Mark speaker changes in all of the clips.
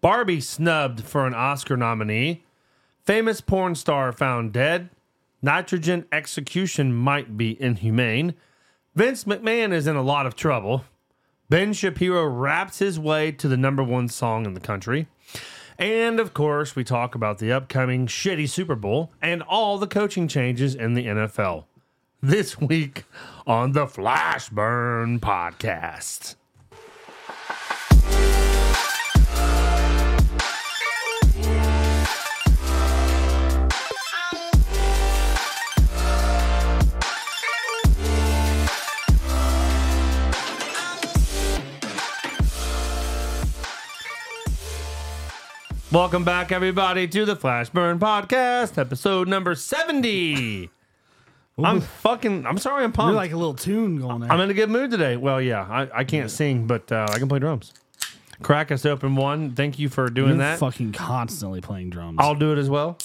Speaker 1: Barbie snubbed for an Oscar nominee. Famous porn star found dead. Nitrogen execution might be inhumane. Vince McMahon is in a lot of trouble. Ben Shapiro raps his way to the number one song in the country. And of course, we talk about the upcoming shitty Super Bowl and all the coaching changes in the NFL this week on the Flashburn Podcast. Welcome back, everybody, to the Flashburn Podcast, episode number 70. I'm fucking, I'm sorry, I'm pumped.
Speaker 2: You're like a little tune going there.
Speaker 1: I'm in a good mood today. Well, yeah, I, I can't sing, but uh, I can play drums. Crack us open one. Thank you for doing
Speaker 2: You're
Speaker 1: that.
Speaker 2: fucking constantly playing drums.
Speaker 1: I'll do it as well.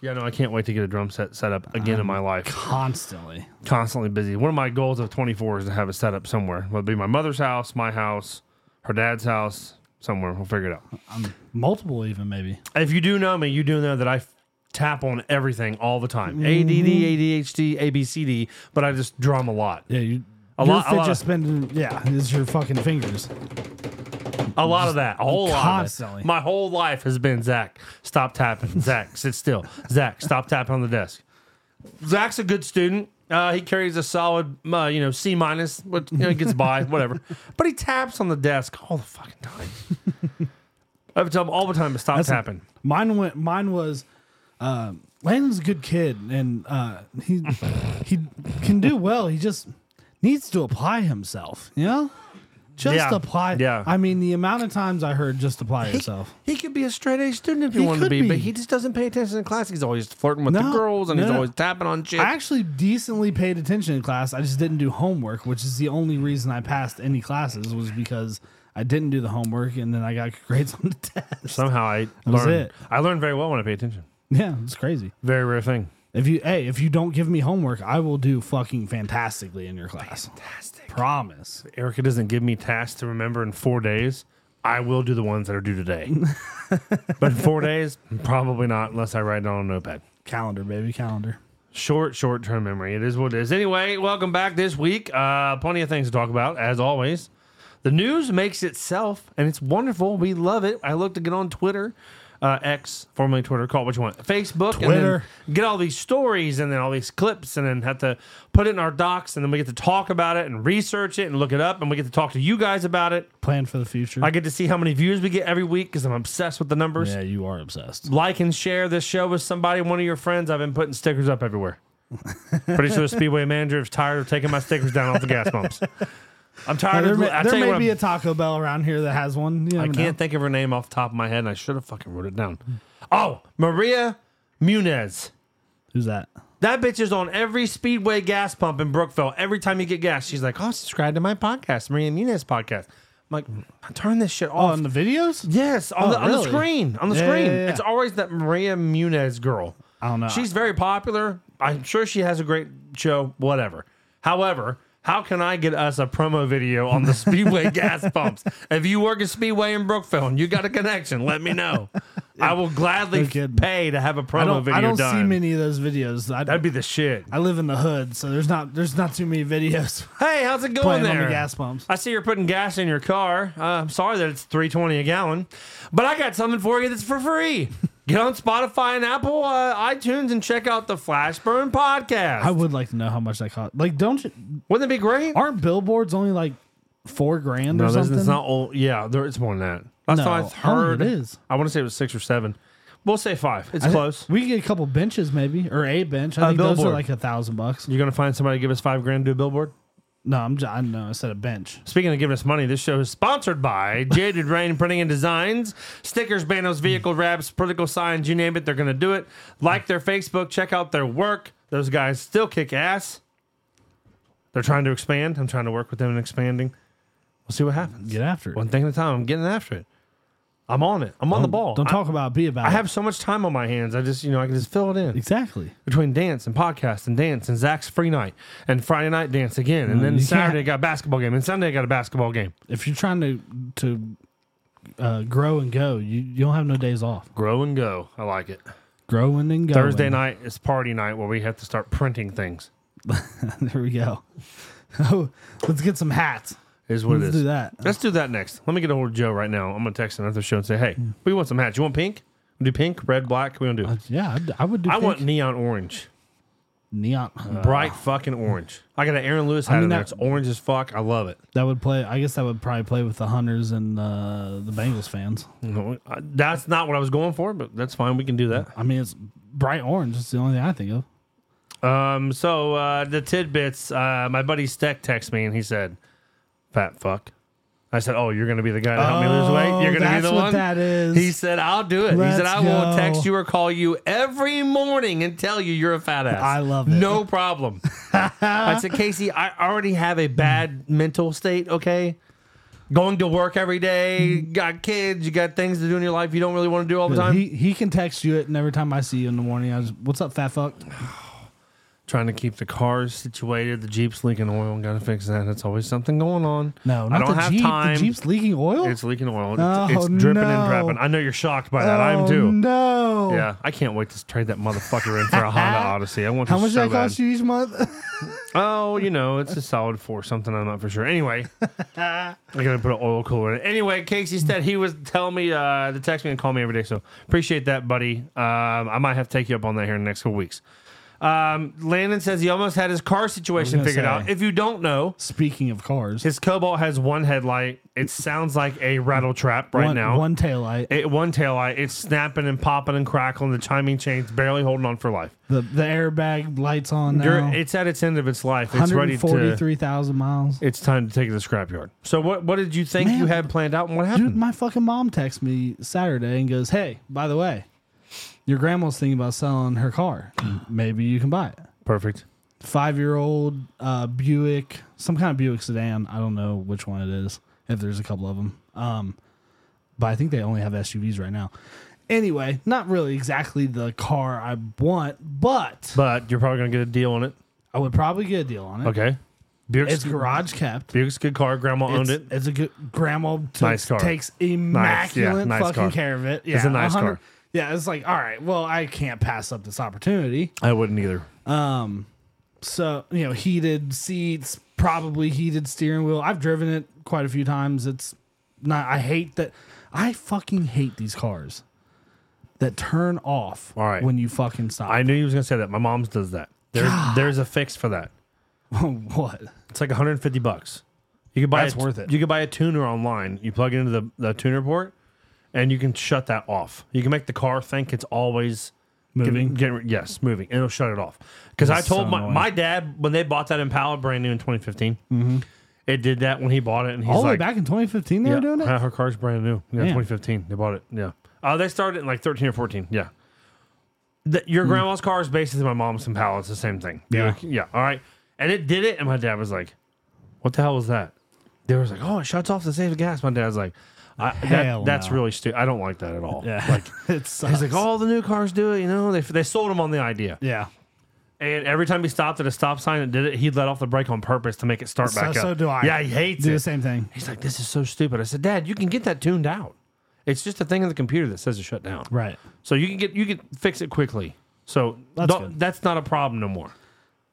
Speaker 1: Yeah, no, I can't wait to get a drum set set up again in my life.
Speaker 2: constantly.
Speaker 1: Constantly busy. One of my goals of 24 is to have it set up somewhere. Whether it be my mother's house, my house, her dad's house, somewhere. We'll figure it out.
Speaker 2: Multiple even maybe.
Speaker 1: If you do know me, you do know that I f- tap on everything all the time. ADD, ADHD, ABCD, but I just drum a lot.
Speaker 2: Yeah, you
Speaker 1: A
Speaker 2: your
Speaker 1: lot- a
Speaker 2: fit
Speaker 1: lot
Speaker 2: just
Speaker 1: of-
Speaker 2: been yeah, is your fucking fingers.
Speaker 1: A lot of that. A whole lot. Of
Speaker 2: Constantly.
Speaker 1: it. My whole life has been Zach, stop tapping. Zach, sit still. Zach, stop tapping on the desk. Zach's a good student. Uh, he carries a solid, uh, you know, C minus. What you know, he gets by, whatever. But he taps on the desk all the fucking time. I have to tell him all the time to stop tapping.
Speaker 2: Mine went mine was uh Landon's a good kid and uh he he can do well. He just needs to apply himself, you know? Just
Speaker 1: Yeah.
Speaker 2: apply.
Speaker 1: Yeah.
Speaker 2: I mean, the amount of times I heard just apply yourself.
Speaker 1: He could be a straight A student if he,
Speaker 2: He
Speaker 1: wanted to
Speaker 2: could
Speaker 1: be, but
Speaker 2: be.
Speaker 1: he just doesn't pay attention in class. He's always flirting with the
Speaker 2: No,
Speaker 1: girls and
Speaker 2: no,
Speaker 1: he's
Speaker 2: no.
Speaker 1: always tapping on shit.
Speaker 2: I actually decently paid attention in class. I just didn't do homework, which is the only reason I passed any classes was because I didn't do the homework and then I got good grades on the test.
Speaker 1: Somehow I
Speaker 2: was
Speaker 1: learned.
Speaker 2: it.
Speaker 1: I learned very well when I pay attention.
Speaker 2: Yeah, it's crazy.
Speaker 1: Very rare thing.
Speaker 2: If you hey, if you don't give me homework, I will do fucking fantastically in your class.
Speaker 1: Fantastic.
Speaker 2: Promise.
Speaker 1: Erica doesn't give me tasks to remember in four days, I will do the ones that are due today. but in four days, probably not, unless I write it on a notepad.
Speaker 2: Calendar, baby, calendar.
Speaker 1: Short, short term memory. It is what it is. Anyway, welcome back this week. Uh, plenty of things to talk about, as always. The news makes itself, and it's wonderful. We love it. I look to get on Twitter, uh, X, formerly Twitter, call it what you want, Facebook, and then
Speaker 2: Twitter.
Speaker 1: get all these stories and then all these clips, and then have to put it in our docs, and then we get to talk about it and research it and look it up, and we get to talk to you guys about it.
Speaker 2: Plan for the future.
Speaker 1: I get to see how many views we get every week because I'm obsessed with the numbers.
Speaker 2: yeah, you are obsessed.
Speaker 1: Like and share this show with somebody, one of your friends. I've been putting stickers up everywhere. Pretty sure the Speedway manager is tired of taking my stickers down off the gas pumps. I'm tired
Speaker 2: There
Speaker 1: of.
Speaker 2: may,
Speaker 1: I
Speaker 2: there
Speaker 1: tell you
Speaker 2: may
Speaker 1: what,
Speaker 2: be
Speaker 1: I'm-
Speaker 2: a Taco Bell around here that has one. You
Speaker 1: I
Speaker 2: never know.
Speaker 1: can't think of her name off the top of my head, and I should have fucking wrote it down. Oh, Maria Munez.
Speaker 2: Who's that?
Speaker 1: That bitch is on every Speedway gas pump in Brookville. Every time you get gas, she's like, "Oh, subscribe to my podcast, Maria Munez podcast." I'm like, "Mm, "Turn this shit off."
Speaker 2: On Oh, the videos?
Speaker 1: Yes, on, the, on the
Speaker 2: Oh, really?
Speaker 1: screen. On the
Speaker 2: Yeah,
Speaker 1: screen.
Speaker 2: yeah, yeah.
Speaker 1: It's always that Maria Munez girl.
Speaker 2: I don't know.
Speaker 1: She's very popular. I'm sure she has a great show, whatever. However, how can I get us a promo video on the Speedway gas pumps? If you work at Speedway in Brookville and you got a connection, let me know. I will gladly
Speaker 2: No kidding.
Speaker 1: pay to have a promo
Speaker 2: I don't,
Speaker 1: video
Speaker 2: I don't
Speaker 1: done.
Speaker 2: see many of those videos. I,
Speaker 1: That'd be the shit.
Speaker 2: I live in the hood, so there's not there's not too many videos
Speaker 1: Hey, how's it going
Speaker 2: playing
Speaker 1: there?
Speaker 2: on the gas pumps.
Speaker 1: I see you're putting gas in your car. Uh, I'm sorry that it's 320 a gallon, but I got something for you that's for free. Get on Spotify and Apple uh, iTunes and check out the Flashburn podcast.
Speaker 2: I would like to know how much that cost. Like, don't you,
Speaker 1: Wouldn't it be great?
Speaker 2: aren't billboards only like four grand or something?
Speaker 1: it's not old. Yeah, there, it's more than that. Last
Speaker 2: No,
Speaker 1: time I
Speaker 2: I don't think
Speaker 1: heard,
Speaker 2: it is.
Speaker 1: I want to say it was six or seven. We'll say five. It's
Speaker 2: I thi-
Speaker 1: close.
Speaker 2: We could get a couple benches maybe or a bench. I
Speaker 1: A
Speaker 2: think those are
Speaker 1: billboard.
Speaker 2: like a thousand bucks.
Speaker 1: You're gonna find somebody to give us five grand to do a billboard.
Speaker 2: No, I'm just, I know I said a bench.
Speaker 1: Speaking of giving us money, this show is sponsored by Jaded Rain Printing and Designs. Stickers, banners, vehicle wraps, political signs, you name it, they're going to do it. Like their Facebook, check out their work. Those guys still kick ass. They're trying to expand. I'm trying to work with them in expanding. We'll see what happens.
Speaker 2: Get after it.
Speaker 1: One thing at a time. I'm getting after it. I'm on it. I'm on the ball.
Speaker 2: Don't
Speaker 1: I-
Speaker 2: talk about it, be about
Speaker 1: I
Speaker 2: it.
Speaker 1: have so much time on my hands. I just, you know, I can just fill it in
Speaker 2: exactly.
Speaker 1: between dance and podcast and dance and Zach's free night and Friday night dance again. And then
Speaker 2: Mm, you
Speaker 1: Saturday
Speaker 2: can't-
Speaker 1: I got a basketball game and Sunday I got a basketball game.
Speaker 2: If you're trying to to uh, grow and go. You you don't have no days off.
Speaker 1: Grow and go. I like it.
Speaker 2: Growing and going.
Speaker 1: Thursday night is party night where we have to start printing things.
Speaker 2: there we go. Oh, let's get some hats.
Speaker 1: Is what it
Speaker 2: Let's
Speaker 1: is.
Speaker 2: do that.
Speaker 1: Let's do that next. Let me get a hold of Joe right now. I'm gonna text him after the show and say, "Hey, we want some hats. You want pink? We do pink, red, black. We want to do.
Speaker 2: Yeah, I'd- I, would do.
Speaker 1: I
Speaker 2: pink.
Speaker 1: want neon orange,
Speaker 2: neon. uh,
Speaker 1: bright fucking orange. I got an Aaron Lewis hat
Speaker 2: mean,
Speaker 1: in there.
Speaker 2: that-
Speaker 1: It's orange as fuck. I love it.
Speaker 2: that would play. I guess that would probably play with the hunters and uh, the Bengals fans.
Speaker 1: No, I- That's not what I was going for, but that's fine. We can do that.
Speaker 2: I mean, it's bright orange. It's the only thing I think of.
Speaker 1: Um, so uh, the tidbits. Uh, my buddy Steck texted me and he said, "Fat fuck." I said, "Oh, you're gonna be the guy to help me lose weight. You're gonna
Speaker 2: Oh, that's
Speaker 1: be the
Speaker 2: what
Speaker 1: one."
Speaker 2: that is.
Speaker 1: He said, "I'll do it." he said,
Speaker 2: Let's
Speaker 1: "I will
Speaker 2: go.
Speaker 1: text you or call you every morning and tell you you're a fat ass."
Speaker 2: I love it.
Speaker 1: No problem. I said, Casey, I already have a bad mental state. Okay, going to work every day, got kids, you got things to do in your life you don't really want to do all the time.
Speaker 2: he he can text you it, and every time I see you in the morning, I was, "What's up, fat fuck?"
Speaker 1: Trying to keep the cars situated. The Jeep's leaking oil. Got to fix that. That's always something going on.
Speaker 2: No, not
Speaker 1: I don't
Speaker 2: the
Speaker 1: have
Speaker 2: Jeep.
Speaker 1: time.
Speaker 2: The Jeep's leaking oil.
Speaker 1: It's leaking oil. It's,
Speaker 2: Oh,
Speaker 1: it's dripping and
Speaker 2: no.
Speaker 1: dripping. I know you're shocked by that.
Speaker 2: Oh,
Speaker 1: I'm too.
Speaker 2: No.
Speaker 1: Yeah, I can't wait to trade that motherfucker in for a Honda Odyssey. I want
Speaker 2: How
Speaker 1: this
Speaker 2: much
Speaker 1: so
Speaker 2: that cost
Speaker 1: bad.
Speaker 2: you each month?
Speaker 1: Oh, you know, it's a solid four something. I'm not for sure. Anyway, I'm gonna put an oil cooler in it. Anyway, Casey said he was telling me uh, to text me and call me every day. So appreciate that, buddy. Um, I might have to take you up on that here in the next couple weeks. Um, Landon says he almost had his car situation
Speaker 2: gonna
Speaker 1: figured
Speaker 2: say.
Speaker 1: out. If you don't know,
Speaker 2: Speaking of cars,
Speaker 1: his Cobalt has one headlight. It sounds like a rattle trap right
Speaker 2: one,
Speaker 1: now.
Speaker 2: one taillight.
Speaker 1: It, one tail light, it's snapping and popping and crackling. The chiming chain's barely holding on for life.
Speaker 2: The the airbag lights on now.
Speaker 1: You're, it's at its end of its life. It's ready to.
Speaker 2: 143,000 miles.
Speaker 1: It's time to take it to the scrapyard. So what? What did you think
Speaker 2: Man.
Speaker 1: you had planned out, and what
Speaker 2: Dude,
Speaker 1: happened?
Speaker 2: my fucking mom texts me Saturday and goes, "Hey, by the way, your grandma's thinking about selling her car. Maybe you can buy it."
Speaker 1: Perfect.
Speaker 2: Five year old uh, Buick, some kind of Buick sedan. I don't know which one it is. If there's a couple of them, um, but I think they only have SUVs right now. Anyway, not really exactly the car I want, but
Speaker 1: But you're probably gonna get a deal on it.
Speaker 2: I would probably get a deal on it.
Speaker 1: Okay. Buick's,
Speaker 2: It's garage kept.
Speaker 1: Buick's a good car. Grandma owned
Speaker 2: it's,
Speaker 1: it.
Speaker 2: It's a good grandma took,
Speaker 1: Nice car.
Speaker 2: takes immaculate
Speaker 1: nice
Speaker 2: fucking
Speaker 1: car.
Speaker 2: care of it. Yeah,
Speaker 1: It's a nice
Speaker 2: 100
Speaker 1: car.
Speaker 2: Yeah, it's like all right. Well, I can't pass up this opportunity.
Speaker 1: I wouldn't either.
Speaker 2: Um, so you know, heated seats, probably heated steering wheel. I've driven it quite a few times. It's not. I hate that. I fucking hate these cars that turn off
Speaker 1: All right.
Speaker 2: when you fucking stop.
Speaker 1: I knew he was gonna say that. My mom's does that. There, there's a fix for that.
Speaker 2: what?
Speaker 1: It's like 150 bucks. You could buy
Speaker 2: That's
Speaker 1: a-
Speaker 2: worth it.
Speaker 1: You could buy a tuner online. You plug it into the, the tuner port, and you can shut that off. You can make the car think it's always
Speaker 2: Moving?
Speaker 1: Get, get- yes, moving. And it'll shut it off. Because I
Speaker 2: That's
Speaker 1: told
Speaker 2: so
Speaker 1: my,
Speaker 2: annoying.
Speaker 1: my dad when they bought that Impala brand new in 2015, it did that when he bought it, and he's
Speaker 2: Mm-hmm. All the way
Speaker 1: like,
Speaker 2: back in 2015, they
Speaker 1: yeah,
Speaker 2: were doing it.
Speaker 1: Her car's brand new. Yeah,
Speaker 2: Damn.
Speaker 1: 2015. They bought it. Yeah. Uh, they started in like 13 or 14. Yeah. The- your grandma's car is basically my mom's Impala. It's the same thing.
Speaker 2: Hmm. Yeah.
Speaker 1: Buick. Yeah. All right. And it did it. And my dad was like, what the hell was that? They was like, oh, it shuts off to save the gas. My dad's like, I, that,
Speaker 2: Hell
Speaker 1: that's
Speaker 2: no.
Speaker 1: really stupid. I don't like that at all.
Speaker 2: Yeah,
Speaker 1: Like,
Speaker 2: it
Speaker 1: he's
Speaker 2: sucks.
Speaker 1: like, "Oh, all the new cars do it. You know, they, they sold him on the idea.
Speaker 2: yeah.
Speaker 1: And every time he stopped at a stop sign and did it, he'd let off the brake on purpose to make it start
Speaker 2: So-
Speaker 1: back up.
Speaker 2: so do I.
Speaker 1: Yeah, he hates
Speaker 2: Do
Speaker 1: it.
Speaker 2: the same thing.
Speaker 1: He's like, this is so stupid. I said, Dad, you can get that tuned out. It's just a thing in the computer that says to shut down.
Speaker 2: Right.
Speaker 1: So you can get you can fix it quickly. So
Speaker 2: That's
Speaker 1: don't-
Speaker 2: good.
Speaker 1: that's not a problem no more.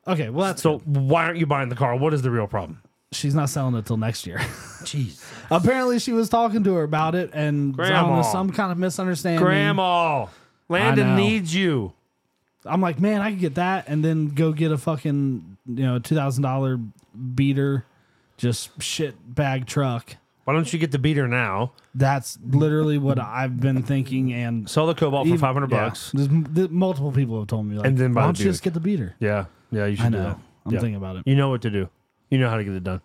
Speaker 2: Okay. Well, that's
Speaker 1: So why aren't you buying the car? What is the real problem?
Speaker 2: she's not selling it till next year.
Speaker 1: Jeez.
Speaker 2: Apparently, she was talking to her about it, and I don't
Speaker 1: Grandma.
Speaker 2: know, some kind of misunderstanding.
Speaker 1: Grandma. Landon
Speaker 2: know.
Speaker 1: needs you.
Speaker 2: I'm like, man, I could get that, and then go get a fucking you know two thousand dollar beater, just shit bag truck.
Speaker 1: Why don't you get the beater now?
Speaker 2: That's literally what I've been thinking, and
Speaker 1: Sell the cobalt for
Speaker 2: even-
Speaker 1: five hundred
Speaker 2: yeah.
Speaker 1: bucks.
Speaker 2: There's, m- th- multiple people have told me, like,
Speaker 1: And then buy
Speaker 2: why
Speaker 1: the
Speaker 2: don't you
Speaker 1: Buick.
Speaker 2: just get the beater?
Speaker 1: Yeah. Yeah, you should
Speaker 2: I
Speaker 1: do that.
Speaker 2: know. I'm
Speaker 1: Yeah.
Speaker 2: thinking about it.
Speaker 1: You know what to do. You know how to get it done.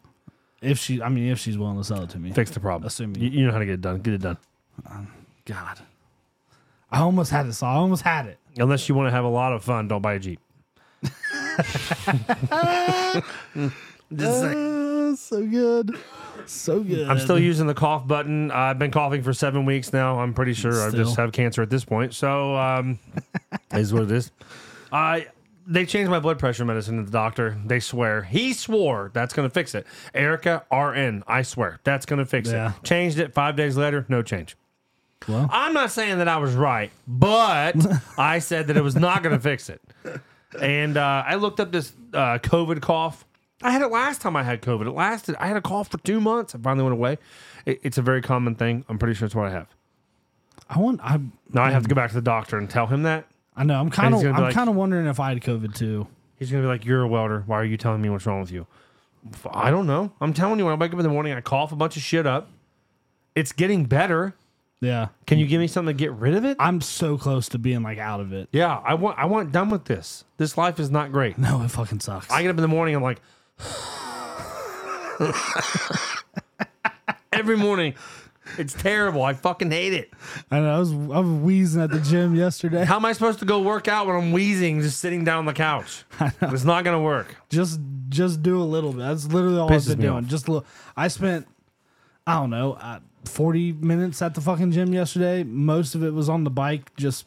Speaker 2: If she, I mean, if she's willing to sell it to me,
Speaker 1: Fix the problem.
Speaker 2: Assuming-
Speaker 1: you, you know how to get it done. Get it done.
Speaker 2: God, I almost had this. I almost had it.
Speaker 1: Unless you want to have a lot of fun, don't buy a Jeep. Just saying.
Speaker 2: Ah, so good, so good.
Speaker 1: I'm still using the cough button. I've been coughing for seven weeks now. I'm pretty sure I
Speaker 2: Still.
Speaker 1: just have cancer at this point. So, um, is what it is. I they changed my blood pressure medicine to the doctor. They swear. He swore that's going to fix it. Erica RN, I swear that's going to fix
Speaker 2: Yeah.
Speaker 1: it. Changed it five days later, no change.
Speaker 2: Well.
Speaker 1: I'm not saying that I was right, but I said that it was not going to fix it. And uh, I looked up this uh, COVID cough. I had it last time I had COVID. It lasted. I had a cough for two months. It finally went away. It, it's a very common thing. I'm pretty sure it's what I have.
Speaker 2: I want. I
Speaker 1: Now I have to go back to the doctor and tell him that.
Speaker 2: I know. I'm kind of.
Speaker 1: he's gonna
Speaker 2: I'm
Speaker 1: be like-
Speaker 2: kind of wondering if I had COVID too.
Speaker 1: He's gonna be like, "You're a welder. Why are you telling me what's wrong with you?" F- I don't know. I'm telling you, when I wake up in the morning, I cough a bunch of shit up. It's getting better.
Speaker 2: Yeah.
Speaker 1: Can you give me something to get rid of it?
Speaker 2: I'm so close to being like out of it.
Speaker 1: yeah, I want. I want done with this. This life is not great.
Speaker 2: No, it fucking sucks.
Speaker 1: I get up in the morning. I'm like, every morning, it's terrible. I fucking hate it.
Speaker 2: I know. I was. I was wheezing at the gym yesterday.
Speaker 1: How am I supposed to go work out when I'm wheezing just sitting down on the couch? It's not gonna work.
Speaker 2: just just do a little bit. That's literally all
Speaker 1: Pisses
Speaker 2: I've been
Speaker 1: me
Speaker 2: doing.
Speaker 1: off.
Speaker 2: Just look. I spent I don't know uh, forty minutes at the fucking gym yesterday. Most of it was on the bike, just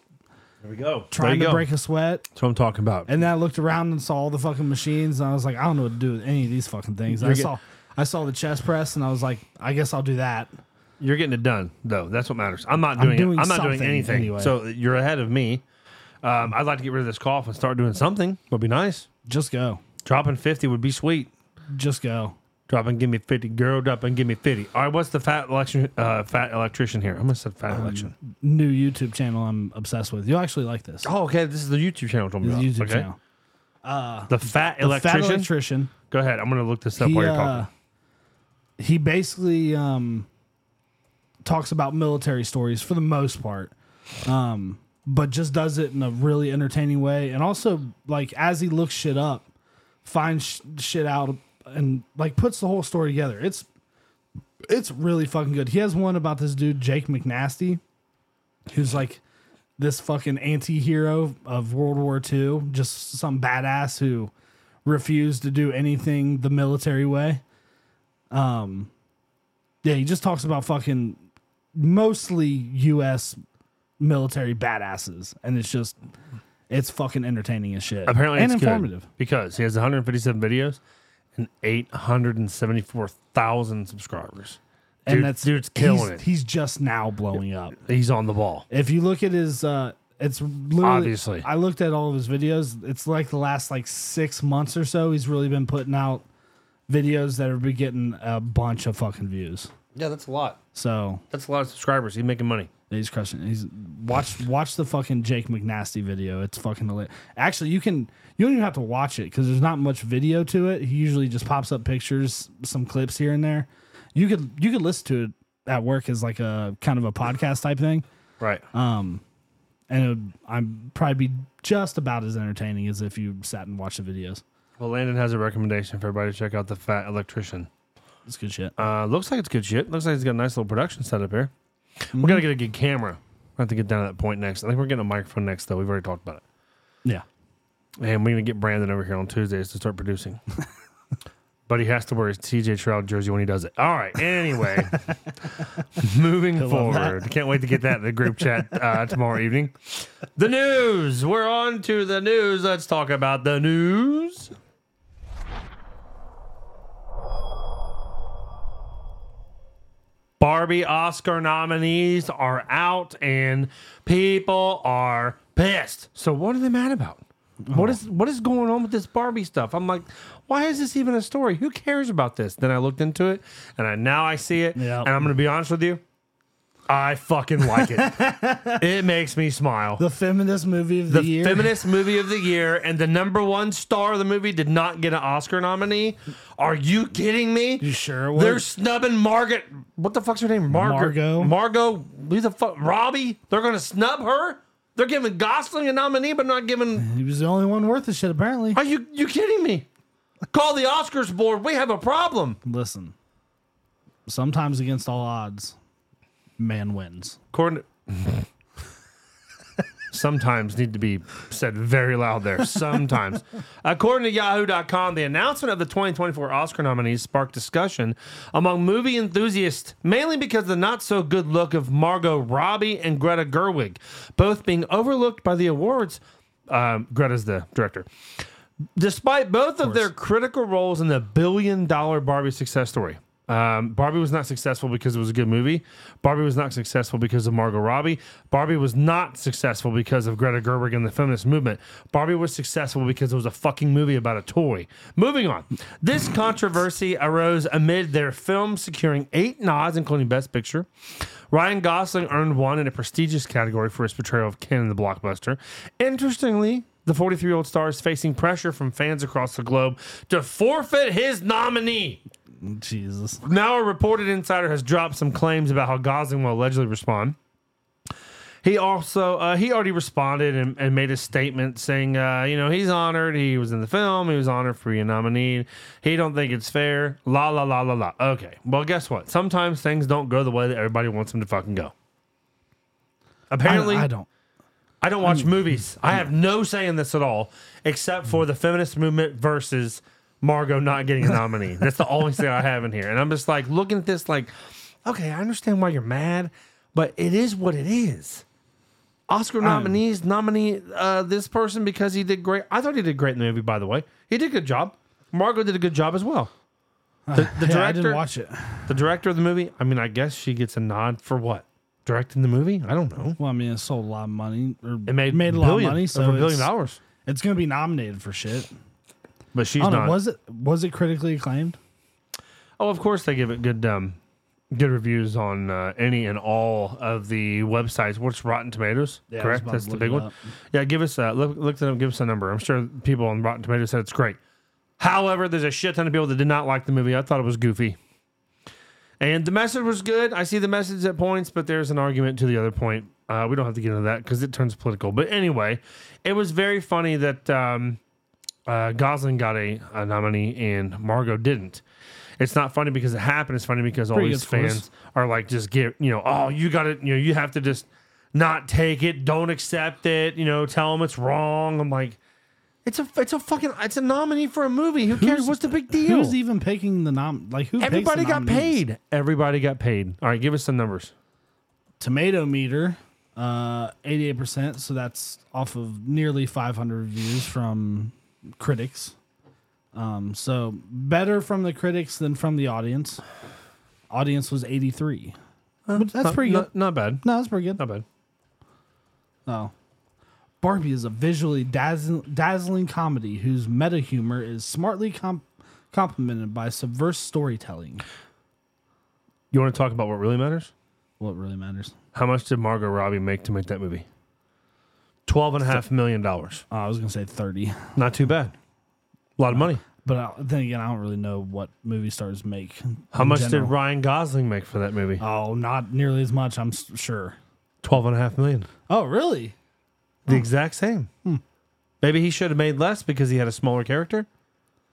Speaker 1: There we go.
Speaker 2: trying to break a sweat.
Speaker 1: That's what I'm talking about.
Speaker 2: And then I looked around and saw all the fucking machines, and I was like, I don't know what to do with any of these fucking things. And I
Speaker 1: You're get-
Speaker 2: saw I saw the chest press, and I was like, I guess I'll do that.
Speaker 1: You're getting it done, though. That's what matters. I'm not doing,
Speaker 2: doing
Speaker 1: it. I'm not doing
Speaker 2: something
Speaker 1: anything.
Speaker 2: anyway.
Speaker 1: So you're ahead of me. Um, I'd like to get rid of this cough and start doing something. Would be nice.
Speaker 2: Just go,
Speaker 1: Dropping 50 would be sweet.
Speaker 2: just go.
Speaker 1: Drop and give me 50. Girl, drop and give me 50. All right, what's the fat election? Uh, fat electrician here. I'm going to say fat election.
Speaker 2: New YouTube channel I'm obsessed with. You'll actually like this.
Speaker 1: Oh, okay. This is the YouTube channel. Told me
Speaker 2: The
Speaker 1: about.
Speaker 2: YouTube
Speaker 1: okay.
Speaker 2: channel.
Speaker 1: The fat
Speaker 2: The
Speaker 1: electrician.
Speaker 2: Fat electrician.
Speaker 1: Go ahead. I'm going to look this up while you're
Speaker 2: uh,
Speaker 1: talking.
Speaker 2: he basically um, talks about military stories for the most part, um, but just does it in a really entertaining way. And also, like as he looks shit up, finds sh- shit out, and like puts the whole story together. It's it's really fucking good. He has one about this dude Jake McNasty, who's like this fucking anti-hero of World War II, just some badass who refused to do anything the military way. Um, yeah, he just talks about fucking mostly U.S. military badasses, and it's just it's fucking entertaining as shit.
Speaker 1: Apparently,
Speaker 2: and
Speaker 1: it's good
Speaker 2: informative.
Speaker 1: because he has 157 videos and 874,000 subscribers.
Speaker 2: And
Speaker 1: Dude-
Speaker 2: that's
Speaker 1: dude's killing
Speaker 2: he's-
Speaker 1: it.
Speaker 2: He's just now blowing up.
Speaker 1: He's on the ball.
Speaker 2: If you look at his, uh, it's literally,
Speaker 1: Obviously.
Speaker 2: I looked at all of his videos. It's like the last like six months or so. He's really been putting out videos that are be getting a bunch of fucking views.
Speaker 1: Yeah, that's a lot.
Speaker 2: So
Speaker 1: That's a lot of subscribers. He's making money.
Speaker 2: he's crushing. it. He's watch watch the fucking Jake McNasty video. It's fucking hilarious. Actually, you can you don't even have to watch it because there's not much video to it. He usually just pops up pictures, some clips here and there. You could you could listen to it at work as like a kind of a podcast type thing.
Speaker 1: Right.
Speaker 2: and it would I'm probably be just about as entertaining as if you sat and watched the videos.
Speaker 1: well, Landon has a recommendation for everybody to check out the Fat Electrician.
Speaker 2: It's good shit.
Speaker 1: Uh, looks like it's good shit. Looks like he's got a nice little production setup here. We gotta get a good camera. I have to get down to that point next. I think we're getting a microphone next, though. We've already talked about it,
Speaker 2: Yeah,
Speaker 1: and we're gonna get Brandon over here on Tuesdays to start producing. but he has to wear his TJ Shroud jersey when he does it. All right. Anyway, moving
Speaker 2: love that.
Speaker 1: forward. Can't wait to get that in the group chat uh, tomorrow evening. The news. We're on to the news. Let's talk about the news. Barbie Oscar nominees are out and people are pissed. So what are they mad about? What is what is going on with this Barbie stuff? I'm like, why is this even a story? Who cares about this? Then I looked into it and I now I see it.
Speaker 2: Yeah.
Speaker 1: And I'm gonna be honest with you. I fucking like it. it makes me smile.
Speaker 2: the feminist movie of the,
Speaker 1: The
Speaker 2: year.
Speaker 1: feminist movie of the year and the number one star of the movie did not get an Oscar nominee. Are you kidding me?
Speaker 2: You sure?
Speaker 1: They're snubbing Margaret. What the fuck's her name? Margaret.
Speaker 2: Margot.
Speaker 1: Margot. Who the fuck? Robbie. They're gonna snub her. They're giving Gosling a nominee, but not giving.
Speaker 2: he was the only one worth the shit. Apparently,
Speaker 1: Are you you kidding me? Call the Oscars board. We have a problem.
Speaker 2: listen. Sometimes against all odds, man wins.
Speaker 1: According. to- Sometimes need to be said very loud there. Sometimes. According to Yahoo.com, the announcement of the 2024 Oscar nominees sparked discussion among movie enthusiasts, mainly because of the not so good look of Margot Robbie and Greta Gerwig, both being overlooked by the awards um, Greta's the director. Despite both of, their critical roles in the billion dollar Barbie success story, um, Barbie was not successful because it was a good movie. Barbie was not successful because of Margot Robbie. Barbie was not successful because of Greta Gerwig and the feminist movement. Barbie was successful because it was a fucking movie about a toy. Moving on. This controversy arose amid their film securing eight nods, including Best Picture. Ryan Gosling earned one in a prestigious category for his portrayal of Ken in the blockbuster. Interestingly, the 43 year old star is facing pressure from fans across the globe to forfeit his nominee.
Speaker 2: Jesus.
Speaker 1: Now, a reported insider has dropped some claims about how Gosling will allegedly respond. He also uh, he already responded and, and made a statement saying, uh, you know, he's honored. He was in the film. He was honored for being nominated. He don't think it's fair. La la la la la. Okay. Well, guess what? Sometimes things don't go the way that everybody wants them to fucking go. Apparently,
Speaker 2: I, I don't.
Speaker 1: I don't watch movies. I have no say in this at all, except for the feminist movement versus Margot not getting a nominee. That's the only thing I have in here. And I'm just like looking at this, like, okay, I understand why you're mad, but it is what it is.
Speaker 2: Um,
Speaker 1: Oscar nominees nominee uh, this person because he did great. I thought he did great in the movie, by the way. He did a good job. Margot did a good job as well. The, the
Speaker 2: Yeah, Uh, I
Speaker 1: director,
Speaker 2: didn't watch it.
Speaker 1: the director of the movie. I mean, I guess she gets a nod for what directing the movie. I don't know.
Speaker 2: Well, I mean, it sold a lot of money. Or
Speaker 1: It made,
Speaker 2: made a lot of
Speaker 1: billion,
Speaker 2: money. So
Speaker 1: over a
Speaker 2: it's-
Speaker 1: billion dollars.
Speaker 2: It's gonna be nominated for shit.
Speaker 1: But she's
Speaker 2: I don't
Speaker 1: not.
Speaker 2: know. Was Oh, it was it critically acclaimed?
Speaker 1: Oh, of course they give it good um, good reviews on uh, any and all of the websites. What's Rotten Tomatoes?
Speaker 2: Yeah, I was
Speaker 1: correct.
Speaker 2: about
Speaker 1: That's
Speaker 2: to
Speaker 1: the
Speaker 2: look
Speaker 1: big
Speaker 2: it
Speaker 1: one.
Speaker 2: up.
Speaker 1: Yeah, give us uh, look look them. Give us a number. I'm sure people on Rotten Tomatoes said it's great. However, there's a shit ton of people that did not like the movie. I thought it was goofy. And the message was good. I see the message at points, but there's an argument to the other point. Uh, we don't have to get into that because it turns political. But anyway, it was very funny that um, uh, Gosling got a, a nominee and Margot didn't. It's not funny because it happened. It's funny because all
Speaker 2: Pretty
Speaker 1: these
Speaker 2: good scores.
Speaker 1: fans are like, just get, you know, oh, you got to, you know, you have to just not take it, don't accept it, you know, tell them it's wrong. I'm like, it's a, it's a fucking, it's a nominee for a movie. Who cares? What's the big deal?
Speaker 2: Who's even picking the nom? Like who? picks the
Speaker 1: Everybody got
Speaker 2: nominees?
Speaker 1: paid. Everybody got paid. All right, give us some numbers.
Speaker 2: Tomato meter, uh, eighty-eight percent. So that's off of nearly five hundred reviews from critics. Um, so better from the critics than from the audience. Audience was eighty-three. Which- that's
Speaker 1: Uh, Not-
Speaker 2: pretty good.
Speaker 1: Not, not bad.
Speaker 2: No, that's pretty good.
Speaker 1: Not bad.
Speaker 2: Oh. Barbie is a visually dazzling, dazzling comedy whose meta humor is smartly comp- complemented by subverse storytelling.
Speaker 1: You want to talk about what really matters?
Speaker 2: What really matters?
Speaker 1: How much did Margot Robbie make to make that movie? Twelve and a half million dollars.
Speaker 2: Uh, I was going to say 30.
Speaker 1: Not too bad. A lot of money.
Speaker 2: But I, then again, I don't really know what movie stars make.
Speaker 1: How much did Ryan Gosling make for that movie?
Speaker 2: Oh, not nearly as much, I'm s- sure.
Speaker 1: Twelve and a half million.
Speaker 2: Oh, really?
Speaker 1: The exact same. Maybe he should have made less because he had a smaller character,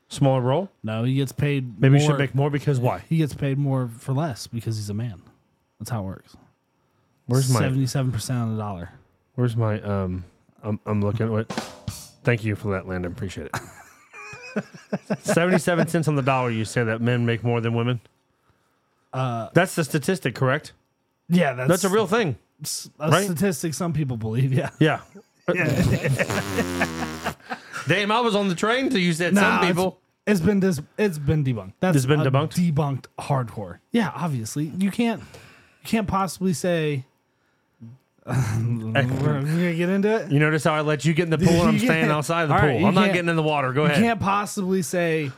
Speaker 1: smaller role.
Speaker 2: No, he gets paid.
Speaker 1: Maybe he
Speaker 2: more-
Speaker 1: should make more because why?
Speaker 2: He gets paid more for less because he's a man. That's how it works.
Speaker 1: Where's my
Speaker 2: seventy-seven percent on the dollar?
Speaker 1: Where's my um? I'm, I'm looking. Wait. Thank you for that, Landon. Appreciate it. Seventy-seven cents on the dollar. You say that men make more than women. Uh, that's the statistic, correct?
Speaker 2: Yeah, that's,
Speaker 1: That's a real thing.
Speaker 2: s- a
Speaker 1: right?
Speaker 2: statistic. Some people believe. Yeah.
Speaker 1: Yeah. Damn, I was on the train till you said
Speaker 2: Nah,
Speaker 1: some
Speaker 2: it's-
Speaker 1: people.
Speaker 2: it's been dis- it's been debunked. That's
Speaker 1: It's been
Speaker 2: a
Speaker 1: debunked?
Speaker 2: Debunked hardcore. Yeah, obviously you can't you can't possibly say. we're, we're gonna get into it.
Speaker 1: You notice how I let you get in the pool and I'm
Speaker 2: You
Speaker 1: staying
Speaker 2: can't-
Speaker 1: outside of the
Speaker 2: All
Speaker 1: pool.
Speaker 2: right, you
Speaker 1: I'm not
Speaker 2: can't-
Speaker 1: getting in the water. Go
Speaker 2: You
Speaker 1: ahead.
Speaker 2: can't possibly say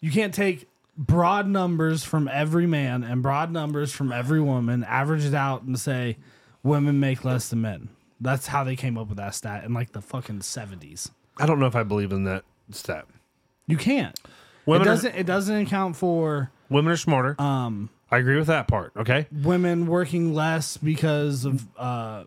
Speaker 2: you can't take broad numbers from every man and broad numbers from every woman, average it out, and say women make less than men. That's how they came up with that stat in like the fucking seventies.
Speaker 1: I don't know if I believe in that stat.
Speaker 2: You can't.
Speaker 1: Women
Speaker 2: it
Speaker 1: are,
Speaker 2: doesn't. Uh, It doesn't account for.
Speaker 1: women are smarter. Um, I agree with that part. Okay.
Speaker 2: women working less because of uh,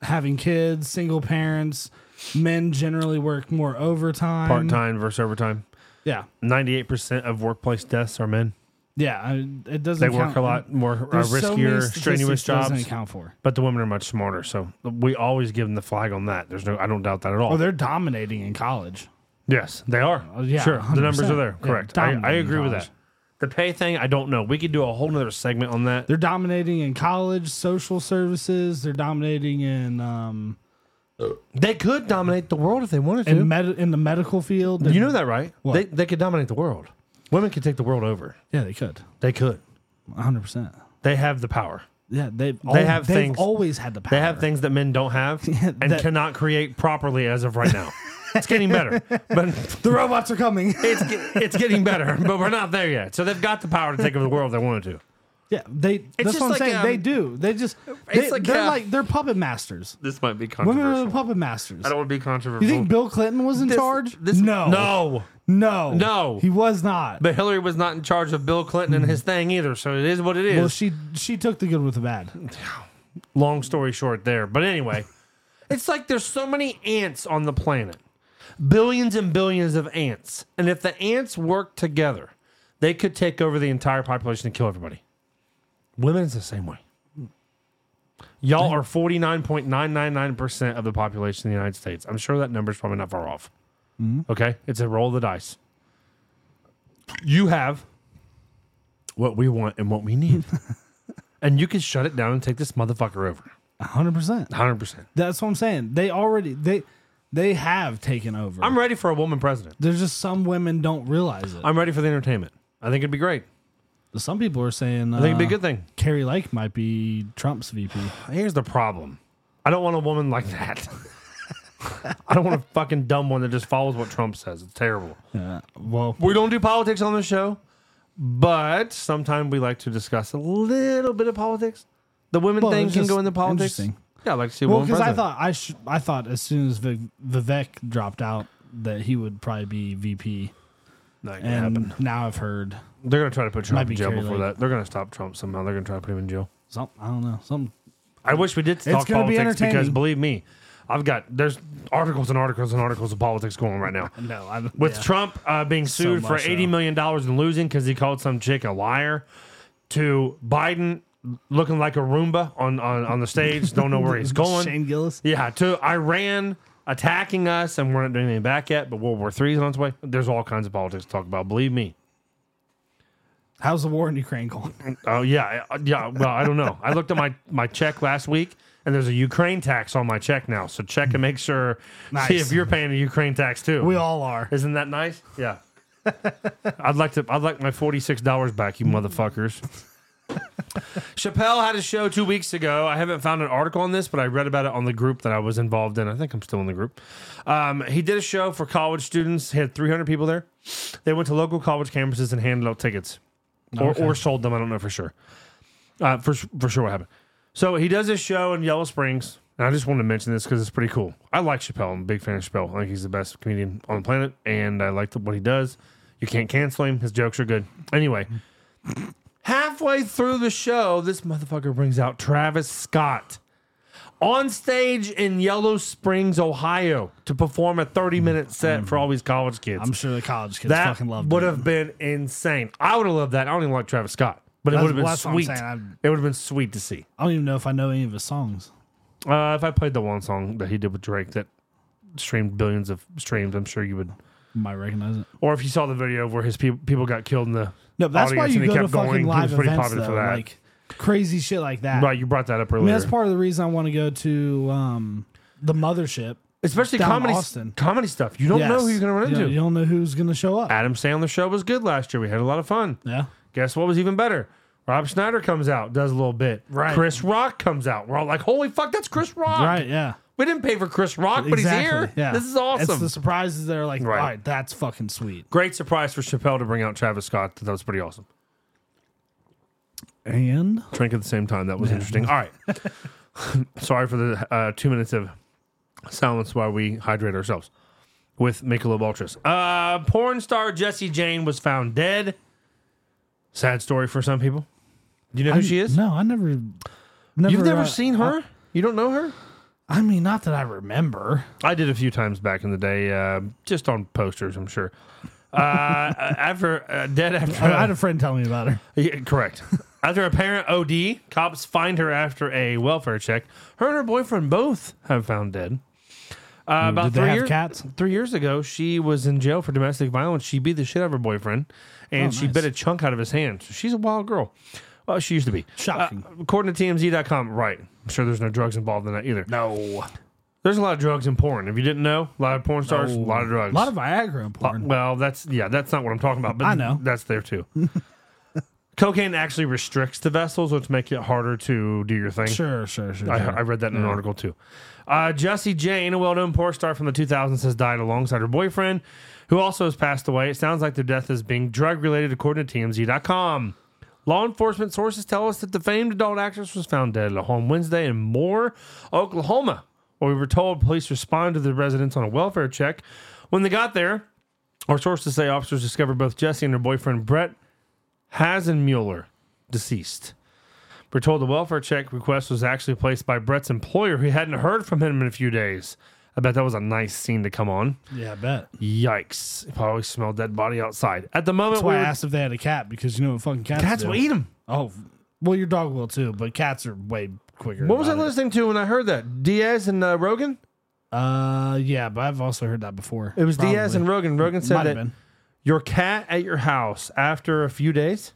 Speaker 2: having kids, single parents. Men generally work more overtime.
Speaker 1: Part time versus overtime.
Speaker 2: Yeah,
Speaker 1: Ninety-eight percent of workplace deaths are men.
Speaker 2: yeah. I, it doesn't.
Speaker 1: They
Speaker 2: count.
Speaker 1: work a lot more uh,
Speaker 2: There's so many
Speaker 1: riskier,
Speaker 2: statistics
Speaker 1: strenuous
Speaker 2: it doesn't
Speaker 1: jobs,
Speaker 2: account for.
Speaker 1: but the women are much smarter. So we always give them the flag on that. There's no, I don't doubt that at all.
Speaker 2: Oh, they're dominating in college.
Speaker 1: yes, they are.
Speaker 2: Oh, yeah,
Speaker 1: sure, the numbers are there.
Speaker 2: 100%. Yeah,
Speaker 1: Correct. I, I
Speaker 2: dominating
Speaker 1: agree with that.
Speaker 2: college.
Speaker 1: The pay thing, I don't know. We could do a whole nother segment on that.
Speaker 2: They're dominating in college, social services. They're dominating in um,
Speaker 1: They could dominate the world if they wanted
Speaker 2: in
Speaker 1: to.
Speaker 2: med- in the medical field.
Speaker 1: you know that, right?
Speaker 2: What?
Speaker 1: They they could dominate the world. Women could take the world over.
Speaker 2: yeah, they could,
Speaker 1: They could.
Speaker 2: one hundred percent.
Speaker 1: They have the power.
Speaker 2: Yeah, they've they
Speaker 1: have
Speaker 2: they've
Speaker 1: things-
Speaker 2: always had the power.
Speaker 1: They have things that men don't have and
Speaker 2: that-
Speaker 1: cannot create properly as of right now. it's getting better, but
Speaker 2: The robots are coming.
Speaker 1: it's ge- it's getting better. But we're not there yet. So they've got the power to take over the world if they wanted to.
Speaker 2: yeah, they. that's
Speaker 1: just
Speaker 2: what I'm
Speaker 1: like,
Speaker 2: saying.
Speaker 1: um,
Speaker 2: they do. They just.
Speaker 1: it's
Speaker 2: They,
Speaker 1: like,
Speaker 2: they're
Speaker 1: uh,
Speaker 2: like they're puppet masters.
Speaker 1: This might be
Speaker 2: Women
Speaker 1: controversial.
Speaker 2: are the puppet masters.
Speaker 1: I don't want to be controversial.
Speaker 2: You think Bill Clinton was in charge? no,
Speaker 1: no,
Speaker 2: no,
Speaker 1: No.
Speaker 2: He was not.
Speaker 1: but Hillary was not in charge of Bill Clinton and his thing either. So it is what it is.
Speaker 2: well, she she took the good with the bad.
Speaker 1: Long story short, there. But anyway, it's like there's so many ants on the planet, billions and billions of ants, and if the ants work together, they could take over the entire population and kill everybody. Women's the same way. Y'all are 49.999% of the population of the United States. I'm sure that number's probably not far off. Okay? It's a roll of the dice. You have what we want and what we need. and you can shut it down and take this motherfucker over.
Speaker 2: hundred percent.
Speaker 1: 100%.
Speaker 2: That's what I'm saying. They already they they have taken over.
Speaker 1: I'm ready for a woman president.
Speaker 2: There's just some women don't realize it.
Speaker 1: I'm ready for the entertainment. I think it'd be great.
Speaker 2: some people are saying uh,
Speaker 1: I think it'd be a good thing.
Speaker 2: Carrie Lake might be Trump's VP.
Speaker 1: Uh, Here's the problem I don't want a woman like that. I don't want a fucking dumb one that just follows what Trump says. It's terrible.
Speaker 2: Yeah. Well,
Speaker 1: We don't do politics on the show, but sometimes we like to discuss a little bit of politics. The women
Speaker 2: Well,
Speaker 1: thing
Speaker 2: it's
Speaker 1: can go
Speaker 2: just
Speaker 1: into politics.
Speaker 2: interesting.
Speaker 1: Yeah, I like to see
Speaker 2: well,
Speaker 1: one
Speaker 2: because I
Speaker 1: president.
Speaker 2: thought I sh- I thought as soon as Viv- Vivek dropped out that he would probably be VP,
Speaker 1: Not gonna
Speaker 2: and
Speaker 1: happen.
Speaker 2: now I've heard
Speaker 1: They're going to try to put Trump
Speaker 2: be
Speaker 1: in jail
Speaker 2: Kerry
Speaker 1: before
Speaker 2: Lake.
Speaker 1: that. They're going to stop Trump somehow. They're going to try to put him in jail.
Speaker 2: some I don't know some
Speaker 1: I wish we did talk
Speaker 2: gonna be
Speaker 1: politics because
Speaker 2: entertaining.
Speaker 1: believe me, I've got there's articles and articles and articles of politics going on right now.
Speaker 2: no I,
Speaker 1: With
Speaker 2: yeah.
Speaker 1: Trump uh, being sued for
Speaker 2: much
Speaker 1: eighty million dollars and losing because he called some chick a liar, to Biden looking like a Roomba on on, on the stage, don't know where he's going.
Speaker 2: Shane Gillis.
Speaker 1: Yeah, to Iran attacking us, and we're not doing anything back yet. But World War III is on its way. There's all kinds of politics to talk about. Believe me.
Speaker 2: How's the war in Ukraine going?
Speaker 1: Oh yeah, I- yeah. Well, I don't know. I looked at my my check last week, and there's a Ukraine tax on my check now. So check and make sure see
Speaker 2: Nice.
Speaker 1: if you're paying a Ukraine tax too.
Speaker 2: we all are.
Speaker 1: Isn't that nice? Yeah. I'd like to. I'd like my forty six dollars back, you motherfuckers. Chappelle had a show two weeks ago. I haven't found an article on this, but I read about it on the group that I was involved in. I think I'm still in the group. Um, he did a show for college students. He had 300 people there. They went to local college campuses and handed out tickets, or, or sold them. I don't know for sure. Uh, for for sure, what happened? So he does this show in Yellow Springs. And I just wanted to mention this because it's pretty cool. I like Chappelle. I'm a big fan of Chappelle. I think he's the best comedian on the planet, and I like the, what he does. You can't cancel him. His jokes are good. Anyway, halfway through the show, this motherfucker brings out Travis Scott on stage in Yellow Springs, Ohio, to perform a 30 minute set for all these college kids.
Speaker 2: I'm sure the college kids
Speaker 1: that
Speaker 2: fucking love
Speaker 1: would have been insane. I would have loved that. I don't even like Travis Scott, but it
Speaker 2: That's-
Speaker 1: would have been
Speaker 2: that's what I'm
Speaker 1: sweet.
Speaker 2: saying. I'm-
Speaker 1: It would have been sweet to see.
Speaker 2: I don't even know if I know any of his songs.
Speaker 1: Uh, if I played the one song that he did with Drake that streamed billions of streams, I'm sure you would.
Speaker 2: Might recognize it.
Speaker 1: Or if you saw the video where his peop people got killed in the
Speaker 2: No, but that's why
Speaker 1: audience
Speaker 2: you
Speaker 1: and
Speaker 2: go
Speaker 1: he
Speaker 2: to
Speaker 1: kept
Speaker 2: fucking
Speaker 1: going, he
Speaker 2: live
Speaker 1: was pretty
Speaker 2: events
Speaker 1: popular
Speaker 2: though,
Speaker 1: for that.
Speaker 2: like crazy shit like that.
Speaker 1: right, you brought that up earlier.
Speaker 2: I mean, that's part of the reason I want to go to um, the mothership.
Speaker 1: especially
Speaker 2: Down in
Speaker 1: comedy
Speaker 2: Austin.
Speaker 1: comedy stuff. You don't know who you're going to run
Speaker 2: You
Speaker 1: into.
Speaker 2: don't, you don't know who's gonna show up.
Speaker 1: Adam Sandler's show was good last year. We had a lot of fun.
Speaker 2: Yeah,
Speaker 1: Guess what was even better? Rob Schneider comes out, does a little bit.
Speaker 2: Right.
Speaker 1: Chris Rock comes out. We're all like, "Holy fuck, that's Chris Rock!"
Speaker 2: right. Yeah,
Speaker 1: We didn't pay for Chris Rock, but
Speaker 2: exactly.
Speaker 1: he's here.
Speaker 2: Yeah,
Speaker 1: This is
Speaker 2: It's
Speaker 1: awesome.
Speaker 2: the surprises that are like,
Speaker 1: Right.
Speaker 2: all right, that's fucking sweet.
Speaker 1: Great surprise for Chappelle to bring out Travis Scott. That was pretty awesome.
Speaker 2: And
Speaker 1: drink at the same time. That was interesting. All right. Sorry for the uh, two minutes of silence while we hydrate ourselves with Michelob Ultras. Uh, porn star Jessie Jane was found dead. Sad story for some people. Do you know who she is?
Speaker 2: No, I never. never
Speaker 1: You've never
Speaker 2: uh,
Speaker 1: seen her? you don't know her?
Speaker 2: I mean, not that I remember.
Speaker 1: I did a few times back in the day, uh, just on posters, I'm sure. Uh, after uh, dead after uh,
Speaker 2: I, I had a friend tell me about her.
Speaker 1: Yeah, correct. after apparent OD, cops find her after a welfare check. Her and her boyfriend both have found dead. Uh, about
Speaker 2: Did they
Speaker 1: three
Speaker 2: have
Speaker 1: years,
Speaker 2: cats?
Speaker 1: three years ago, she was in jail for domestic violence. She beat the shit out of her boyfriend, and she
Speaker 2: Oh, nice.
Speaker 1: bit a chunk out of his hand. So she's a wild girl. Well, she used to be.
Speaker 2: Shocking.
Speaker 1: According to TMZ.com, right. I'm sure there's no drugs involved in that either.
Speaker 2: no.
Speaker 1: There's a lot of drugs in porn. If you didn't know, a lot of porn stars, a lot of drugs.
Speaker 2: A Oh. lot of Viagra in porn.
Speaker 1: Well, that's yeah, that's not what I'm talking about. But
Speaker 2: I know.
Speaker 1: that's there too. Cocaine actually restricts the vessels, which make it harder to do your thing.
Speaker 2: Sure, sure, sure.
Speaker 1: I,
Speaker 2: sure.
Speaker 1: I read that in an article too. Uh, Jesse Jane, a well-known porn star from the 2000s, has died alongside her boyfriend, who also has passed away. It sounds like their death is being drug-related, according to TMZ.com. Law enforcement sources tell us that the famed adult actress was found dead at a home Wednesday in Moore, Oklahoma, where we were told police responded to the residents on a welfare check. When they got there, our sources say officers discovered both Jesse and her boyfriend Brett Hasenmuller deceased. We're told the welfare check request was actually placed by Brett's employer, who hadn't heard from him in a few days. I bet that was a nice scene to come on.
Speaker 2: yeah, I bet. That's
Speaker 1: Yikes! He probably smelled dead body outside. At the moment,
Speaker 2: why I
Speaker 1: we were-
Speaker 2: asked if they had a cat because you know what fucking cats.
Speaker 1: cats
Speaker 2: do.
Speaker 1: will eat him.
Speaker 2: Oh, well, your dog will too, but cats are way quicker.
Speaker 1: What was I
Speaker 2: about
Speaker 1: listening to when I heard that? Diaz and uh, Rogan.
Speaker 2: it. Uh, yeah, but I've also heard that before.
Speaker 1: It was Diaz and Rogan. Rogan said
Speaker 2: Might have
Speaker 1: that
Speaker 2: been
Speaker 1: your cat at your house after a few days,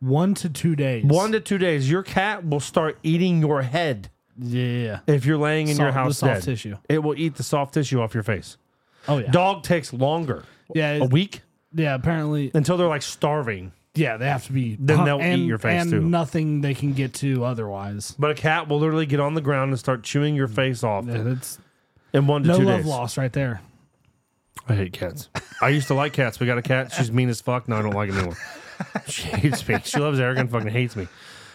Speaker 2: one to two days.
Speaker 1: one to two days, your cat will start eating your head
Speaker 2: yeah, yeah, yeah.
Speaker 1: if you're laying in your
Speaker 2: Soft- the
Speaker 1: house
Speaker 2: soft
Speaker 1: dead.
Speaker 2: tissue.
Speaker 1: It will eat the soft tissue off your face.
Speaker 2: Oh yeah,
Speaker 1: Dog takes longer.
Speaker 2: yeah,
Speaker 1: a
Speaker 2: it-
Speaker 1: week
Speaker 2: yeah. Apparently,
Speaker 1: until they're like starving.
Speaker 2: yeah, they have to be.
Speaker 1: Then
Speaker 2: hung-
Speaker 1: they'll eat
Speaker 2: and,
Speaker 1: your face,
Speaker 2: and
Speaker 1: too.
Speaker 2: Nothing they can get to otherwise.
Speaker 1: But a cat will literally get on the ground and start chewing your face off
Speaker 2: Yeah, that's
Speaker 1: in one to
Speaker 2: no
Speaker 1: two
Speaker 2: love
Speaker 1: days.
Speaker 2: lost right there.
Speaker 1: I hate cats. I used to like cats. We got a cat. She's mean as fuck. No, I don't like it anymore. She hates me. She loves Eric and fucking hates me.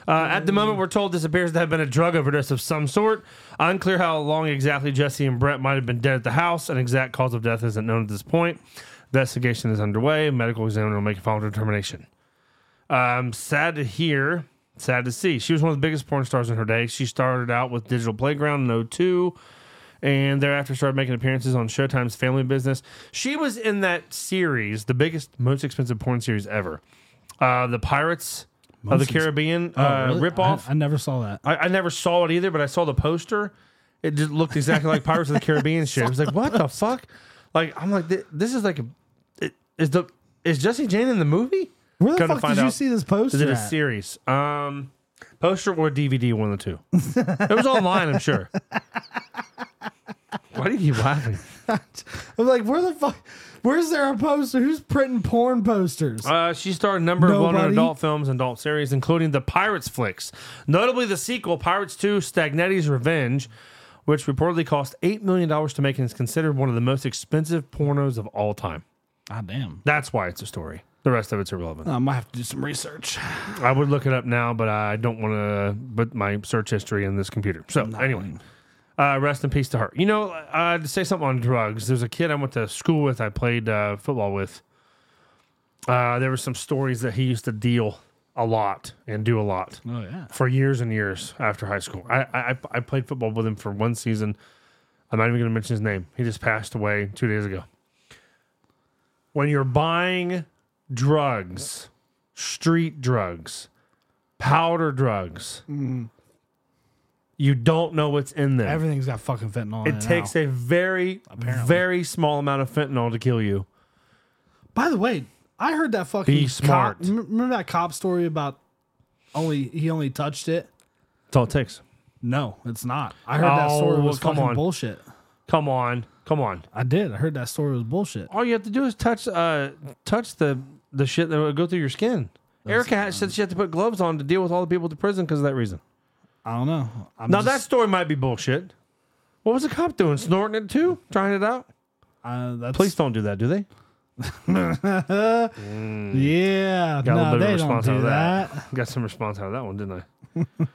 Speaker 1: Uh, at the moment, we're told this appears to have been a drug overdose of some sort. Unclear how long exactly Jesse and Brett might have been dead at the house. An exact cause of death isn't known at this point. Investigation is underway. Medical examiner will make a final determination. Um, sad to hear, sad to see. She was one of the biggest porn stars in her day. She started out with Digital Playground in 02 and thereafter started making appearances on Showtime's Family Business. She was in that series, the biggest, most expensive porn series ever. Uh, the Pirates of
Speaker 2: Most
Speaker 1: the
Speaker 2: ex- Oh,
Speaker 1: Caribbean uh,
Speaker 2: Really?
Speaker 1: ripoff.
Speaker 2: I, I never saw that.
Speaker 1: I, I never saw it either, but I saw the poster. It just looked exactly like Pirates of the Caribbean shit. I was like, what the fuck? Like, I'm like, thi- this is like a. It, is the is Jesse Jane in the movie?
Speaker 2: Where the
Speaker 1: Come to
Speaker 2: fuck
Speaker 1: find
Speaker 2: did you
Speaker 1: out,
Speaker 2: see this
Speaker 1: Is
Speaker 2: poster?
Speaker 1: it a
Speaker 2: at?
Speaker 1: series? Um, poster or DVD? One of the two. it was online, I'm sure. Why do you keep laughing?
Speaker 2: I'm like, where the fuck? Where's there a poster? Who's printing porn posters?
Speaker 1: Uh, she starred in a number of well-known
Speaker 2: Nobody.
Speaker 1: adult films and adult series, including the Pirates flicks, notably the sequel Pirates 2: Stagnetti's Revenge, which reportedly cost eight million dollars to make and is considered one of the most expensive pornos of all time.
Speaker 2: Ah, damn.
Speaker 1: That's why it's a story. The rest of it's irrelevant.
Speaker 2: I might have to do some research.
Speaker 1: I would look it up now, but I don't want to put my search history in this computer. So anyway, uh, rest in peace to her. You know, uh, to say something on drugs, there's a kid I went to school with. I played uh, football with. Uh, there were some stories that he used to deal a lot and do a lot
Speaker 2: Oh yeah.
Speaker 1: for years and years after high school. I I, I- I played football with him for one season. I'm not even going to mention his name. He just passed away two days ago. When you're buying drugs, street drugs, powder drugs, you don't know what's in them.
Speaker 2: Everything's got fucking fentanyl. in
Speaker 1: it takes
Speaker 2: It
Speaker 1: a very,
Speaker 2: Apparently.
Speaker 1: very small amount of fentanyl to kill you.
Speaker 2: now. By the way, I heard that fucking
Speaker 1: Be
Speaker 2: cop-
Speaker 1: smart.
Speaker 2: m- remember that cop story about only he only touched it?
Speaker 1: That's all it takes.
Speaker 2: No, it's not. I heard that
Speaker 1: Oh,
Speaker 2: story was
Speaker 1: come
Speaker 2: fucking
Speaker 1: on.
Speaker 2: bullshit.
Speaker 1: Come on, come on.
Speaker 2: I did. I heard that story was bullshit.
Speaker 1: all you have to do is touch uh touch the the shit that would go through your skin. Erica had,
Speaker 2: um,
Speaker 1: said she had to put gloves on to deal with all the people to prison because of that reason.
Speaker 2: I don't know. I'm
Speaker 1: Now
Speaker 2: just-
Speaker 1: that story might be bullshit. What was the cop doing? Snorting it too? Trying it out?
Speaker 2: uh, that's
Speaker 1: Police don't do that, do they?
Speaker 2: yeah.
Speaker 1: Got a
Speaker 2: no,
Speaker 1: little bit
Speaker 2: they
Speaker 1: of a
Speaker 2: don't
Speaker 1: response
Speaker 2: do
Speaker 1: out of
Speaker 2: that.
Speaker 1: that. Got some response out of that one, didn't I?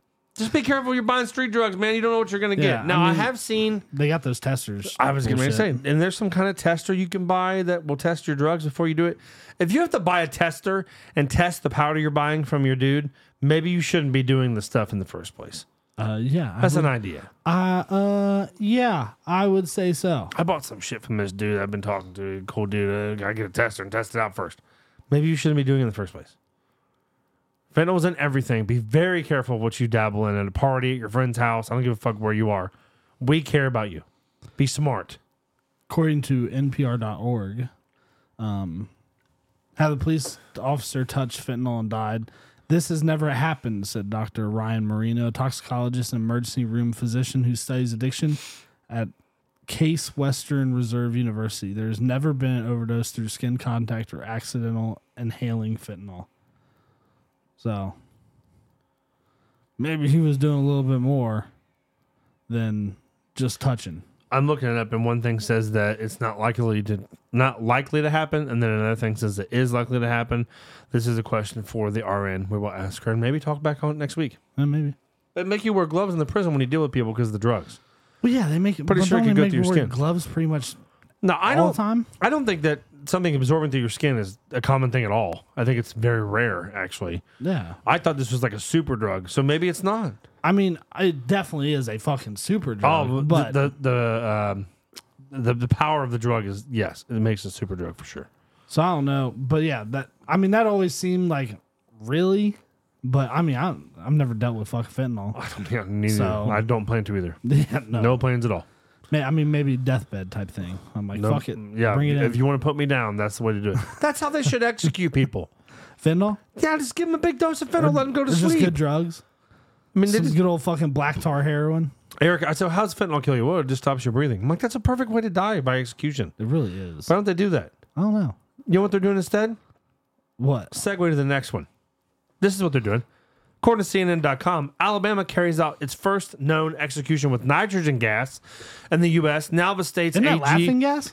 Speaker 1: Just be careful. You're buying street drugs, man. You don't know what you're gonna get.
Speaker 2: Yeah, I
Speaker 1: now I
Speaker 2: mean-
Speaker 1: have seen.
Speaker 2: They got those testers.
Speaker 1: I was gonna
Speaker 2: Bullshit.
Speaker 1: say, and there's some kind of tester you can buy that will test your drugs before you do it. If you have to buy a tester and test the powder you're buying from your dude, maybe you shouldn't be doing the stuff in the first place.
Speaker 2: Uh, yeah. I
Speaker 1: That's an idea.
Speaker 2: Uh, uh, yeah, I would say so.
Speaker 1: I bought some shit from this dude I've been talking to, cool dude. I gotta get a tester and test it out first. Maybe you shouldn't be doing it in the first place. Fentanyl's in everything. Be very careful what you dabble in at a party, at your friend's house. I don't give a fuck where you are. We care about you. Be smart.
Speaker 2: According to NPR.org, um, how um, the police officer touched fentanyl and died. This has never happened, said Dr. Ryan Marino, toxicologist and emergency room physician who studies addiction at Case Western Reserve University. There's never been an overdose through skin contact or accidental inhaling fentanyl. So maybe he was doing a little bit more than just touching.
Speaker 1: I'm looking it up, and one thing says that it's not likely to not likely to happen, and then another thing says it is likely to happen. This is a question for the RN. We will ask her and maybe talk back on it next week.
Speaker 2: Eh, maybe.
Speaker 1: They make you wear gloves in the prison when you deal with people because of the drugs.
Speaker 2: Well, yeah, they make it.
Speaker 1: Pretty
Speaker 2: but
Speaker 1: sure it
Speaker 2: don't
Speaker 1: could
Speaker 2: they
Speaker 1: go
Speaker 2: make
Speaker 1: through your
Speaker 2: you wear
Speaker 1: skin.
Speaker 2: Gloves, pretty much
Speaker 1: No, I
Speaker 2: all the
Speaker 1: don't.
Speaker 2: time.
Speaker 1: I don't think that something absorbing through your skin is a common thing at all. I think it's very rare, actually.
Speaker 2: Yeah,
Speaker 1: I thought this was like a super drug, so maybe it's not.
Speaker 2: I mean, it definitely is a fucking super drug.
Speaker 1: oh, but
Speaker 2: but
Speaker 1: the the um, the the power of the drug is yes, it makes a super drug for sure.
Speaker 2: So I don't know, but yeah, that I mean that always seemed like really, but I mean I I've never dealt with fucking fentanyl.
Speaker 1: I don't, yeah, neither.
Speaker 2: So-
Speaker 1: I don't plan to either.
Speaker 2: yeah, no,
Speaker 1: No plans at all.
Speaker 2: May- I mean maybe deathbed type thing. I'm like
Speaker 1: No,
Speaker 2: fuck it,
Speaker 1: Yeah,
Speaker 2: bring it in.
Speaker 1: if you want to put me down, that's the way to do it. that's how they should execute people.
Speaker 2: fentanyl,
Speaker 1: Yeah, just give them a big dose of fentanyl, let them go to
Speaker 2: it's just
Speaker 1: sleep.
Speaker 2: good drugs.
Speaker 1: I mean, they
Speaker 2: Some
Speaker 1: just-
Speaker 2: good old fucking black tar heroin.
Speaker 1: Eric, I said, how's fentanyl kill you? Well, it just stops your breathing. I'm like, that's a perfect way to die by execution.
Speaker 2: It really is.
Speaker 1: Why don't they do that?
Speaker 2: I don't know
Speaker 1: You know what they're doing instead?
Speaker 2: what.
Speaker 1: Segue to the next one. This is what they're doing. According to CNN.com, Alabama carries out its first known execution with nitrogen gas in the U.S. Now the state's
Speaker 2: Isn't that
Speaker 1: AG.
Speaker 2: laughing gas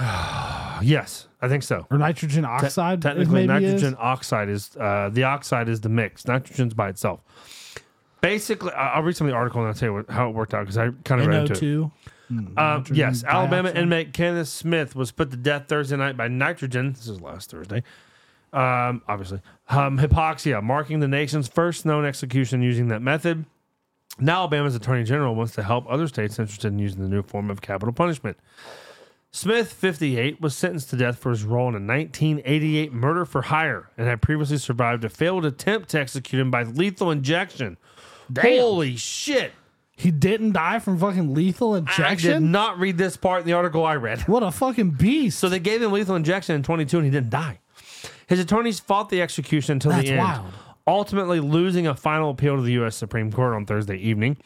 Speaker 1: Yes, I think so.
Speaker 2: or nitrogen oxide? it
Speaker 1: Technically,
Speaker 2: maybe is?
Speaker 1: nitrogen oxide is uh, the oxide is the mix. Nitrogen's by itself. Basically, I- I'll read some of the article and I'll tell you what, how it worked out because I kind of read into it.
Speaker 2: NO2.
Speaker 1: Uh, yes,
Speaker 2: nitrogen
Speaker 1: Alabama
Speaker 2: dioxide.
Speaker 1: inmate Kenneth Smith was put to death Thursday night by nitrogen. This is last Thursday. Um, obviously, um, hypoxia, marking the nation's first known execution using that method. Now, Alabama's attorney general wants to help other states interested in using the new form of capital punishment. Smith, 58, was sentenced to death for his role in a 1988 murder for hire and had previously survived a failed attempt to execute him by lethal injection. Holy shit!
Speaker 2: He didn't die from fucking lethal
Speaker 1: I did
Speaker 2: injection.
Speaker 1: not read this part in the article I read.
Speaker 2: What a fucking beast!
Speaker 1: So they gave him lethal injection in 22 and he didn't die. His attorneys fought the execution until
Speaker 2: That's
Speaker 1: the end,
Speaker 2: wild.
Speaker 1: ultimately losing a final appeal to the U.S. Supreme Court on Thursday evening.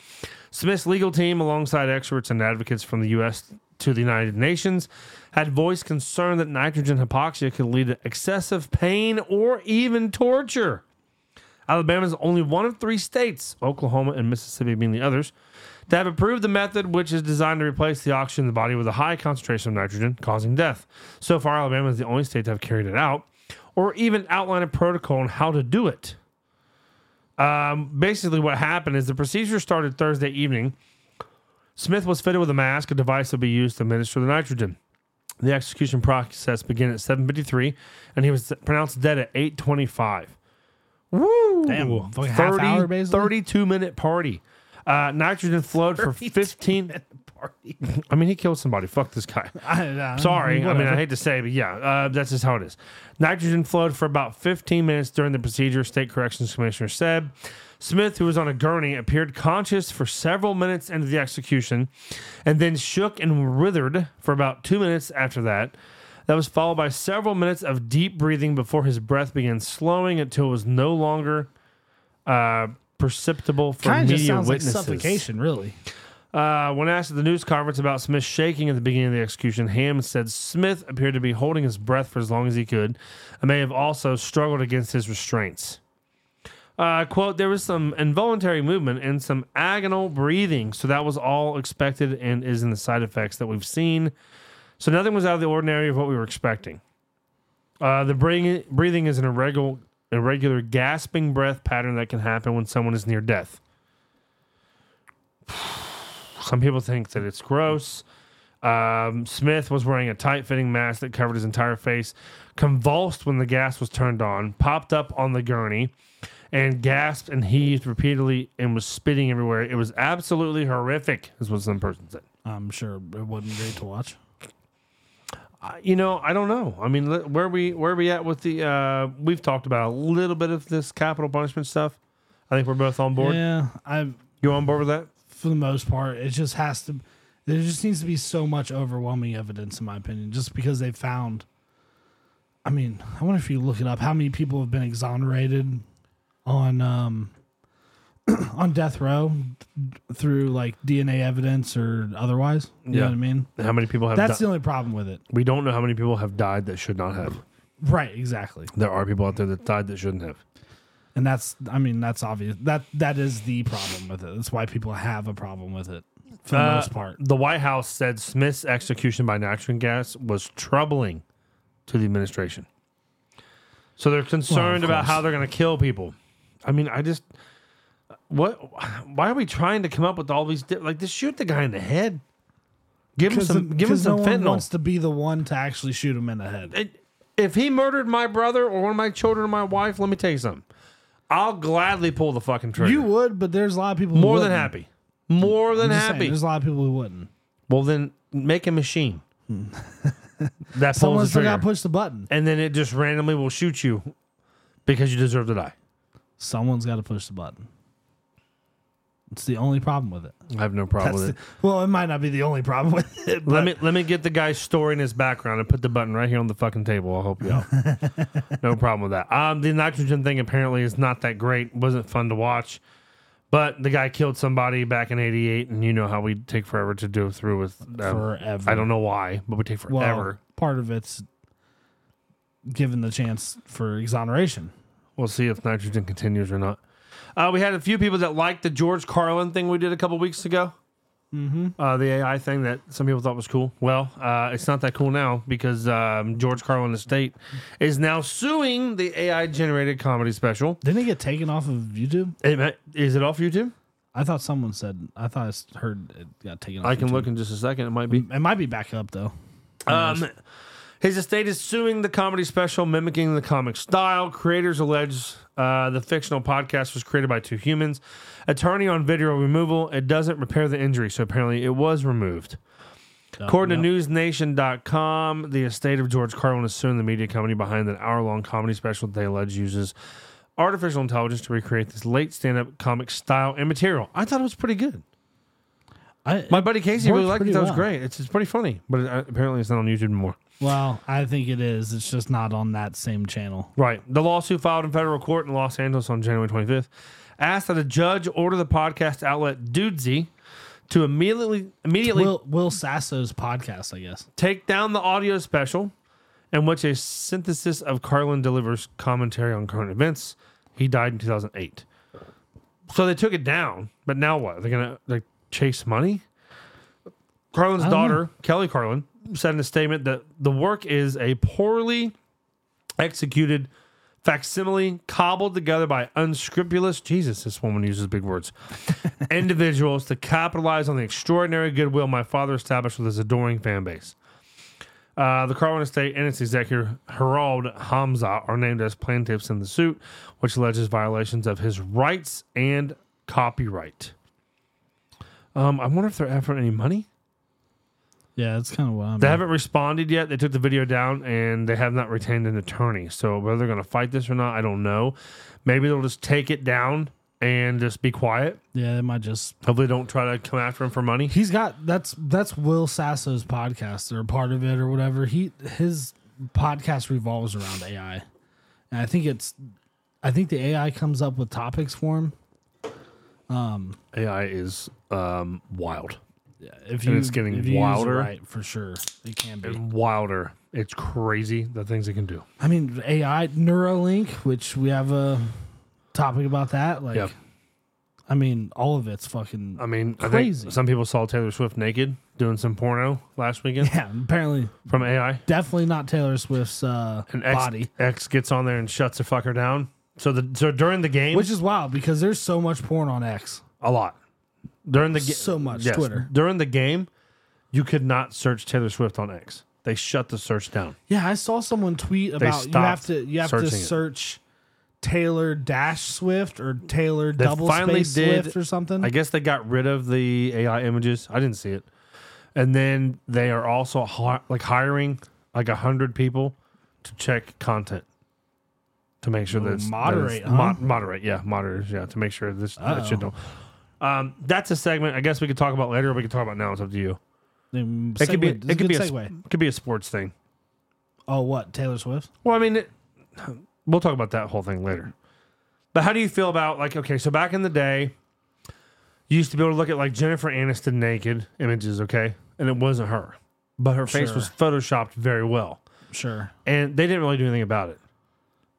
Speaker 1: Smith's legal team, alongside experts and advocates from the U.S. to the United Nations, had voiced concern that nitrogen hypoxia could lead to excessive pain or even torture. Alabama is only one of three states, Oklahoma and Mississippi being the others, to have approved the method, which is designed to replace the oxygen in the body with a high concentration of nitrogen, causing death. So far, Alabama is the only state to have carried it out or even outline a protocol on how to do it. Um, basically, what happened is the procedure started Thursday evening. Smith was fitted with a mask, a device that would be used to administer the nitrogen. The execution process began at 7:53, and he was pronounced dead at 8:25. Woo!
Speaker 2: Damn, fucking half hour, basically?
Speaker 1: 32 minute party. Uh, nitrogen flowed for 15. I mean, he killed somebody. Fuck this guy.
Speaker 2: I, uh, I,
Speaker 1: Sorry. I mean,
Speaker 2: whatever.
Speaker 1: I hate to say, but yeah, uh, that's just how it is. Nitrogen flowed for about 15 minutes during the procedure, State Corrections Commissioner said. Smith, who was on a gurney, appeared conscious for several minutes into the execution and then shook and withered for about two minutes after that. That was followed by several minutes of deep breathing before his breath began slowing until it was no longer uh, perceptible for
Speaker 2: Kind of
Speaker 1: media
Speaker 2: just sounds
Speaker 1: witnesses.
Speaker 2: like suffocation, really.
Speaker 1: Uh, when asked at the news conference about Smith shaking at the beginning of the execution, Ham said Smith appeared to be holding his breath for as long as he could and may have also struggled against his restraints. Uh, quote, there was some involuntary movement and some agonal breathing, so that was all expected and is in the side effects that we've seen. So nothing was out of the ordinary of what we were expecting. Uh, the breathing, breathing is an irregular, irregular gasping breath pattern that can happen when someone is near death. Some people think that it's gross. Um, Smith was wearing a tight fitting mask that covered his entire face, convulsed when the gas was turned on, popped up on the gurney, and gasped and heaved repeatedly and was spitting everywhere. It was absolutely horrific, is what some person said.
Speaker 2: I'm sure it wasn't great to watch.
Speaker 1: I- you know, I don't know. I mean, li- where we where we at with the? Uh, we've talked about a little bit of this capital punishment stuff. I think we're both on board.
Speaker 2: Yeah, I
Speaker 1: You on board with that?
Speaker 2: for the most part, it just has to. There just needs to be so much overwhelming evidence, in my opinion, just because they found. I mean, I wonder if you look it up, how many people have been exonerated on um, on death row through like DNA evidence or otherwise. You know
Speaker 1: Yeah.
Speaker 2: what I mean?
Speaker 1: How many people have?
Speaker 2: That's
Speaker 1: di-
Speaker 2: the only problem with it.
Speaker 1: we don't know how many people have died that should not have.
Speaker 2: Right, exactly.
Speaker 1: There are people out there that died that shouldn't have.
Speaker 2: And that's I mean, that's obvious. That that is the problem with it. That's why people have a problem with it for the
Speaker 1: Uh,
Speaker 2: most part.
Speaker 1: The White House said Smith's execution by natural gas was troubling to the administration. So they're concerned about
Speaker 2: course.
Speaker 1: how they're going to kill people. I mean, I just what? Why are we trying to come up with all these di- like just shoot the guy in the head, give him some, give him
Speaker 2: because
Speaker 1: some
Speaker 2: no
Speaker 1: fentanyl.
Speaker 2: one wants to be the one to actually shoot him in the head.
Speaker 1: It- if he murdered my brother or one of my children or my wife, let me tell you something. I'll gladly pull the fucking trigger.
Speaker 2: You would, but there's a lot of people who
Speaker 1: more than
Speaker 2: wouldn't.
Speaker 1: happy, more than
Speaker 2: I'm just saying,
Speaker 1: happy.
Speaker 2: there's a lot of people who wouldn't.
Speaker 1: Well, then make a machine that pulls
Speaker 2: Someone's
Speaker 1: the
Speaker 2: still got
Speaker 1: trigger,
Speaker 2: to push the button.
Speaker 1: and then it just randomly will shoot you because you deserve to die.
Speaker 2: Someone's got to push the button. It's the only problem with it.
Speaker 1: I have no problem
Speaker 2: That's
Speaker 1: with
Speaker 2: the,
Speaker 1: it.
Speaker 2: well, it might not be the only problem with it.
Speaker 1: let me let me get the guy's story and his background and put the button right here on the fucking table. I'll help you out. no problem with that. Um, the nitrogen thing apparently is not that great. wasn't fun to watch, but the guy killed somebody back in '88, and you know how we take forever to do through with um,
Speaker 2: Forever.
Speaker 1: I don't know why, but we take
Speaker 2: Well,
Speaker 1: forever.
Speaker 2: part of it's given the chance for exoneration.
Speaker 1: We'll see if nitrogen continues or not. Uh, we had a few people that liked the George Carlin thing we did a couple weeks ago. Mm-hmm. Uh, the AI thing that some people thought was cool. Well, uh, it's not that cool now because um, George Carlin Estate is now suing the AI generated comedy special.
Speaker 2: Didn't it get taken off of YouTube?
Speaker 1: It- Is it off YouTube?
Speaker 2: I thought someone said. I thought I s- heard it got taken off.
Speaker 1: I can
Speaker 2: YouTube.
Speaker 1: look in just a second. It might be.
Speaker 2: It might be back up though.
Speaker 1: Um, his estate is suing the comedy special, mimicking the comic style. Creators allege uh, the fictional podcast was created by two humans. Attorney on video removal. It doesn't repair the injury, so apparently it was removed.
Speaker 2: Oh,
Speaker 1: According to NewsNation.com, the estate of George Carlin is suing the media company behind an hour long comedy special that they allege uses artificial intelligence to recreate this late stand up comic style and material. I thought it was pretty good.
Speaker 2: I,
Speaker 1: My buddy Casey
Speaker 2: Worked
Speaker 1: really liked it.
Speaker 2: pretty
Speaker 1: That was
Speaker 2: well.
Speaker 1: great. It's, it's pretty funny, but uh, apparently it's not on YouTube anymore.
Speaker 2: well, I think it is. It's just not on that same channel.
Speaker 1: Right. The lawsuit filed in federal court in Los Angeles on January 25th asked that a judge order the podcast outlet Dudesy to immediately immediately
Speaker 2: Will Will Sasso's podcast, I guess.
Speaker 1: take down the audio special in which a synthesis of Carlin delivers commentary on current events. He died in 2008. So they took it down, but now what? They're going to like chase money? Carlin's
Speaker 2: I don't
Speaker 1: daughter, Kelly Carlin, said in a statement that the work is a poorly executed facsimile cobbled together by unscrupulous Jesus, this woman uses big words individuals to capitalize on the extraordinary goodwill my father established with his adoring fan base. Uh, the Carlin estate and its executor, Harold Hamza, are named as plaintiffs in the suit, which alleges violations of his rights and copyright. Um, I wonder if they're after any money.
Speaker 2: Yeah, that's kind of what I'm.
Speaker 1: They haven't responded yet. They took the video down and they have not retained an attorney. So whether they're going to fight this or not, I don't know. Maybe they'll just take it down and just be quiet.
Speaker 2: yeah, they might just.
Speaker 1: Hopefully, they don't try to come after him for money.
Speaker 2: He's got that's that's Will Sasso's podcast or part of it or whatever. He his podcast revolves around AI, and I think it's. I think the AI comes up with topics for him.
Speaker 1: AI is um, wild.
Speaker 2: If you,
Speaker 1: it's getting
Speaker 2: if you use it
Speaker 1: wilder.
Speaker 2: right? For sure, it can be.
Speaker 1: Wilder. It's crazy the things it can do.
Speaker 2: I mean, AI Neuralink, which we have a topic about that. Like,
Speaker 1: Yeah.
Speaker 2: I mean, all of it's fucking.
Speaker 1: I mean, I
Speaker 2: Crazy.
Speaker 1: think some people saw Taylor Swift naked doing some porno last weekend
Speaker 2: yeah, apparently,
Speaker 1: from AI.
Speaker 2: definitely not Taylor Swift's uh,
Speaker 1: And X,
Speaker 2: body,
Speaker 1: X gets on there and shuts the fucker down. So the so during the game,
Speaker 2: which is wild because there's so much porn on X.
Speaker 1: a lot during the game,
Speaker 2: So much Twitter.
Speaker 1: during the game, you could not search Taylor Swift on X. They shut the search down.
Speaker 2: Yeah, I saw someone tweet about you have
Speaker 1: stopped
Speaker 2: to you have to
Speaker 1: searching it.
Speaker 2: search Taylor Dash Swift or Taylor Double
Speaker 1: finally
Speaker 2: Space
Speaker 1: did-
Speaker 2: Swift or something.
Speaker 1: I guess they got rid of the AI images. I didn't see it. And then they are also hi- like hiring like a hundred people to check content to make sure that it's that
Speaker 2: moderate,
Speaker 1: it's mo-
Speaker 2: huh? Oh.
Speaker 1: moderate, yeah, moderators, yeah, to make sure this
Speaker 2: Uh-oh.
Speaker 1: that shit don't. Um, that's a segment. I guess we could talk about later, or we could talk about now. It's up to you.
Speaker 2: Um,
Speaker 1: It could be.
Speaker 2: segue. It's a
Speaker 1: It could
Speaker 2: good
Speaker 1: be a.
Speaker 2: segue.
Speaker 1: It could be a sports thing.
Speaker 2: oh, what Taylor Swift?
Speaker 1: Well, I mean, it, we'll talk about that whole thing later. But how do you feel about like okay, so back in the day, you used to be able to look at like Jennifer Aniston naked images, okay, and it wasn't her, but her face
Speaker 2: Sure.
Speaker 1: was photoshopped very well,
Speaker 2: Sure.
Speaker 1: and they didn't really do anything about it.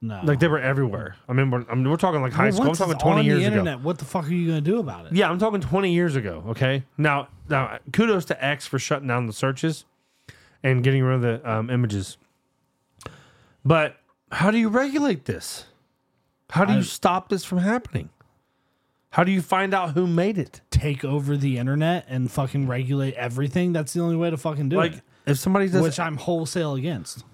Speaker 2: No.
Speaker 1: Like they were everywhere. I mean, we're, I mean, we're talking like high
Speaker 2: Well,
Speaker 1: school. I'm
Speaker 2: once
Speaker 1: talking
Speaker 2: it's
Speaker 1: 20
Speaker 2: on
Speaker 1: years
Speaker 2: the
Speaker 1: ago.
Speaker 2: internet, What the fuck are you going to do about it?
Speaker 1: Yeah, I'm talking 20 years ago. Okay, now now kudos to X for shutting down the searches and getting rid of the um, images. But how do you regulate this? How do
Speaker 2: I-
Speaker 1: you stop this from happening? How do you find out who made it?
Speaker 2: Take over the internet and fucking regulate everything. That's the only way to fucking do
Speaker 1: Like
Speaker 2: it.
Speaker 1: if somebody does,
Speaker 2: Which I'm wholesale against.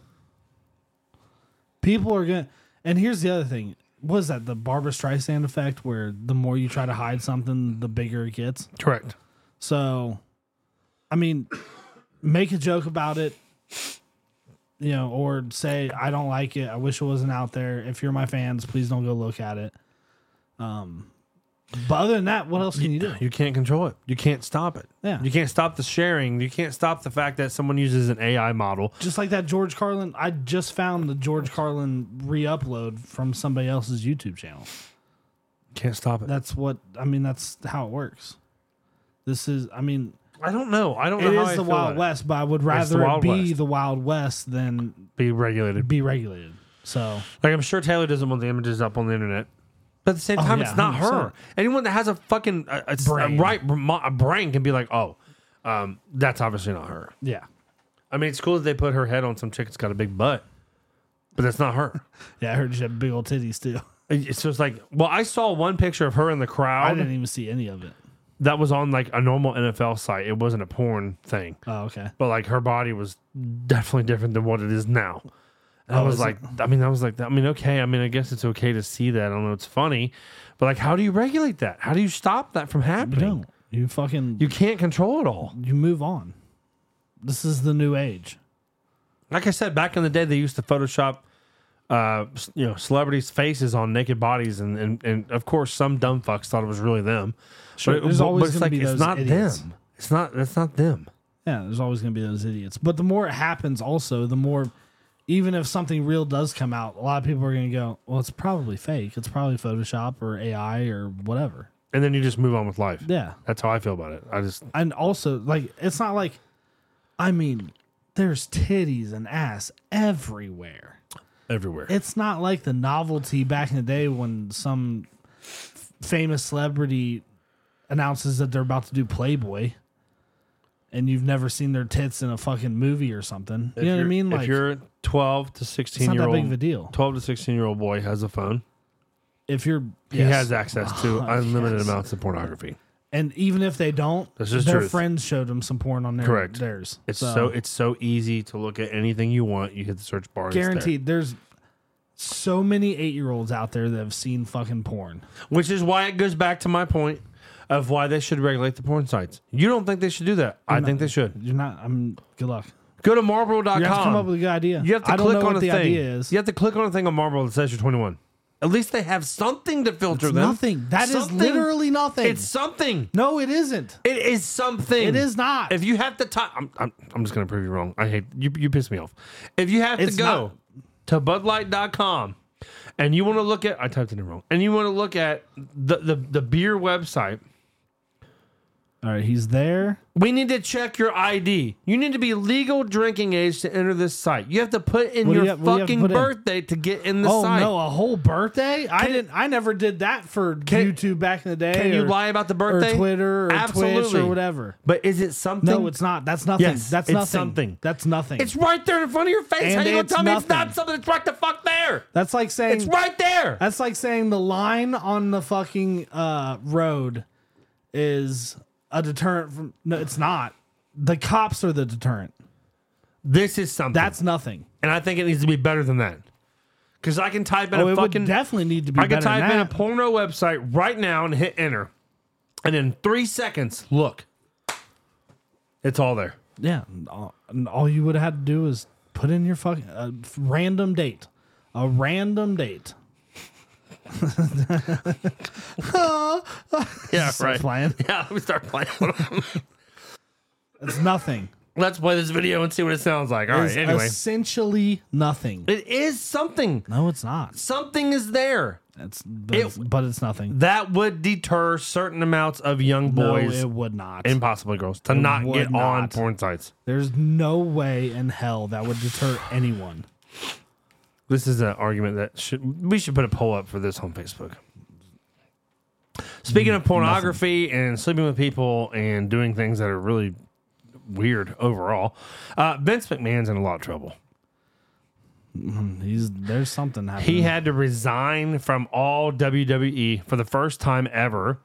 Speaker 2: People are going to. And here's the other thing. Was that the Barbara Streisand effect where the more you try to hide something, the bigger it gets?
Speaker 1: correct.
Speaker 2: So, I mean, make a joke about it, you know, or say, I don't like it. I wish it wasn't out there. If you're my fans, please don't go look at it. Um, but other than that, what else can you do?
Speaker 1: You can't control it. You can't stop it.
Speaker 2: Yeah.
Speaker 1: You can't stop the sharing. You can't stop the fact that someone uses an AI model.
Speaker 2: Just like that George Carlin, I just found the George Carlin re upload from somebody else's YouTube channel.
Speaker 1: Can't stop it.
Speaker 2: That's what, I mean, that's how it works. This is, I mean,
Speaker 1: I don't know. I don't
Speaker 2: it
Speaker 1: know how
Speaker 2: is
Speaker 1: I
Speaker 2: the
Speaker 1: feel about
Speaker 2: Wild
Speaker 1: it.
Speaker 2: West, but I would
Speaker 1: the
Speaker 2: rather it
Speaker 1: Wild
Speaker 2: be
Speaker 1: West.
Speaker 2: the Wild West than
Speaker 1: Be regulated.
Speaker 2: be regulated. So,
Speaker 1: Like I'm sure Taylor doesn't want the images up on the internet. But at the same time,
Speaker 2: Oh, yeah,
Speaker 1: it's not
Speaker 2: 100%.
Speaker 1: her. Anyone that has a fucking a, a, brain.
Speaker 2: Brain.
Speaker 1: a right mo- a brain can be like, oh, um, that's obviously not her.
Speaker 2: yeah.
Speaker 1: I mean, it's cool that they put her head on some chick that's got a big butt, but that's not her.
Speaker 2: Yeah, I heard she had big old titties too.
Speaker 1: It's just like, well, I saw one picture of her in the
Speaker 2: I
Speaker 1: crowd
Speaker 2: didn't even see any of it.
Speaker 1: that was on like a normal NFL site. It wasn't a porn thing,
Speaker 2: Oh, okay.
Speaker 1: but like her body was definitely different than what it is now. And I
Speaker 2: Oh,
Speaker 1: was
Speaker 2: is it-
Speaker 1: like, I mean, I was like, I mean, okay, I mean, I guess it's okay to see that. I don't know, it's funny, but like, how do you regulate that? How do you stop that from
Speaker 2: You
Speaker 1: happening? You,
Speaker 2: don't. You fucking you,
Speaker 1: can't control it all.
Speaker 2: move on. This is the new age.
Speaker 1: Like I said, back in the day, they used to Photoshop, uh, s- you know, celebrities' faces on naked bodies, and and, and of course, some dumb fucks thought it was really them.
Speaker 2: Sure,
Speaker 1: it-
Speaker 2: there's always
Speaker 1: it's
Speaker 2: gonna be those
Speaker 1: it's not
Speaker 2: idiots.
Speaker 1: them. It's not. That's not them.
Speaker 2: Yeah, there's always gonna be those idiots. But the more it happens also, the more even if something real does come out, a lot of people are gonna go, Well, it's probably fake. It's probably Photoshop or AI or whatever.
Speaker 1: And then you just move on with life.
Speaker 2: Yeah.
Speaker 1: That's how I feel about it. I just
Speaker 2: And also, like, it's not like I mean, there's titties and ass everywhere.
Speaker 1: everywhere.
Speaker 2: it's not like the novelty back in the day when some f- famous celebrity announces that they're about to do Playboy and you've never seen their tits in a fucking movie or something. You
Speaker 1: If
Speaker 2: know what I
Speaker 1: you're-
Speaker 2: mean? Like
Speaker 1: if you're 12 to
Speaker 2: it's
Speaker 1: 16
Speaker 2: not
Speaker 1: year
Speaker 2: that big of a
Speaker 1: old,
Speaker 2: deal.
Speaker 1: 12 to 16 year old boy has a phone.
Speaker 2: If you're
Speaker 1: He has access to unlimited
Speaker 2: yes.
Speaker 1: amounts of pornography.
Speaker 2: and even if they don't,
Speaker 1: That's just
Speaker 2: their
Speaker 1: truth.
Speaker 2: friends showed them some porn on their
Speaker 1: Correct.
Speaker 2: theirs.
Speaker 1: It's so, it's so easy to look at anything you want. You hit the search bar. and it's there.
Speaker 2: guaranteed there's so many eight year olds out there that have seen fucking porn.
Speaker 1: Which is why it goes back to my point of why they should regulate the porn sites. You don't think they should do that? I think they should.
Speaker 2: You're not I'm good luck.
Speaker 1: Go to Marlboro.com.
Speaker 2: You have to come up with a good idea.
Speaker 1: You have to
Speaker 2: I don't
Speaker 1: click
Speaker 2: know
Speaker 1: on
Speaker 2: what
Speaker 1: a
Speaker 2: the
Speaker 1: thing.
Speaker 2: idea is.
Speaker 1: You have to click on a thing on Marlboro that says you're 21. At least they have something to filter them.
Speaker 2: Nothing. That is
Speaker 1: Something.
Speaker 2: literally nothing.
Speaker 1: It's something.
Speaker 2: no, it isn't.
Speaker 1: It is something.
Speaker 2: It is not.
Speaker 1: If you have to time, I'm, I'm, I'm just going to prove you wrong. I hate you. You piss me off. If you have
Speaker 2: It's
Speaker 1: to go to budlight.com and you want to look at, I typed it in wrong, and you want to look at the, the, the beer website,
Speaker 2: All right, he's there.
Speaker 1: we need to check your ID. You need to be legal drinking age to enter this site. You have to put in
Speaker 2: What do
Speaker 1: your
Speaker 2: you have- what do you have to
Speaker 1: fucking
Speaker 2: put in?
Speaker 1: birthday to get in the
Speaker 2: Oh
Speaker 1: site.
Speaker 2: no, a whole birthday? I didn't. I never did that for YouTube back in the day.
Speaker 1: Can you
Speaker 2: or-
Speaker 1: lie about the
Speaker 2: or
Speaker 1: birthday?
Speaker 2: Twitter or Twitch
Speaker 1: Absolutely.
Speaker 2: or whatever?
Speaker 1: But is it something?
Speaker 2: No, it's not. That's nothing.
Speaker 1: Yes,
Speaker 2: That's
Speaker 1: it's
Speaker 2: nothing.
Speaker 1: something.
Speaker 2: That's nothing.
Speaker 1: It's right there in front of your face. How
Speaker 2: And
Speaker 1: you gonna
Speaker 2: it's
Speaker 1: tell me it's
Speaker 2: nothing.
Speaker 1: not something that's right the fuck there?
Speaker 2: that's like saying
Speaker 1: It's right there.
Speaker 2: that's like saying the line on the fucking uh, road is a deterrent. From, no, it's not. The cops are the deterrent.
Speaker 1: This is something.
Speaker 2: That's nothing.
Speaker 1: and I think it needs to be better than that. Because I can type in
Speaker 2: Oh,
Speaker 1: a
Speaker 2: it
Speaker 1: fucking
Speaker 2: would definitely need to be.
Speaker 1: I can
Speaker 2: better than
Speaker 1: type in a
Speaker 2: that.
Speaker 1: porno website right now and hit enter. And in three seconds, look. It's all there.
Speaker 2: Yeah, and all, and all you would have had to do is put in your fucking a f- random date, a random date.
Speaker 1: Yeah,
Speaker 2: Start playing.
Speaker 1: Yeah, let me start playing.
Speaker 2: It's nothing.
Speaker 1: Let's play this video and see what it sounds like. All right,
Speaker 2: It's
Speaker 1: anyway.
Speaker 2: essentially nothing.
Speaker 1: It is something.
Speaker 2: No, it's not.
Speaker 1: Something is there
Speaker 2: That's but, it's, but it's nothing.
Speaker 1: that would deter certain amounts of young boys
Speaker 2: no, it would not.
Speaker 1: and possibly girls to not
Speaker 2: would
Speaker 1: get on
Speaker 2: not.
Speaker 1: porn sites.
Speaker 2: There's no way in hell that would deter anyone.
Speaker 1: This is an argument that should we should put a poll up for this on Facebook. Speaking of pornography and sleeping with people and doing things that are really weird overall, uh, Vince McMahon's in a lot of trouble.
Speaker 2: He's there's something happening.
Speaker 1: He had to resign from all WWE for the first time ever.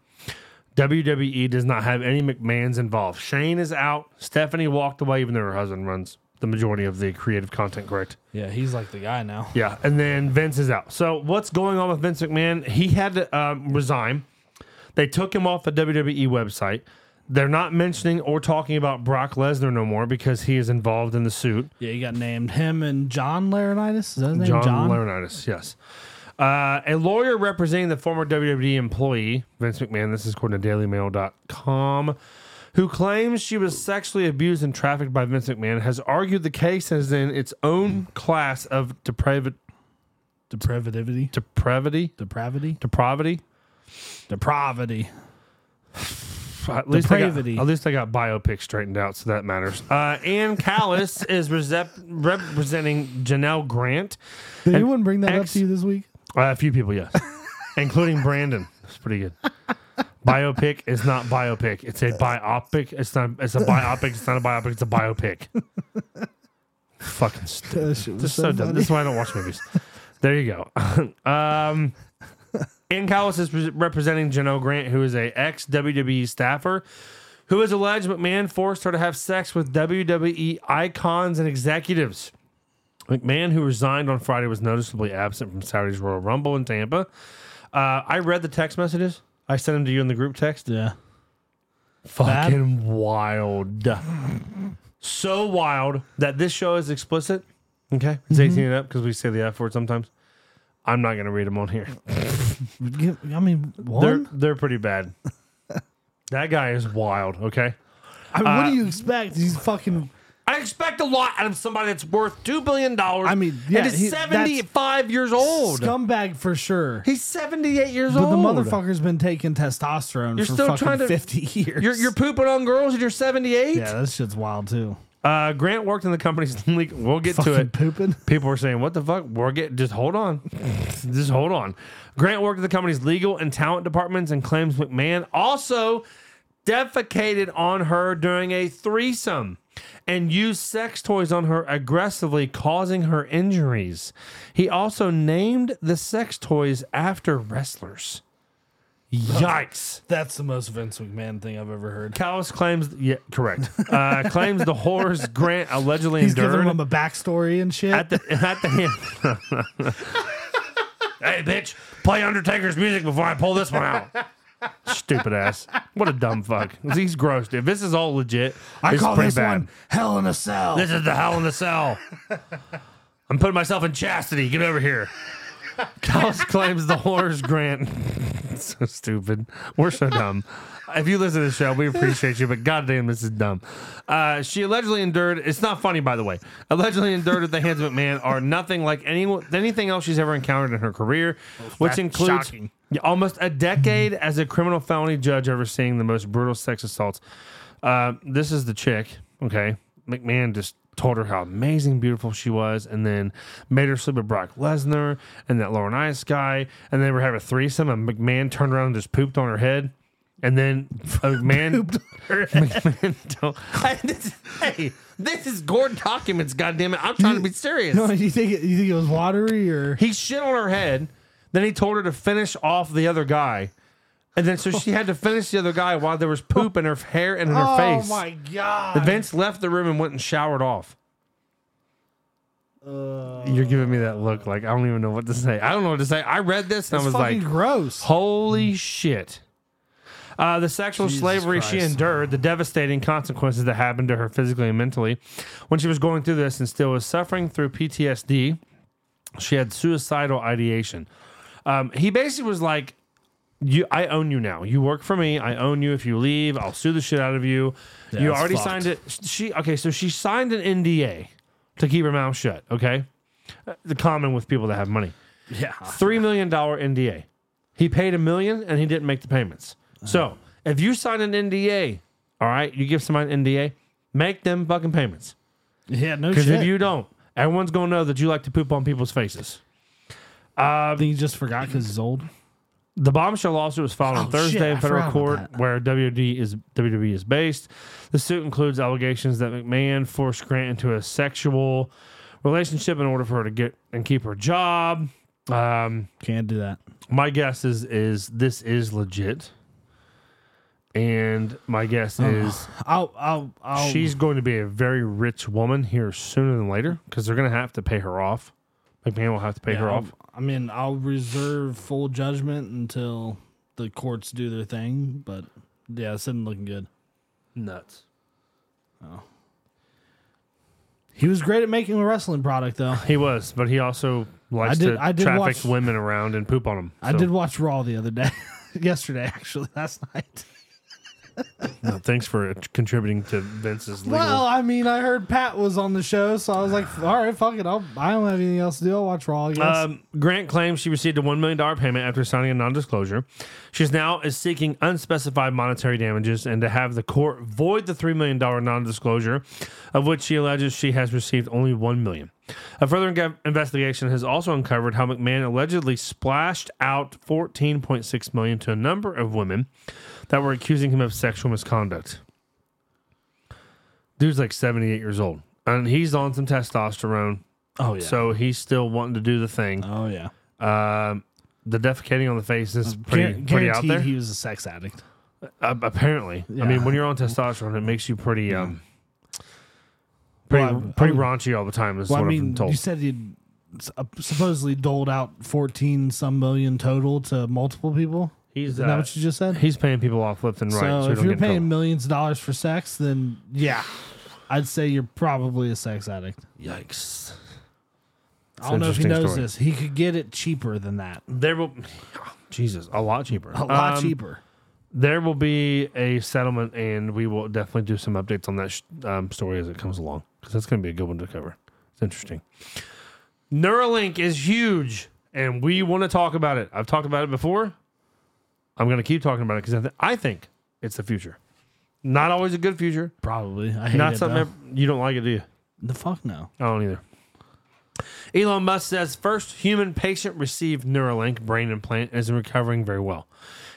Speaker 1: WWE does not have any McMahons involved. Shane is out. Stephanie walked away, even though her husband runs the majority of the creative content, correct?
Speaker 2: yeah, he's like the guy now.
Speaker 1: Yeah, and then Vince is out. So what's going on with Vince McMahon? He had to um, resign. They took him off the WWE website. They're not mentioning or talking about Brock Lesnar no more because he is involved in the suit.
Speaker 2: Yeah, he got named him and John Laurinaitis. Is that his name?
Speaker 1: John,
Speaker 2: John.
Speaker 1: Laurinaitis, yes. Uh, a lawyer representing the former WWE employee, Vince McMahon, this is according to DailyMail.com, who claims she was sexually abused and trafficked by Vince McMahon, has argued the case as in its own class of depravity.
Speaker 2: Depravity.
Speaker 1: Depravity?
Speaker 2: Depravity.
Speaker 1: Depravity?
Speaker 2: Depravity.
Speaker 1: At least, I got,
Speaker 2: Depravity.
Speaker 1: at least I got biopic straightened out, so that matters. Uh, Ann Callis is resep- representing Janelle Grant.
Speaker 2: Did anyone bring that
Speaker 1: ex-
Speaker 2: up to you this week?
Speaker 1: Uh, a few people, yes, including Brandon. That's pretty good. Biopic is not biopic. It's a biopic. It's not. It's a biopic. It's not a biopic. It's a biopic. Fucking stupid.
Speaker 2: That shit was
Speaker 1: This is
Speaker 2: so
Speaker 1: so dumb.
Speaker 2: funny.
Speaker 1: This is why I don't watch movies. There you go. um, Ann Callis is re- representing Janelle Grant, who is a ex WWE staffer, who is alleged McMahon forced her to have sex with WWE icons and executives. McMahon, who resigned on Friday, was noticeably absent from Saturday's Royal Rumble in Tampa. Uh, I read the text messages. I sent them to you in the group text.
Speaker 2: Yeah.
Speaker 1: Fucking wild. so wild that this show is explicit. Mm-hmm. Okay. It's 18 and up because we say the F word sometimes. I'm not going to read them on here.
Speaker 2: Give- I mean,
Speaker 1: They're,
Speaker 2: one.
Speaker 1: they're pretty bad. that guy is wild. Okay.
Speaker 2: I mean, what do
Speaker 1: uh,
Speaker 2: you expect? He's fucking.
Speaker 1: I expect a lot out of somebody that's worth $2 billion. I
Speaker 2: mean, yeah,
Speaker 1: and is
Speaker 2: he- that's
Speaker 1: 75 years old.
Speaker 2: Scumbag for sure.
Speaker 1: He's 78 years
Speaker 2: But
Speaker 1: old.
Speaker 2: the motherfucker's been taking testosterone for
Speaker 1: still
Speaker 2: fucking
Speaker 1: trying to-
Speaker 2: 50 years.
Speaker 1: You're, you're pooping on girls and you're 78?
Speaker 2: yeah, that shit's wild too.
Speaker 1: Uh, Grant worked in the company's leak. We'll get
Speaker 2: Fucking
Speaker 1: to it.
Speaker 2: pooping.
Speaker 1: People were saying, "What the fuck? We're getting just hold on, just hold on." Grant worked at the company's legal and talent departments and claims McMahon also defecated on her during a threesome and used sex toys on her aggressively, causing her injuries. He also named the sex toys after wrestlers. Yikes!
Speaker 2: That's the most Vince McMahon thing I've ever heard.
Speaker 1: Callus claims, yeah, correct. Uh, claims the whores Grant allegedly
Speaker 2: He's
Speaker 1: endured
Speaker 2: giving him a backstory and shit.
Speaker 1: at the at the hand. hey, bitch! Play Undertaker's music before I pull this one out. Stupid ass! What a dumb fuck! He's gross. Dude. If this is all legit,
Speaker 2: I
Speaker 1: it's
Speaker 2: call
Speaker 1: pretty
Speaker 2: this
Speaker 1: bad.
Speaker 2: one Hell in a Cell.
Speaker 1: This is the hell in the cell. I'm putting myself in chastity. Get over here. House claims the horrors grant. so stupid. We're so dumb. If you listen to the show, we appreciate you, but goddamn, this is dumb. Uh, she allegedly endured. It's not funny, by the way. Allegedly endured at the hands of McMahon are nothing like any anything else she's ever encountered in her career, which
Speaker 2: that's
Speaker 1: includes
Speaker 2: shocking.
Speaker 1: almost a decade as a criminal felony judge overseeing the most brutal sex assaults. Uh, this is the chick. Okay, McMahon just told her how amazing, beautiful she was, and then made her sleep with Brock Lesnar and that Lauren Ice guy, and they were having a threesome. And McMahon turned around and just pooped on her head, and then McMahon. McMahon told- Hey, this is- hey, this is Gord documents. Goddamn it! I'm trying to be serious.
Speaker 2: no, you think it, you think it was watery or
Speaker 1: He shit on her head. Then he told her to finish off the other guy. And then so she had to finish the other guy while there was poop in her hair and in her face.
Speaker 2: Oh god!
Speaker 1: Vince left the room and went and showered off.
Speaker 2: Uh,
Speaker 1: You're giving me that look like I don't even know what to say. I don't know what to say. I read this and I
Speaker 2: It's
Speaker 1: was
Speaker 2: fucking
Speaker 1: like,
Speaker 2: gross.
Speaker 1: Holy shit. Uh, the sexual
Speaker 2: Mm. Jesus
Speaker 1: slavery she
Speaker 2: Christ.
Speaker 1: endured, the devastating consequences that happened to her physically and mentally when she was going through this and still was suffering through PTSD, she had suicidal ideation. Um, he basically was like, you I own you now. You work for me. I own you. If you leave, I'll sue the shit out of you.
Speaker 2: Yeah,
Speaker 1: you
Speaker 2: it's
Speaker 1: already
Speaker 2: fucked.
Speaker 1: signed it. She okay, so she signed an NDA to keep her mouth shut, okay? Uh, The common with people that have money.
Speaker 2: Yeah.
Speaker 1: Three million dollar NDA. He paid a million and he didn't make the payments. So if you sign an NDA, all right, you give somebody an NDA, make them fucking payments.
Speaker 2: Yeah, no
Speaker 1: Because
Speaker 2: shit.
Speaker 1: if you don't, everyone's gonna know that you like to poop on people's faces.
Speaker 2: I think he just forgot because he's old.
Speaker 1: The bombshell lawsuit was filed on
Speaker 2: Oh,
Speaker 1: Thursday
Speaker 2: shit,
Speaker 1: in
Speaker 2: I
Speaker 1: federal
Speaker 2: forgot
Speaker 1: court,
Speaker 2: about that.
Speaker 1: where WD is WWE is based. The suit includes allegations that McMahon forced Grant into a sexual relationship in order for her to get and keep her job. Um,
Speaker 2: Can't do that.
Speaker 1: my guess is is this is legit, and my guess
Speaker 2: Oh.
Speaker 1: is
Speaker 2: I'll, I'll, I'll.
Speaker 1: she's going to be a very rich woman here sooner than later because they're going to have to pay her off. McMahon will have to pay her
Speaker 2: I'll-
Speaker 1: off.
Speaker 2: I mean, I'll reserve full judgment until the courts do their thing. But yeah, it's isn't looking good.
Speaker 1: Nuts.
Speaker 2: He was great at making a wrestling product, though.
Speaker 1: He was, but he also likes
Speaker 2: did-
Speaker 1: to
Speaker 2: I did
Speaker 1: traffic
Speaker 2: watch-
Speaker 1: women around and poop on them.
Speaker 2: I did watch Raw the other day, yesterday actually, last night.
Speaker 1: thanks for contributing to Vince's legal.
Speaker 2: Well, I mean, I heard Pat was on the show, so I was like, all right, fuck it. I'll, I don't have anything else to do. I'll watch Raw. I guess.
Speaker 1: um, Grant claims she received a $1 million payment after signing a non disclosure. She's now is seeking unspecified monetary damages and to have the court void the $3 million non disclosure, of which she alleges she has received only $1 million. A further inga- investigation has also uncovered how McMahon allegedly splashed out $14.6 million to a number of women that were accusing him of sexual misconduct. Dude's like 78 years old, and he's on some testosterone.
Speaker 2: oh yeah.
Speaker 1: So he's still wanting to do the thing.
Speaker 2: oh yeah.
Speaker 1: Um, the defecating on the face is pretty,
Speaker 2: Uh, Guar-
Speaker 1: pretty out
Speaker 2: guaranteed
Speaker 1: there.
Speaker 2: He was a sex addict.
Speaker 1: Uh, apparently, I
Speaker 2: Yeah.
Speaker 1: mean, when you're on testosterone, it makes you pretty, um, pretty,
Speaker 2: Well, I-
Speaker 1: pretty
Speaker 2: I-
Speaker 1: raunchy all the time. Is
Speaker 2: Well, I
Speaker 1: what I
Speaker 2: mean,
Speaker 1: am told.
Speaker 2: you said he supposedly doled out fourteen some million total to multiple people.
Speaker 1: He's
Speaker 2: Is that
Speaker 1: uh,
Speaker 2: what you just said?
Speaker 1: he's paying people off left and right. So,
Speaker 2: so
Speaker 1: we
Speaker 2: if
Speaker 1: don't
Speaker 2: you're
Speaker 1: get in
Speaker 2: paying
Speaker 1: trouble.
Speaker 2: millions of dollars for sex, then yeah, I'd say you're probably a sex addict.
Speaker 1: yikes,
Speaker 2: I don't know if he
Speaker 1: interesting
Speaker 2: knows
Speaker 1: story.
Speaker 2: this. He could get it cheaper than that.
Speaker 1: there will, Jesus, a lot cheaper,
Speaker 2: A lot
Speaker 1: Um,
Speaker 2: cheaper.
Speaker 1: There will be a settlement, and we will definitely do some updates on that sh- um, story as it comes along because that's going to be a good one to cover. It's interesting. Neuralink is huge, and we want to talk about it. I've talked about it before. I'm going to keep talking about it because I, th- I think it's the future. Not always a good future.
Speaker 2: Probably. I hate
Speaker 1: Not
Speaker 2: it,
Speaker 1: something
Speaker 2: though.
Speaker 1: ev- you don't like it, do you?
Speaker 2: The fuck no.
Speaker 1: I don't either. Elon Musk says first human patient received Neuralink brain implant and is recovering very well.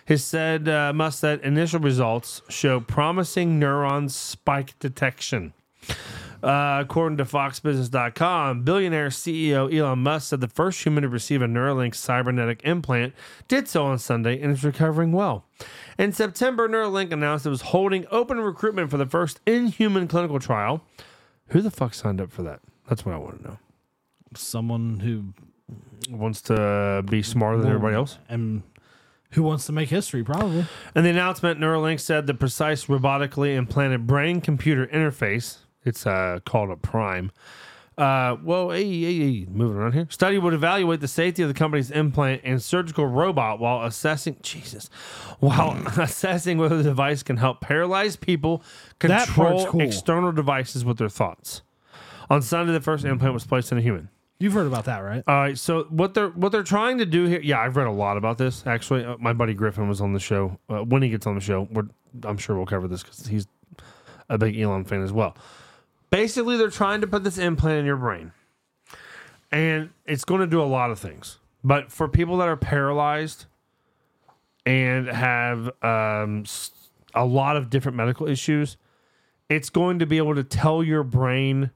Speaker 1: His said uh, Musk said initial results show promising neuron spike detection. Uh, according to FoxBusiness.com, billionaire CEO Elon Musk said the first human to receive a Neuralink cybernetic implant did so on Sunday and is recovering well. In September, Neuralink announced it was holding open recruitment for the first in-human clinical trial. Who the fuck signed up for that? That's what I want to know.
Speaker 2: Someone who
Speaker 1: Wants to uh, be smarter than everybody else.
Speaker 2: and who wants to make history, probably.
Speaker 1: In the announcement, Neuralink said the precise robotically implanted brain computer interface, it's uh, called a prime. Uh, whoa, hey, hey, hey, moving around here. Study would evaluate the safety of the company's implant and surgical robot while assessing Jesus, while assessing whether the device can help paralyzed people
Speaker 2: That part's
Speaker 1: control
Speaker 2: cool.
Speaker 1: external devices with their thoughts. On Sunday, the first implant was placed in a human.
Speaker 2: You've heard about that, right?
Speaker 1: All right, so what they're what they're trying to do here? Yeah, I've read a lot about this. Actually, uh, my buddy Griffin was on the show. Uh, when he gets on the show, we're, I'm sure we'll cover this because he's a big Elon fan as well. Basically, they're trying to put this implant in your brain, and it's going to do a lot of things. But for people that are paralyzed and have um, s- a lot of different medical issues, it's going to be able to tell your brain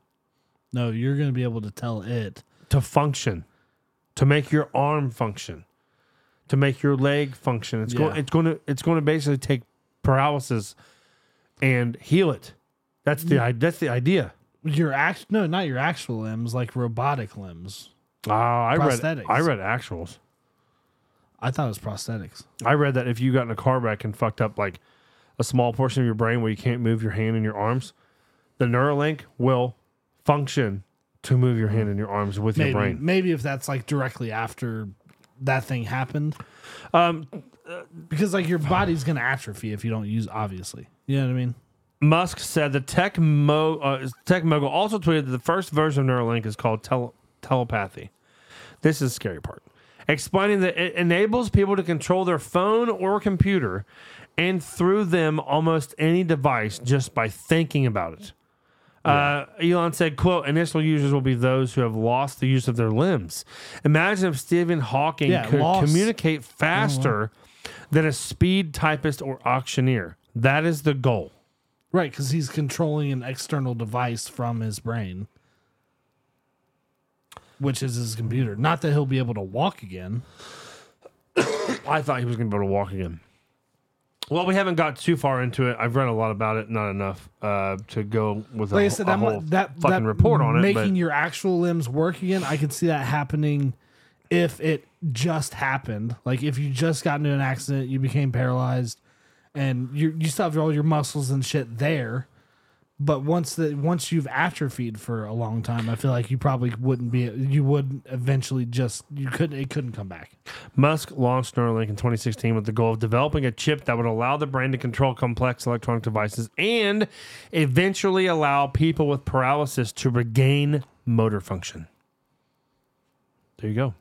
Speaker 2: No, you're going to be able to tell it.
Speaker 1: to function, to make your arm function, to make your leg function. It's going
Speaker 2: Yeah.
Speaker 1: it's going to it's going to basically take paralysis and heal it. That's the i- that's the idea.
Speaker 2: Your act, no, not your actual limbs, like robotic limbs.
Speaker 1: Uh, I read
Speaker 2: Prosthetics.
Speaker 1: I read actuals.
Speaker 2: I thought it was prosthetics.
Speaker 1: I read that if you got in a car wreck and fucked up like a small portion of your brain where you can't move your hand and your arms, the Neuralink will function to move your hand and your arms with your
Speaker 2: Mm. Maybe,
Speaker 1: brain.
Speaker 2: maybe if that's like directly after that thing happened.
Speaker 1: Um,
Speaker 2: because like your body's gonna atrophy if you don't use. Obviously, you know what I mean.
Speaker 1: Musk said the tech, mo- uh, tech mogul also tweeted that the first version of Neuralink is called tele- telepathy. This is the scary part. Explaining that it enables people to control their phone or computer and through them almost any device just by thinking about it. Uh, Elon said, quote, initial users will be those who have lost the use of their limbs. Imagine if Stephen Hawking
Speaker 2: Yeah,
Speaker 1: could
Speaker 2: lost. Oh,
Speaker 1: communicate faster than a speed typist or auctioneer. That is the goal.
Speaker 2: Right, because he's controlling an external device from his brain, which is his computer. Not that he'll be able to walk again.
Speaker 1: I thought he was going to be able to walk again. Well, we haven't got too far into it. I've read a lot about it, not enough uh, to go with
Speaker 2: Like
Speaker 1: a,
Speaker 2: I said,
Speaker 1: a
Speaker 2: that
Speaker 1: whole
Speaker 2: mu- that
Speaker 1: fucking
Speaker 2: that
Speaker 1: report on it.
Speaker 2: making
Speaker 1: But
Speaker 2: your actual limbs work again. I can see that happening if it just happened. Like if you just got into an accident, you became paralyzed, and you you still have all your muscles and shit there. But once that once you've atrophied for a long time, I feel like you probably wouldn't be. You would eventually just you couldn't. It couldn't come back.
Speaker 1: Musk launched Neuralink in 2016 with the goal of developing a chip that would allow the brain to control complex electronic devices and eventually allow people with paralysis to regain motor function. There you go.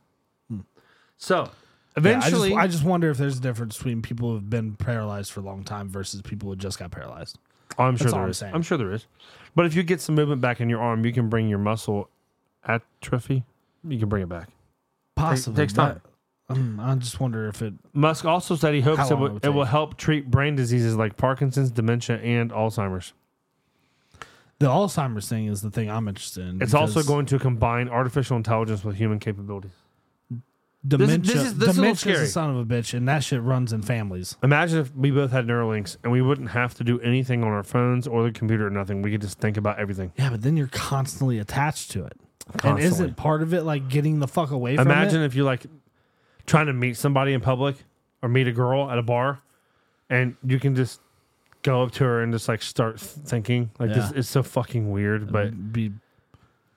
Speaker 1: So,
Speaker 2: Hmm. Yeah,
Speaker 1: eventually,
Speaker 2: I, just, I just wonder if there's a difference between people who've been paralyzed for a long time versus people who just got paralyzed.
Speaker 1: I'm sure
Speaker 2: That's all
Speaker 1: there
Speaker 2: I'm
Speaker 1: is.
Speaker 2: saying.
Speaker 1: I'm sure there is. But if you get some movement back in your arm, you can bring your muscle atrophy. You can bring it back.
Speaker 2: Possibly
Speaker 1: takes time.
Speaker 2: but, Um, I just wonder if it
Speaker 1: Musk also said he hopes
Speaker 2: How
Speaker 1: it
Speaker 2: long it
Speaker 1: will,
Speaker 2: would
Speaker 1: it will
Speaker 2: take.
Speaker 1: help treat brain diseases like Parkinson's, dementia, and Alzheimer's.
Speaker 2: the Alzheimer's thing is the thing I'm interested in.
Speaker 1: It's also
Speaker 2: because
Speaker 1: going to combine artificial intelligence with human capabilities. this is- this
Speaker 2: dementia.
Speaker 1: is a little
Speaker 2: dementia's
Speaker 1: scary.
Speaker 2: a son of a bitch, and that shit runs in families.
Speaker 1: Imagine if we both had Neuralinks and we wouldn't have to do anything on our phones or the computer or nothing. We could just think about everything.
Speaker 2: Yeah, but then you're constantly attached to it.
Speaker 1: Constantly.
Speaker 2: And isn't part of it like getting the fuck away from
Speaker 1: Imagine
Speaker 2: it?
Speaker 1: if you like trying to meet somebody in public or meet a girl at a bar and you can just go up to her and just like start thinking. Like this
Speaker 2: Yeah.
Speaker 1: is so fucking weird, but
Speaker 2: be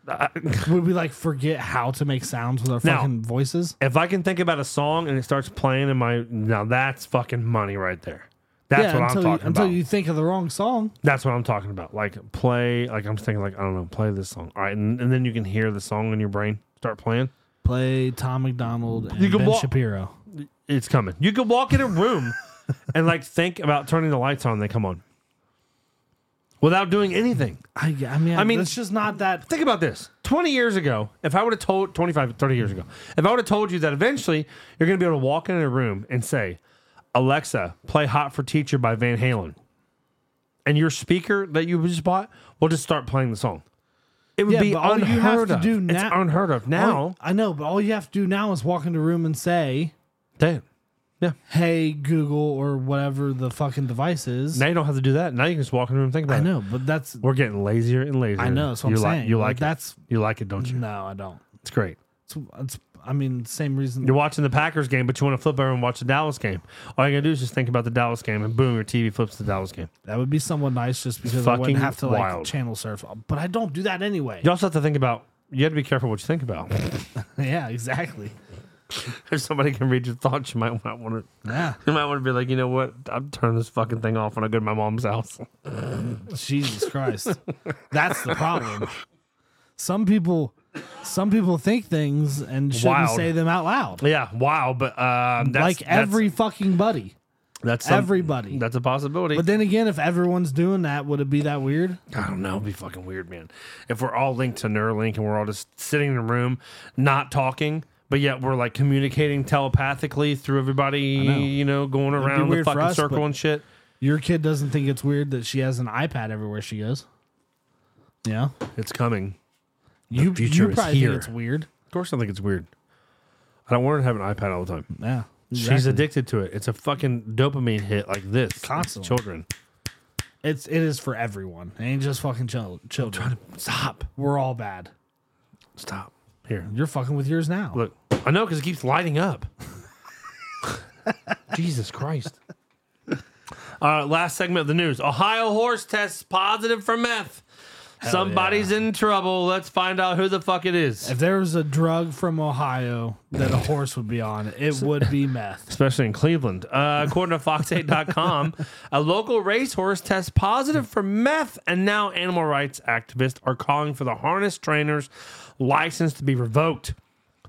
Speaker 1: I,
Speaker 2: would we like forget how to make sounds with our
Speaker 1: Now-
Speaker 2: fucking voices?
Speaker 1: if I can think about a song and it starts playing in my now that's fucking money right there. That's
Speaker 2: yeah,
Speaker 1: what I'm
Speaker 2: until
Speaker 1: talking
Speaker 2: you, until
Speaker 1: about.
Speaker 2: you think of the wrong song.
Speaker 1: that's what I'm talking about. Like play like I'm just thinking like I don't know, play this song. All right, and, and then you can hear the song in your brain start playing.
Speaker 2: Play Tom McDonald and
Speaker 1: You can
Speaker 2: Ben
Speaker 1: walk-
Speaker 2: Shapiro.
Speaker 1: It's coming. You could walk in a room and like think about turning the lights on, they come on. Without doing anything.
Speaker 2: I, I mean, I
Speaker 1: mean-
Speaker 2: mean, it's just not that.
Speaker 1: Think about this. 20 years ago, if I would have told 25, 30 years ago, if I would have told you that eventually you're going to be able to walk into a room and say, "Alexa, play Hot for Teacher by Van Halen." And your speaker that you just bought will just start playing the song. It would
Speaker 2: Yeah,
Speaker 1: be
Speaker 2: but all
Speaker 1: unheard
Speaker 2: you have to
Speaker 1: of.
Speaker 2: do
Speaker 1: it's
Speaker 2: now-
Speaker 1: unheard of. Now,
Speaker 2: All- I know, but all you have to do now is walk into a room and say,
Speaker 1: damn.
Speaker 2: "Hey Google" or whatever the fucking device is.
Speaker 1: Now you don't have to do that. Now you can just walk in the room and think about
Speaker 2: I
Speaker 1: it.
Speaker 2: know, but that's
Speaker 1: We're getting lazier and lazier.
Speaker 2: I know. That's what
Speaker 1: you
Speaker 2: I'm
Speaker 1: like,
Speaker 2: saying.
Speaker 1: You
Speaker 2: Like,
Speaker 1: like, that?
Speaker 2: that's
Speaker 1: You like it, don't you?
Speaker 2: no, I don't.
Speaker 1: It's great.
Speaker 2: It's, it's I mean, same reason.
Speaker 1: You're watching the Packers game, but you want to flip over and watch the Dallas game. All you gotta do is just think about the Dallas game, and boom, your TV flips to the Dallas game.
Speaker 2: That would be somewhat nice, just because I
Speaker 1: fucking
Speaker 2: wouldn't have to like
Speaker 1: wild.
Speaker 2: channel surf. But I don't do that anyway.
Speaker 1: You also have to think about. You have to be careful what you think about.
Speaker 2: Yeah, exactly.
Speaker 1: if somebody can read your thoughts, you might not want to.
Speaker 2: Yeah,
Speaker 1: You might want to be like, you know what? I'm turning this fucking thing off when I go to my mom's house.
Speaker 2: Jesus Christ, that's the problem. Some people, some people think things and shouldn't
Speaker 1: Wild.
Speaker 2: say them out loud.
Speaker 1: Yeah, wow. But um, that's,
Speaker 2: like every fucking buddy,
Speaker 1: that's, that's some-
Speaker 2: everybody.
Speaker 1: That's a possibility.
Speaker 2: But then again, if everyone's doing that, would it be that weird?
Speaker 1: I don't know. It'd be fucking weird, man. If we're all linked to Neuralink and we're all just sitting in a room, not talking, but yet we're like communicating telepathically through everybody,
Speaker 2: know.
Speaker 1: you know, going around the
Speaker 2: weird for
Speaker 1: fucking
Speaker 2: us,
Speaker 1: circle
Speaker 2: but-
Speaker 1: and shit.
Speaker 2: Your kid doesn't think it's weird that she has an iPad everywhere she goes. Yeah,
Speaker 1: It's coming.
Speaker 2: you
Speaker 1: future
Speaker 2: you
Speaker 1: is
Speaker 2: probably
Speaker 1: here.
Speaker 2: think it's weird.
Speaker 1: Of course, I think it's weird. I don't want her to have an iPad all the time.
Speaker 2: Yeah,
Speaker 1: She's
Speaker 2: exactly.
Speaker 1: addicted to it. It's a fucking dopamine hit like this.
Speaker 2: Constantly.
Speaker 1: Children.
Speaker 2: It's it is for everyone. It ain't just fucking chil- children.
Speaker 1: Stop.
Speaker 2: We're all bad.
Speaker 1: Stop. Here.
Speaker 2: You're fucking with yours now.
Speaker 1: Look. I know because it keeps lighting up. Jesus Christ. All right, last segment of the news. Ohio horse tests positive for meth. Somebody's in trouble. Let's find out who the fuck it is.
Speaker 2: If there was a drug from Ohio that a horse would be on, it would be meth.
Speaker 1: especially in Cleveland. Uh, according to Fox8.com, a local racehorse tests positive for meth, and now animal rights activists are calling for the harness trainer's license to be revoked.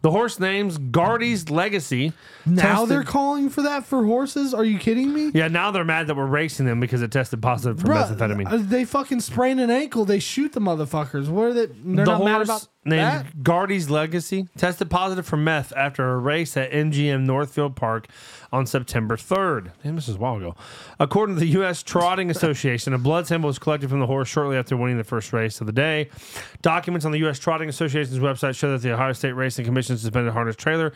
Speaker 1: The horse name's Guardy's Legacy.
Speaker 2: Now
Speaker 1: tested-
Speaker 2: they're calling for that for horses? Are you kidding me?
Speaker 1: yeah, now they're mad that we're racing them because it tested positive for
Speaker 2: Bruh,
Speaker 1: methamphetamine.
Speaker 2: uh, They fucking sprain an ankle. They shoot the motherfuckers. What are they? They're
Speaker 1: the
Speaker 2: not mad
Speaker 1: horse
Speaker 2: about
Speaker 1: named
Speaker 2: that.
Speaker 1: Guardy's Legacy tested positive for meth after a race at MGM Northfield Park on September 3rd. Damn, this is a while ago. According to the U.S. Trotting Association, a blood sample was collected from the horse shortly after winning the first race of the day. Documents on the U.S. Trotting Association's website show that the Ohio State Racing Commission suspended harness trailer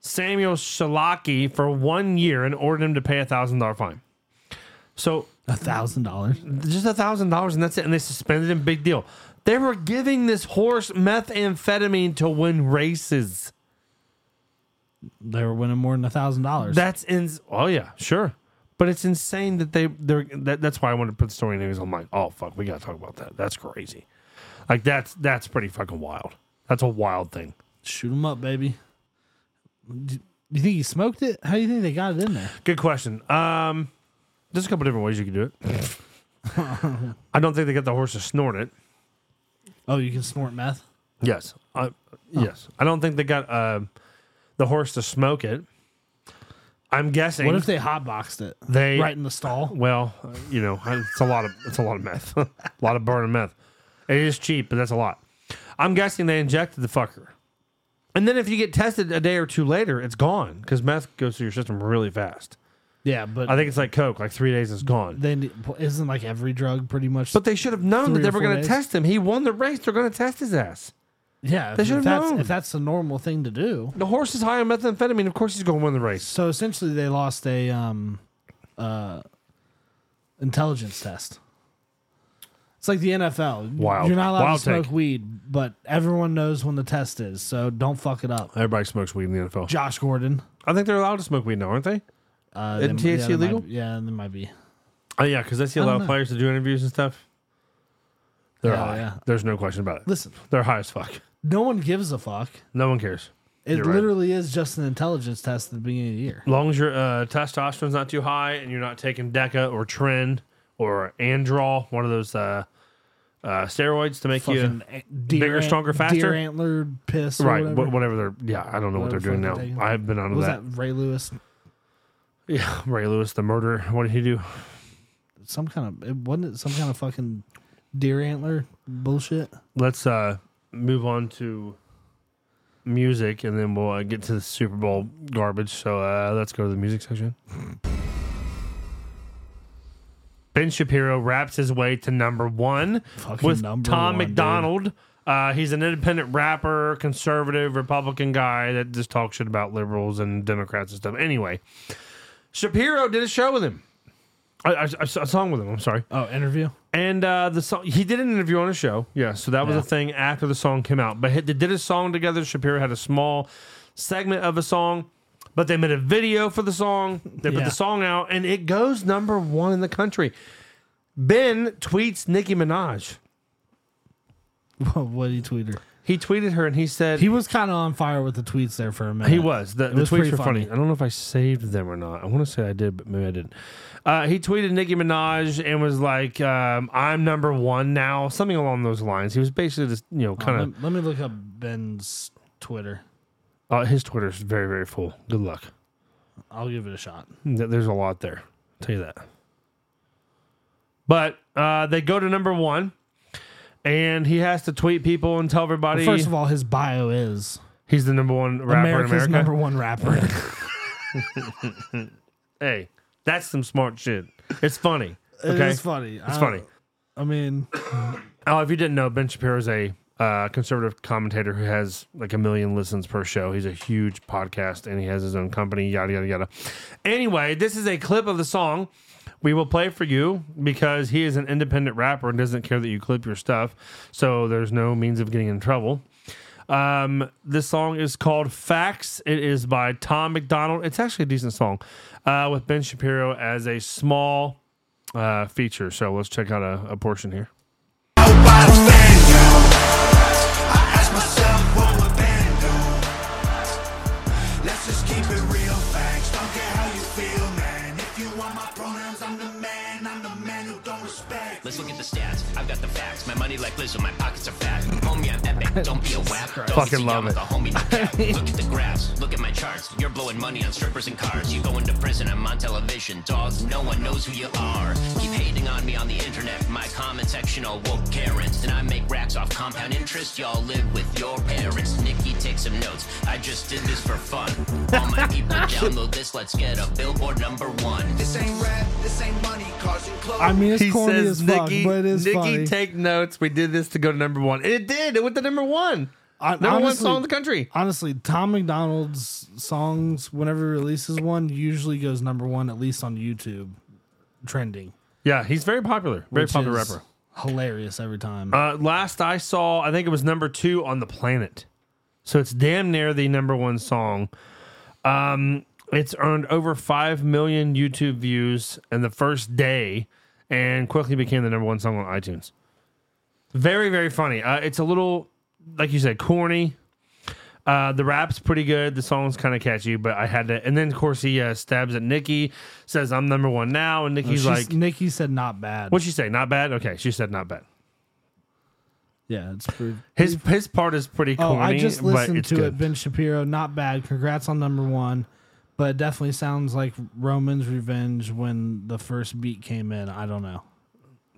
Speaker 1: Samuel Shalaki for one year and ordered him to pay a $1,000 fine. So
Speaker 2: A thousand dollars.
Speaker 1: just a thousand dollars and that's it and they suspended him big deal they were giving this horse methamphetamine to win races
Speaker 2: They were winning more than a thousand dollars.
Speaker 1: that's in oh yeah sure but it's insane that they they're that, that's why i wanted to put the story in because i'm like oh fuck we gotta talk about that that's crazy like that's that's pretty fucking wild that's a wild thing
Speaker 2: Shoot them up, baby. Do you think he smoked it? How do you think they got it in there?
Speaker 1: good question um there's a couple different ways you can do it i don't think they got the horse to snort it
Speaker 2: Oh, you can snort meth.
Speaker 1: Yes. I
Speaker 2: Oh.
Speaker 1: Yes. I don't think they got uh, the horse to smoke it. I'm guessing.
Speaker 2: What if they hotboxed it
Speaker 1: they?
Speaker 2: right in the stall?
Speaker 1: Well, uh, you know, it's a lot of it's a lot of meth, a lot of burning meth. It is cheap, but that's a lot. I'm guessing they injected the fucker, and then if you get tested a day or two later, it's gone because meth goes through your system really fast.
Speaker 2: Yeah, but
Speaker 1: I think it's like coke, like three days it's gone.
Speaker 2: then isn't like every drug pretty much.
Speaker 1: but they should have known
Speaker 2: Three
Speaker 1: that they
Speaker 2: or
Speaker 1: were
Speaker 2: four
Speaker 1: going to
Speaker 2: days?
Speaker 1: test him. He won the race. They're going to test his ass.
Speaker 2: yeah,
Speaker 1: they
Speaker 2: if,
Speaker 1: should have
Speaker 2: that's
Speaker 1: known.
Speaker 2: if that's the normal thing to do.
Speaker 1: The horse is high on methamphetamine. Of course, he's going to win the race.
Speaker 2: So essentially, they lost a um, uh, intelligence test. It's like the NFL.
Speaker 1: Wild.
Speaker 2: You're not allowed
Speaker 1: Wild
Speaker 2: to smoke
Speaker 1: take.
Speaker 2: weed, but everyone knows when the test is, so don't fuck it up.
Speaker 1: Everybody smokes weed in the NFL.
Speaker 2: Josh Gordon.
Speaker 1: I think they're allowed to smoke weed now, aren't they?
Speaker 2: Uh,
Speaker 1: Isn't
Speaker 2: they- yeah,
Speaker 1: THC
Speaker 2: they might-
Speaker 1: illegal?
Speaker 2: yeah, there might be.
Speaker 1: Oh yeah, because I see a
Speaker 2: I
Speaker 1: lot
Speaker 2: don't
Speaker 1: of
Speaker 2: know.
Speaker 1: players that do interviews and stuff. They're
Speaker 2: Yeah,
Speaker 1: high.
Speaker 2: yeah.
Speaker 1: There's no question about it.
Speaker 2: Listen,
Speaker 1: They're high as fuck.
Speaker 2: no one gives a fuck.
Speaker 1: No one cares.
Speaker 2: It
Speaker 1: You're right.
Speaker 2: literally is just an intelligence test at the beginning of the year.
Speaker 1: As long as your uh, testosterone's not too high and you're not taking DECA or Tren or Androl, one of those uh, uh, steroids to make you
Speaker 2: Fucking a- deer
Speaker 1: bigger,
Speaker 2: ant-
Speaker 1: stronger, faster?
Speaker 2: Deer antler piss. Or
Speaker 1: right.
Speaker 2: Whatever.
Speaker 1: Whatever. whatever they're yeah, I don't know what
Speaker 2: Whatever
Speaker 1: they're doing
Speaker 2: fuck
Speaker 1: now.
Speaker 2: they're taking.
Speaker 1: I've been out
Speaker 2: What
Speaker 1: of
Speaker 2: was
Speaker 1: that.
Speaker 2: that Ray Lewis?
Speaker 1: Yeah, Ray Lewis, the murderer. What did he do?
Speaker 2: Some kind of it wasn't it some kind of fucking deer antler bullshit.
Speaker 1: Let's uh, move on to music, and then we'll uh, get to the Super Bowl garbage. So uh, let's go to the music section.
Speaker 2: Hmm.
Speaker 1: Ben Shapiro raps his way to number one
Speaker 2: Fucking
Speaker 1: with
Speaker 2: number
Speaker 1: Tom
Speaker 2: one, dude.
Speaker 1: McDonald. Uh, he's an independent rapper, conservative Republican guy that just talks shit about liberals and Democrats and stuff. Anyway, Shapiro did a show with him, I I- I saw a song with him. I'm sorry.
Speaker 2: Oh, interview.
Speaker 1: And uh, the song he did an interview on a show, yeah. So that was
Speaker 2: Yeah.
Speaker 1: a thing after the song came out. But he- they did a song together. Shapiro had a small segment of a song, but they made a video for the song. They put
Speaker 2: Yeah.
Speaker 1: the song out, and it goes number one in the country. Ben tweets Nicki Minaj.
Speaker 2: what did he tweet her?
Speaker 1: He tweeted her, and he said
Speaker 2: He
Speaker 1: he,
Speaker 2: was kind of on fire with the tweets there for a minute.
Speaker 1: was the, the
Speaker 2: was
Speaker 1: tweets
Speaker 2: pretty
Speaker 1: were funny.
Speaker 2: funny.
Speaker 1: I don't know if I saved them or not. I want to say I did, but maybe I didn't. Uh, he tweeted Nicki Minaj and was like, um, "I'm number one now," something along those lines. He was basically just you know
Speaker 2: Oh,
Speaker 1: kind of.
Speaker 2: let, let me look up Ben's Twitter.
Speaker 1: Uh, his Twitter's very, very full. Good luck.
Speaker 2: I'll give it a shot.
Speaker 1: Th- There's a lot there. I'll tell you that. But uh, they go to number one, and he has to tweet people and tell everybody
Speaker 2: First of all, his bio is
Speaker 1: he's the number one rapper
Speaker 2: America's
Speaker 1: in America.
Speaker 2: number one rapper.
Speaker 1: hey, that's some smart shit. It's funny.
Speaker 2: It
Speaker 1: Okay.
Speaker 2: is funny.
Speaker 1: It's funny.
Speaker 2: I mean,
Speaker 1: Oh, if you didn't know, Ben Shapiro is a uh, conservative commentator who has like a million listens per show. He's a huge podcast and he has his own company, yada, yada, yada. Anyway, this is a clip of the song we will play for you because he is an independent rapper and doesn't care that you clip your stuff. So there's no means of getting in trouble. Um, this song is called Facts. It is by Tom McDonald. It's actually a decent song uh, with Ben Shapiro as a small uh, feature. So let's check out a, a portion here.
Speaker 3: Out by the at the stats. I've got the facts. My money like Lizzo, my pockets are fat. Homie, I'm epic. Don't be a whack.
Speaker 1: Fucking love it.
Speaker 3: Homie, look out. Look at the graphs. Look at my charts. You're blowing money on strippers and cars. You going to prison? I'm on television. Dogs, no one knows who you are. Keep hating on me on the internet. My comment section all woke Karens, and I make racks off compound interest. Y'all live with your parents. Nikki, take some notes. I just did this for fun. All my people, download this. Let's get a billboard number one.
Speaker 4: This ain't rap, this ain't money, cars and clothes.
Speaker 2: I mean, it's
Speaker 1: he
Speaker 2: corny
Speaker 1: says,
Speaker 2: as fuck,
Speaker 1: Nikki,
Speaker 2: but it is
Speaker 1: Nikki,
Speaker 2: funny.
Speaker 1: take notes. We did this to go to number one. And it did. It went to number one.
Speaker 2: I-
Speaker 1: number one
Speaker 2: honestly-
Speaker 1: song in the country.
Speaker 2: Honestly, Tom McDonald's songs, whenever he releases one, usually goes number one, at least on YouTube, trending.
Speaker 1: Yeah, he's very popular. Very
Speaker 2: which
Speaker 1: popular
Speaker 2: is
Speaker 1: rapper.
Speaker 2: Hilarious every time.
Speaker 1: Uh, last I saw, I think it was number two on the planet. So it's damn near the number one song. Um, it's earned over 5 million YouTube views in the first day and quickly became the number one song on iTunes. Very, very funny. Uh, it's a little, like you said, corny. Uh, the rap's pretty good. The song's kind of catchy, but I had to. And then, of course, he uh, stabs at Nikki, says, I'm number one now. And Nikki's
Speaker 2: Oh, She's-
Speaker 1: like,
Speaker 2: Nikki said, not bad.
Speaker 1: What'd she say? Not bad? Okay, she said, Not bad.
Speaker 2: yeah, it's pretty.
Speaker 1: His his part is pretty corny.
Speaker 2: Oh, I just
Speaker 1: but
Speaker 2: listened
Speaker 1: it's
Speaker 2: to
Speaker 1: good.
Speaker 2: it. Ben Shapiro, not bad. Congrats on number one, but it definitely sounds like Roman's Revenge when the first beat came in. I don't know.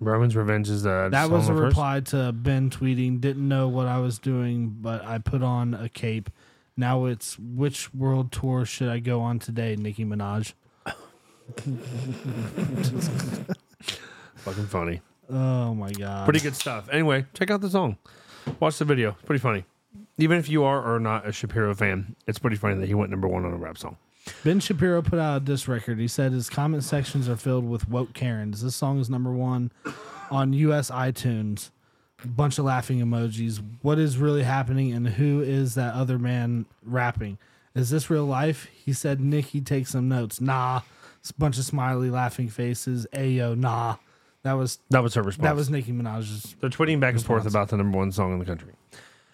Speaker 1: Roman's Revenge is the
Speaker 2: That
Speaker 1: song
Speaker 2: was a
Speaker 1: on first.
Speaker 2: reply to Ben tweeting, didn't know what I was doing, but I put on a cape. Now it's which world tour should I go on today, Nicki Minaj?
Speaker 1: Fucking funny.
Speaker 2: Oh my god.
Speaker 1: Pretty good stuff. Anyway, check out the song. Watch the video. It's pretty funny. Even if you are or not a Shapiro fan, it's pretty funny that he went number one on a rap song.
Speaker 2: Ben Shapiro put out a diss record. He said his comment sections are filled with woke Karens. This song is number one on US iTunes. Bunch of laughing emojis. What is really happening and who is that other man rapping? Is this real life? He said Nikki take some notes. Nah. It's a bunch of smiley laughing faces. Ayo, nah. That was
Speaker 1: That was her response.
Speaker 2: that was Nicki Minaj's
Speaker 1: They're tweeting back and forth
Speaker 2: response.
Speaker 1: about the number one song in the country.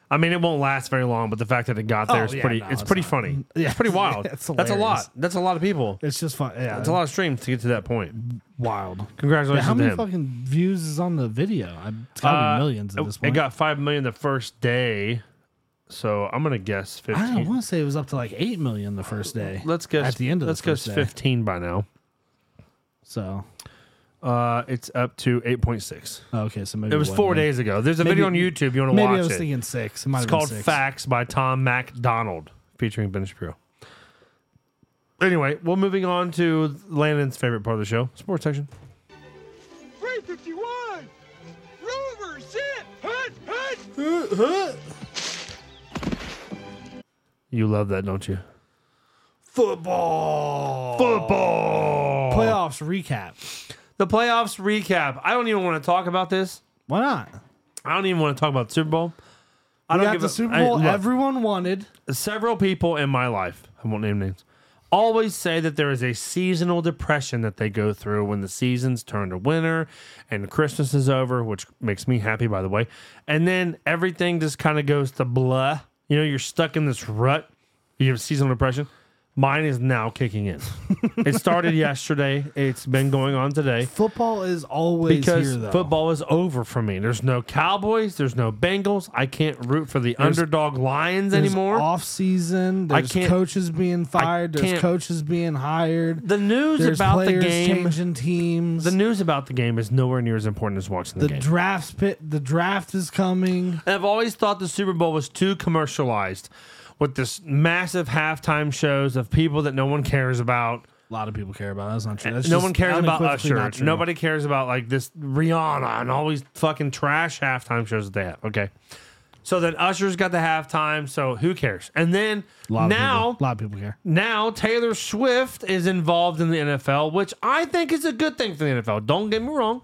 Speaker 1: I mean, it won't last very long, but the fact that it got there
Speaker 2: Oh,
Speaker 1: is
Speaker 2: yeah,
Speaker 1: pretty.
Speaker 2: no,
Speaker 1: it's
Speaker 2: it's
Speaker 1: pretty
Speaker 2: not.
Speaker 1: funny.
Speaker 2: Yeah,
Speaker 1: it's pretty wild.
Speaker 2: it's
Speaker 1: That's a
Speaker 2: hilarious.
Speaker 1: lot. That's a lot of people.
Speaker 2: it's just fun. Yeah,
Speaker 1: That's a lot of streams to get to that point.
Speaker 2: wild.
Speaker 1: Congratulations
Speaker 2: how
Speaker 1: to
Speaker 2: many
Speaker 1: him.
Speaker 2: fucking views is on the video? I- It's gotta
Speaker 1: Uh,
Speaker 2: be millions at this
Speaker 1: It
Speaker 2: point.
Speaker 1: got five million the first day, so I'm gonna guess
Speaker 2: I don't
Speaker 1: fifteen.
Speaker 2: want to say it was up to like eight million the first day.
Speaker 1: Let's guess
Speaker 2: at the end of
Speaker 1: Let's
Speaker 2: the first
Speaker 1: guess
Speaker 2: day.
Speaker 1: fifteen by now.
Speaker 2: So
Speaker 1: Uh, it's up to eight point six.
Speaker 2: oh, okay, so maybe
Speaker 1: It was
Speaker 2: wasn't
Speaker 1: four
Speaker 2: then.
Speaker 1: days ago. There's a
Speaker 2: Maybe-
Speaker 1: video on YouTube. You want to
Speaker 2: Maybe
Speaker 1: watch
Speaker 2: I was
Speaker 1: it?
Speaker 2: thinking six. It might
Speaker 1: it's
Speaker 2: have been
Speaker 1: called
Speaker 2: six.
Speaker 1: Facts by Tom MacDonald, featuring Ben Shapiro. Anyway, well, moving on to Landon's favorite part of the show, sports section.
Speaker 5: 351! Rover, shit! Hut, hut!
Speaker 1: You love that, don't you?
Speaker 2: Football
Speaker 1: Football
Speaker 2: playoffs recap.
Speaker 1: The playoffs recap. I don't even want to talk about this.
Speaker 2: Why not?
Speaker 1: I don't even want to talk about the Super Bowl. I
Speaker 2: I
Speaker 1: don't
Speaker 2: got
Speaker 1: give
Speaker 2: the
Speaker 1: a-
Speaker 2: Super
Speaker 1: I-
Speaker 2: Bowl.
Speaker 1: look,
Speaker 2: everyone wanted.
Speaker 1: several people in my life, I won't name names, always say that there is a seasonal depression that they go through when the seasons turn to winter and Christmas is over, which makes me happy, by the way. And then everything just kind of goes to blah. You know, you're stuck in this rut. You have seasonal depression. Mine is now kicking in. it started yesterday. It's been going on today
Speaker 2: Football is always
Speaker 1: because
Speaker 2: here though.
Speaker 1: football is over for me. There's no Cowboys. There's no Bengals. I can't root for the underdog Lions
Speaker 2: There's
Speaker 1: anymore.
Speaker 2: Off season. There's
Speaker 1: can't-
Speaker 2: coaches being fired. There's
Speaker 1: can't-
Speaker 2: coaches being hired.
Speaker 1: the news
Speaker 2: There's
Speaker 1: about the
Speaker 2: players
Speaker 1: game.
Speaker 2: changing teams.
Speaker 1: The news about the game is nowhere near as important as watching the,
Speaker 2: the
Speaker 1: game.
Speaker 2: drafts pit. The draft is coming.
Speaker 1: And I've always thought the Super Bowl was too commercialized, with this massive halftime shows of people that no one cares about.
Speaker 2: A lot of people care about. it. That's not true. That's
Speaker 1: Eh, no
Speaker 2: just
Speaker 1: one cares about
Speaker 2: unequivocally
Speaker 1: Usher.
Speaker 2: not true.
Speaker 1: Nobody cares about like this Rihanna and all these fucking trash halftime shows that they have. Okay. So then Usher's got the halftime, so who cares? And then
Speaker 2: A lot of
Speaker 1: now
Speaker 2: people, a lot of people care.
Speaker 1: now Taylor Swift is involved in the NFL, which I think is a good thing for the NFL. Don't get me wrong.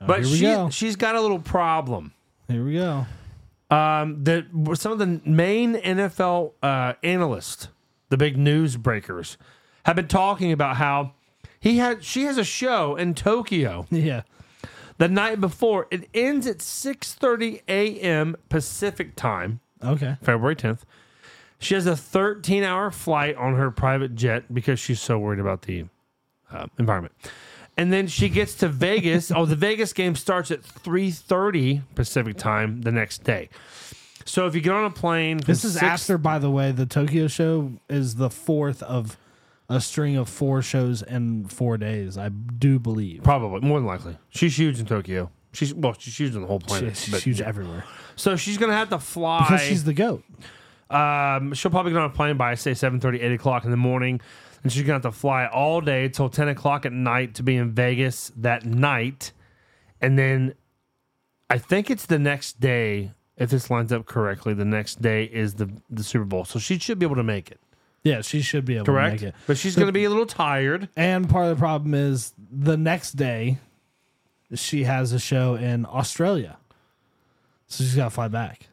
Speaker 1: But
Speaker 2: Oh, here we
Speaker 1: she
Speaker 2: go.
Speaker 1: she's got a little problem.
Speaker 2: Here we go.
Speaker 1: Um, the some of the main NFL uh, analysts, the big news breakers, have been talking about how he had she has a show in Tokyo
Speaker 2: Yeah.
Speaker 1: the night before. It ends at six thirty a.m. Pacific time,
Speaker 2: Okay.
Speaker 1: February tenth. She has a thirteen hour flight on her private jet because she's so worried about the uh, environment. And then she gets to Vegas. oh, the Vegas game starts at 3:30 Pacific time the next day. So if you get on a plane, from
Speaker 2: This is
Speaker 1: six-
Speaker 2: after, by the way, the Tokyo show is the fourth of a string of four shows in four days. I do believe
Speaker 1: probably more than likely. She's huge in Tokyo. She's well, she's huge on the whole planet.
Speaker 2: she's
Speaker 1: but-
Speaker 2: huge everywhere
Speaker 1: So she's gonna have to fly
Speaker 2: because she's the goat.
Speaker 1: Um, she'll probably get on a plane by say 7.30, 8 o'clock in the morning, and she's gonna have to fly all day till ten o'clock at night to be in Vegas that night, and then I think it's the next day. If this lines up correctly, the next day is the the Super Bowl, so she should be able to make it.
Speaker 2: Yeah, she should be able
Speaker 1: Correct,
Speaker 2: to make it.
Speaker 1: but she's gonna be a little tired.
Speaker 2: And part of the problem is the next day, she has a show in Australia, so she's got to fly back.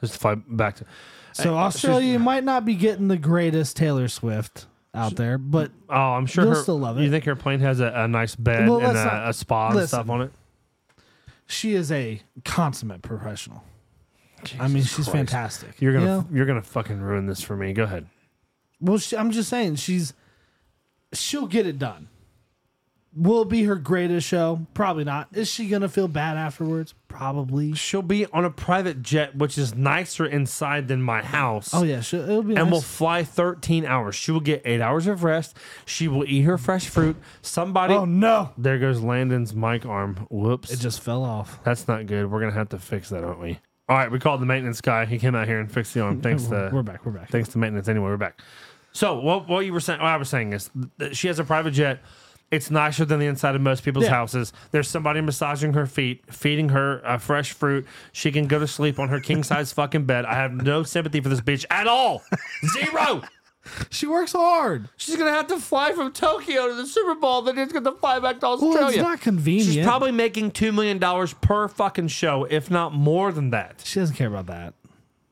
Speaker 1: Just to fly back to.
Speaker 2: So Australia might not be getting the greatest Taylor Swift out there, but
Speaker 1: Oh, I'm sure
Speaker 2: You'll
Speaker 1: her-
Speaker 2: still love it.
Speaker 1: You think her plane has a, a nice bed
Speaker 2: Well,
Speaker 1: and
Speaker 2: let's
Speaker 1: a,
Speaker 2: not-
Speaker 1: a spa and stuff
Speaker 2: listen.
Speaker 1: on it?
Speaker 2: she is a consummate professional. I mean, she's fantastic.
Speaker 1: You're
Speaker 2: you
Speaker 1: gonna
Speaker 2: know?
Speaker 1: you're gonna fucking ruin this for me. Go ahead.
Speaker 2: Well, she, I'm just saying she's she'll get it done. Will it be her greatest show? Probably not. Is she gonna feel bad afterwards? Probably.
Speaker 1: She'll be on a private jet, which is nicer inside than my house.
Speaker 2: Oh yeah, she'll, it'll be.
Speaker 1: And
Speaker 2: nice.
Speaker 1: will fly 13 hours. She will get eight hours of rest. She will eat her fresh fruit. Somebody.
Speaker 2: oh no!
Speaker 1: There goes Landon's mic arm. Whoops.
Speaker 2: It just fell off.
Speaker 1: That's not good. We're going to have to fix that, aren't we? All right. We called the maintenance guy. He came out here and fixed the arm. Thanks
Speaker 2: we're,
Speaker 1: to.
Speaker 2: we're back. We're back.
Speaker 1: Thanks to maintenance. Anyway, we're back. So, what, what you were saying, what I was saying is th- she has a private jet. It's nicer than the inside of most people's
Speaker 2: Yeah.
Speaker 1: houses. There's somebody massaging her feet, feeding her uh, fresh fruit. She can go to sleep on her king size fucking bed. I have no sympathy for this bitch at all. Zero.
Speaker 2: She works hard.
Speaker 1: She's gonna have to fly from Tokyo to the Super Bowl, then she's gonna fly back to Australia.
Speaker 2: Well, it's not convenient.
Speaker 1: She's probably making two million dollars per fucking show, if not more than that.
Speaker 2: she doesn't care about that.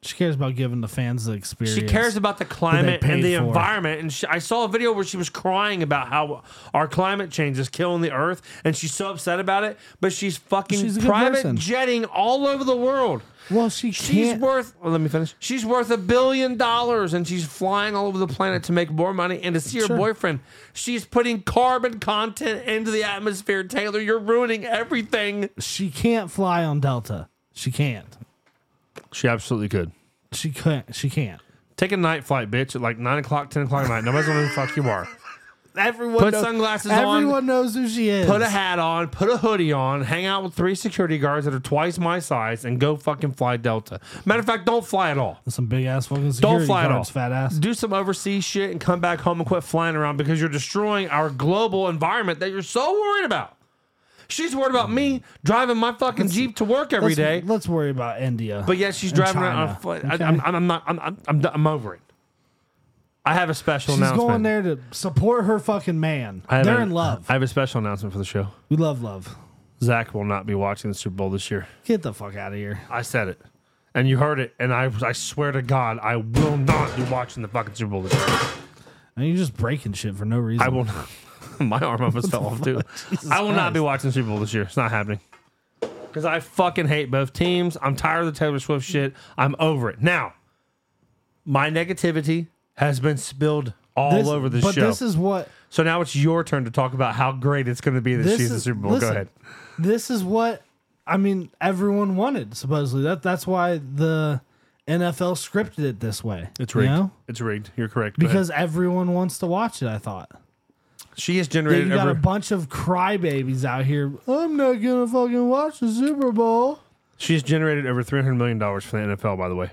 Speaker 2: She cares about giving the fans the experience.
Speaker 1: She cares about the climate
Speaker 2: paid
Speaker 1: and the
Speaker 2: for.
Speaker 1: environment. And she, I saw a video where she was crying about how our climate change is killing the earth, and she's so upset about it. But she's fucking
Speaker 2: She's a good
Speaker 1: private
Speaker 2: person.
Speaker 1: jetting all over the world.
Speaker 2: Well, she
Speaker 1: She's
Speaker 2: can't. Oh,
Speaker 1: worth. well, let me finish. She's worth a billion dollars, and she's flying all over the planet to make more money and to see her
Speaker 2: Sure.
Speaker 1: boyfriend. She's putting carbon content into the atmosphere. Taylor, you're ruining everything.
Speaker 2: she can't fly on Delta. She can't.
Speaker 1: She absolutely could.
Speaker 2: She can't. She can't.
Speaker 1: Take a night flight, bitch, at like nine o'clock, ten o'clock at night. Nobody's gonna know who the fuck you are.
Speaker 2: Everyone
Speaker 1: Put
Speaker 2: knows-
Speaker 1: sunglasses on.
Speaker 2: Everyone knows who she is.
Speaker 1: put a hat on, put a hoodie on, hang out with three security guards that are twice my size, and go fucking fly Delta. Matter of fact, don't fly at all.
Speaker 2: Some big ass fucking security
Speaker 1: Don't fly at all.
Speaker 2: guards, fat ass.
Speaker 1: Do some overseas shit and come back home and quit flying around because you're destroying our global environment that you're so worried about. She's worried about me driving my fucking Jeep to work every
Speaker 2: Let's-
Speaker 1: day,
Speaker 2: Let's worry about India.
Speaker 1: but yet she's
Speaker 2: and
Speaker 1: driving around on
Speaker 2: China,
Speaker 1: foot.
Speaker 2: okay?
Speaker 1: I, I'm, I'm, I'm not. I'm, I'm, I'm, I'm over it. I have a special
Speaker 2: She's
Speaker 1: announcement.
Speaker 2: going there to support her fucking man.
Speaker 1: I have
Speaker 2: They're
Speaker 1: a-
Speaker 2: in love.
Speaker 1: I have a special announcement for the show.
Speaker 2: we love love.
Speaker 1: Zach will not be watching the Super Bowl this year.
Speaker 2: Get the fuck out of here.
Speaker 1: I said it. And you heard it. And I, I swear to God, I will not be watching the fucking Super Bowl this year.
Speaker 2: And you're just breaking shit for no reason.
Speaker 1: I will not. My arm almost fell off, too. I will not be watching the Super Bowl this year. It's not happening. Because I fucking hate both teams. I'm tired of the Taylor Swift shit. I'm over it. Now, my negativity has been spilled all
Speaker 2: This-
Speaker 1: over the
Speaker 2: but
Speaker 1: show.
Speaker 2: this is what
Speaker 1: so now it's your turn to talk about how great it's going to be this,
Speaker 2: this
Speaker 1: season
Speaker 2: is,
Speaker 1: Super Bowl.
Speaker 2: listen,
Speaker 1: Go ahead.
Speaker 2: This is what I mean. Everyone wanted supposedly that. That's why the NFL scripted it this way.
Speaker 1: It's
Speaker 2: you
Speaker 1: rigged.
Speaker 2: know?
Speaker 1: It's rigged. You're correct. Go ahead.
Speaker 2: because everyone wants to watch it. I thought.
Speaker 1: she has
Speaker 2: Yeah,
Speaker 1: generated
Speaker 2: you got a
Speaker 1: over-
Speaker 2: bunch of crybabies out here. I'm not gonna fucking watch the Super Bowl.
Speaker 1: She's generated over three hundred million dollars for the NFL. By the way,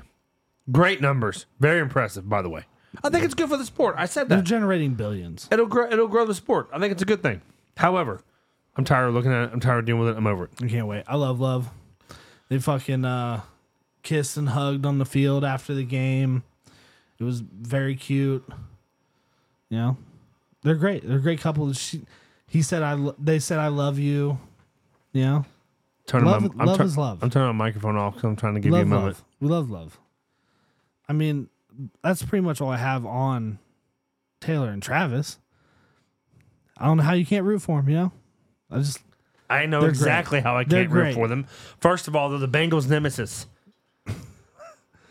Speaker 1: great numbers, very impressive. By the way, I think it's good for the sport. I said
Speaker 2: They're
Speaker 1: that
Speaker 2: generating billions.
Speaker 1: it'll grow. It'll grow the sport. I think it's a good thing. However, I'm tired of looking at it. I'm tired of dealing with it. I'm over it.
Speaker 2: I can't wait. I love love. They fucking uh, kissed and hugged on the field after the game. It was very cute. You know, they're great. They're a great couple. She, he said, "I." lo- They said, "I love you." You know,
Speaker 1: Turning
Speaker 2: Love-
Speaker 1: my, I'm
Speaker 2: love is love.
Speaker 1: I'm turning my microphone off because I'm trying to give you a
Speaker 2: love
Speaker 1: moment.
Speaker 2: love. We love love. I mean, that's pretty much all I have on Taylor and Travis. I don't know how you can't root for him. You know, I just
Speaker 1: I know
Speaker 2: They're great.
Speaker 1: exactly how I
Speaker 2: They're
Speaker 1: can't root
Speaker 2: great.
Speaker 1: for them. First of all, they're the Bengals' nemesis.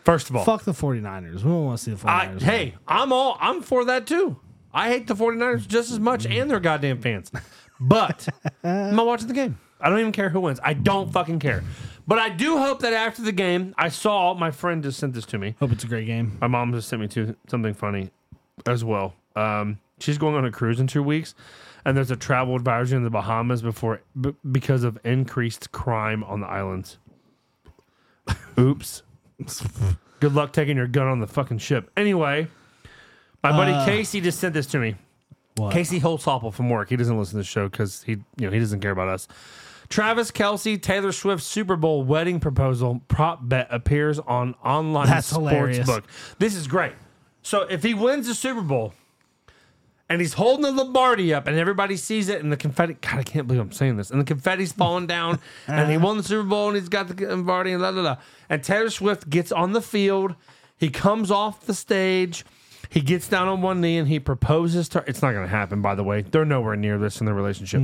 Speaker 1: First of all,
Speaker 2: fuck the 49ers. We don't want to see the 49ers.
Speaker 1: I,
Speaker 2: win.
Speaker 1: hey, I'm all I'm for that too. I hate the 49ers just as much and their goddamn fans. But I'm not watching the game. I don't even care who wins. I don't fucking care. But I do hope that after the game, I saw my friend just sent this to me.
Speaker 2: Hope it's a great game.
Speaker 1: My mom just sent me to something funny as well. Um, she's going on a cruise in two weeks, and there's a travel advisory in the Bahamas before b- because of increased crime on the islands. Oops. Good luck taking your gun on the fucking ship. Anyway, my buddy Casey just sent this to me.
Speaker 2: Uh. What?
Speaker 1: Casey Holtzopple from work. He doesn't listen to the show because he, you know, he doesn't care about us. Travis Kelsey, Taylor Swift Super Bowl wedding proposal prop bet appears on online
Speaker 2: That's
Speaker 1: sports
Speaker 2: hilarious.
Speaker 1: book. This is great. So if he wins the Super Bowl and he's holding the Lombardi up and everybody sees it and the confetti, God, I can't believe I'm saying this, and the confetti's falling down and he won the Super Bowl and he's got the Lombardi and la la la. And Taylor Swift gets on the field. He comes off the stage. He gets down on one knee and he proposes to her. It's not going to happen, by the way. They're nowhere near this in their relationship.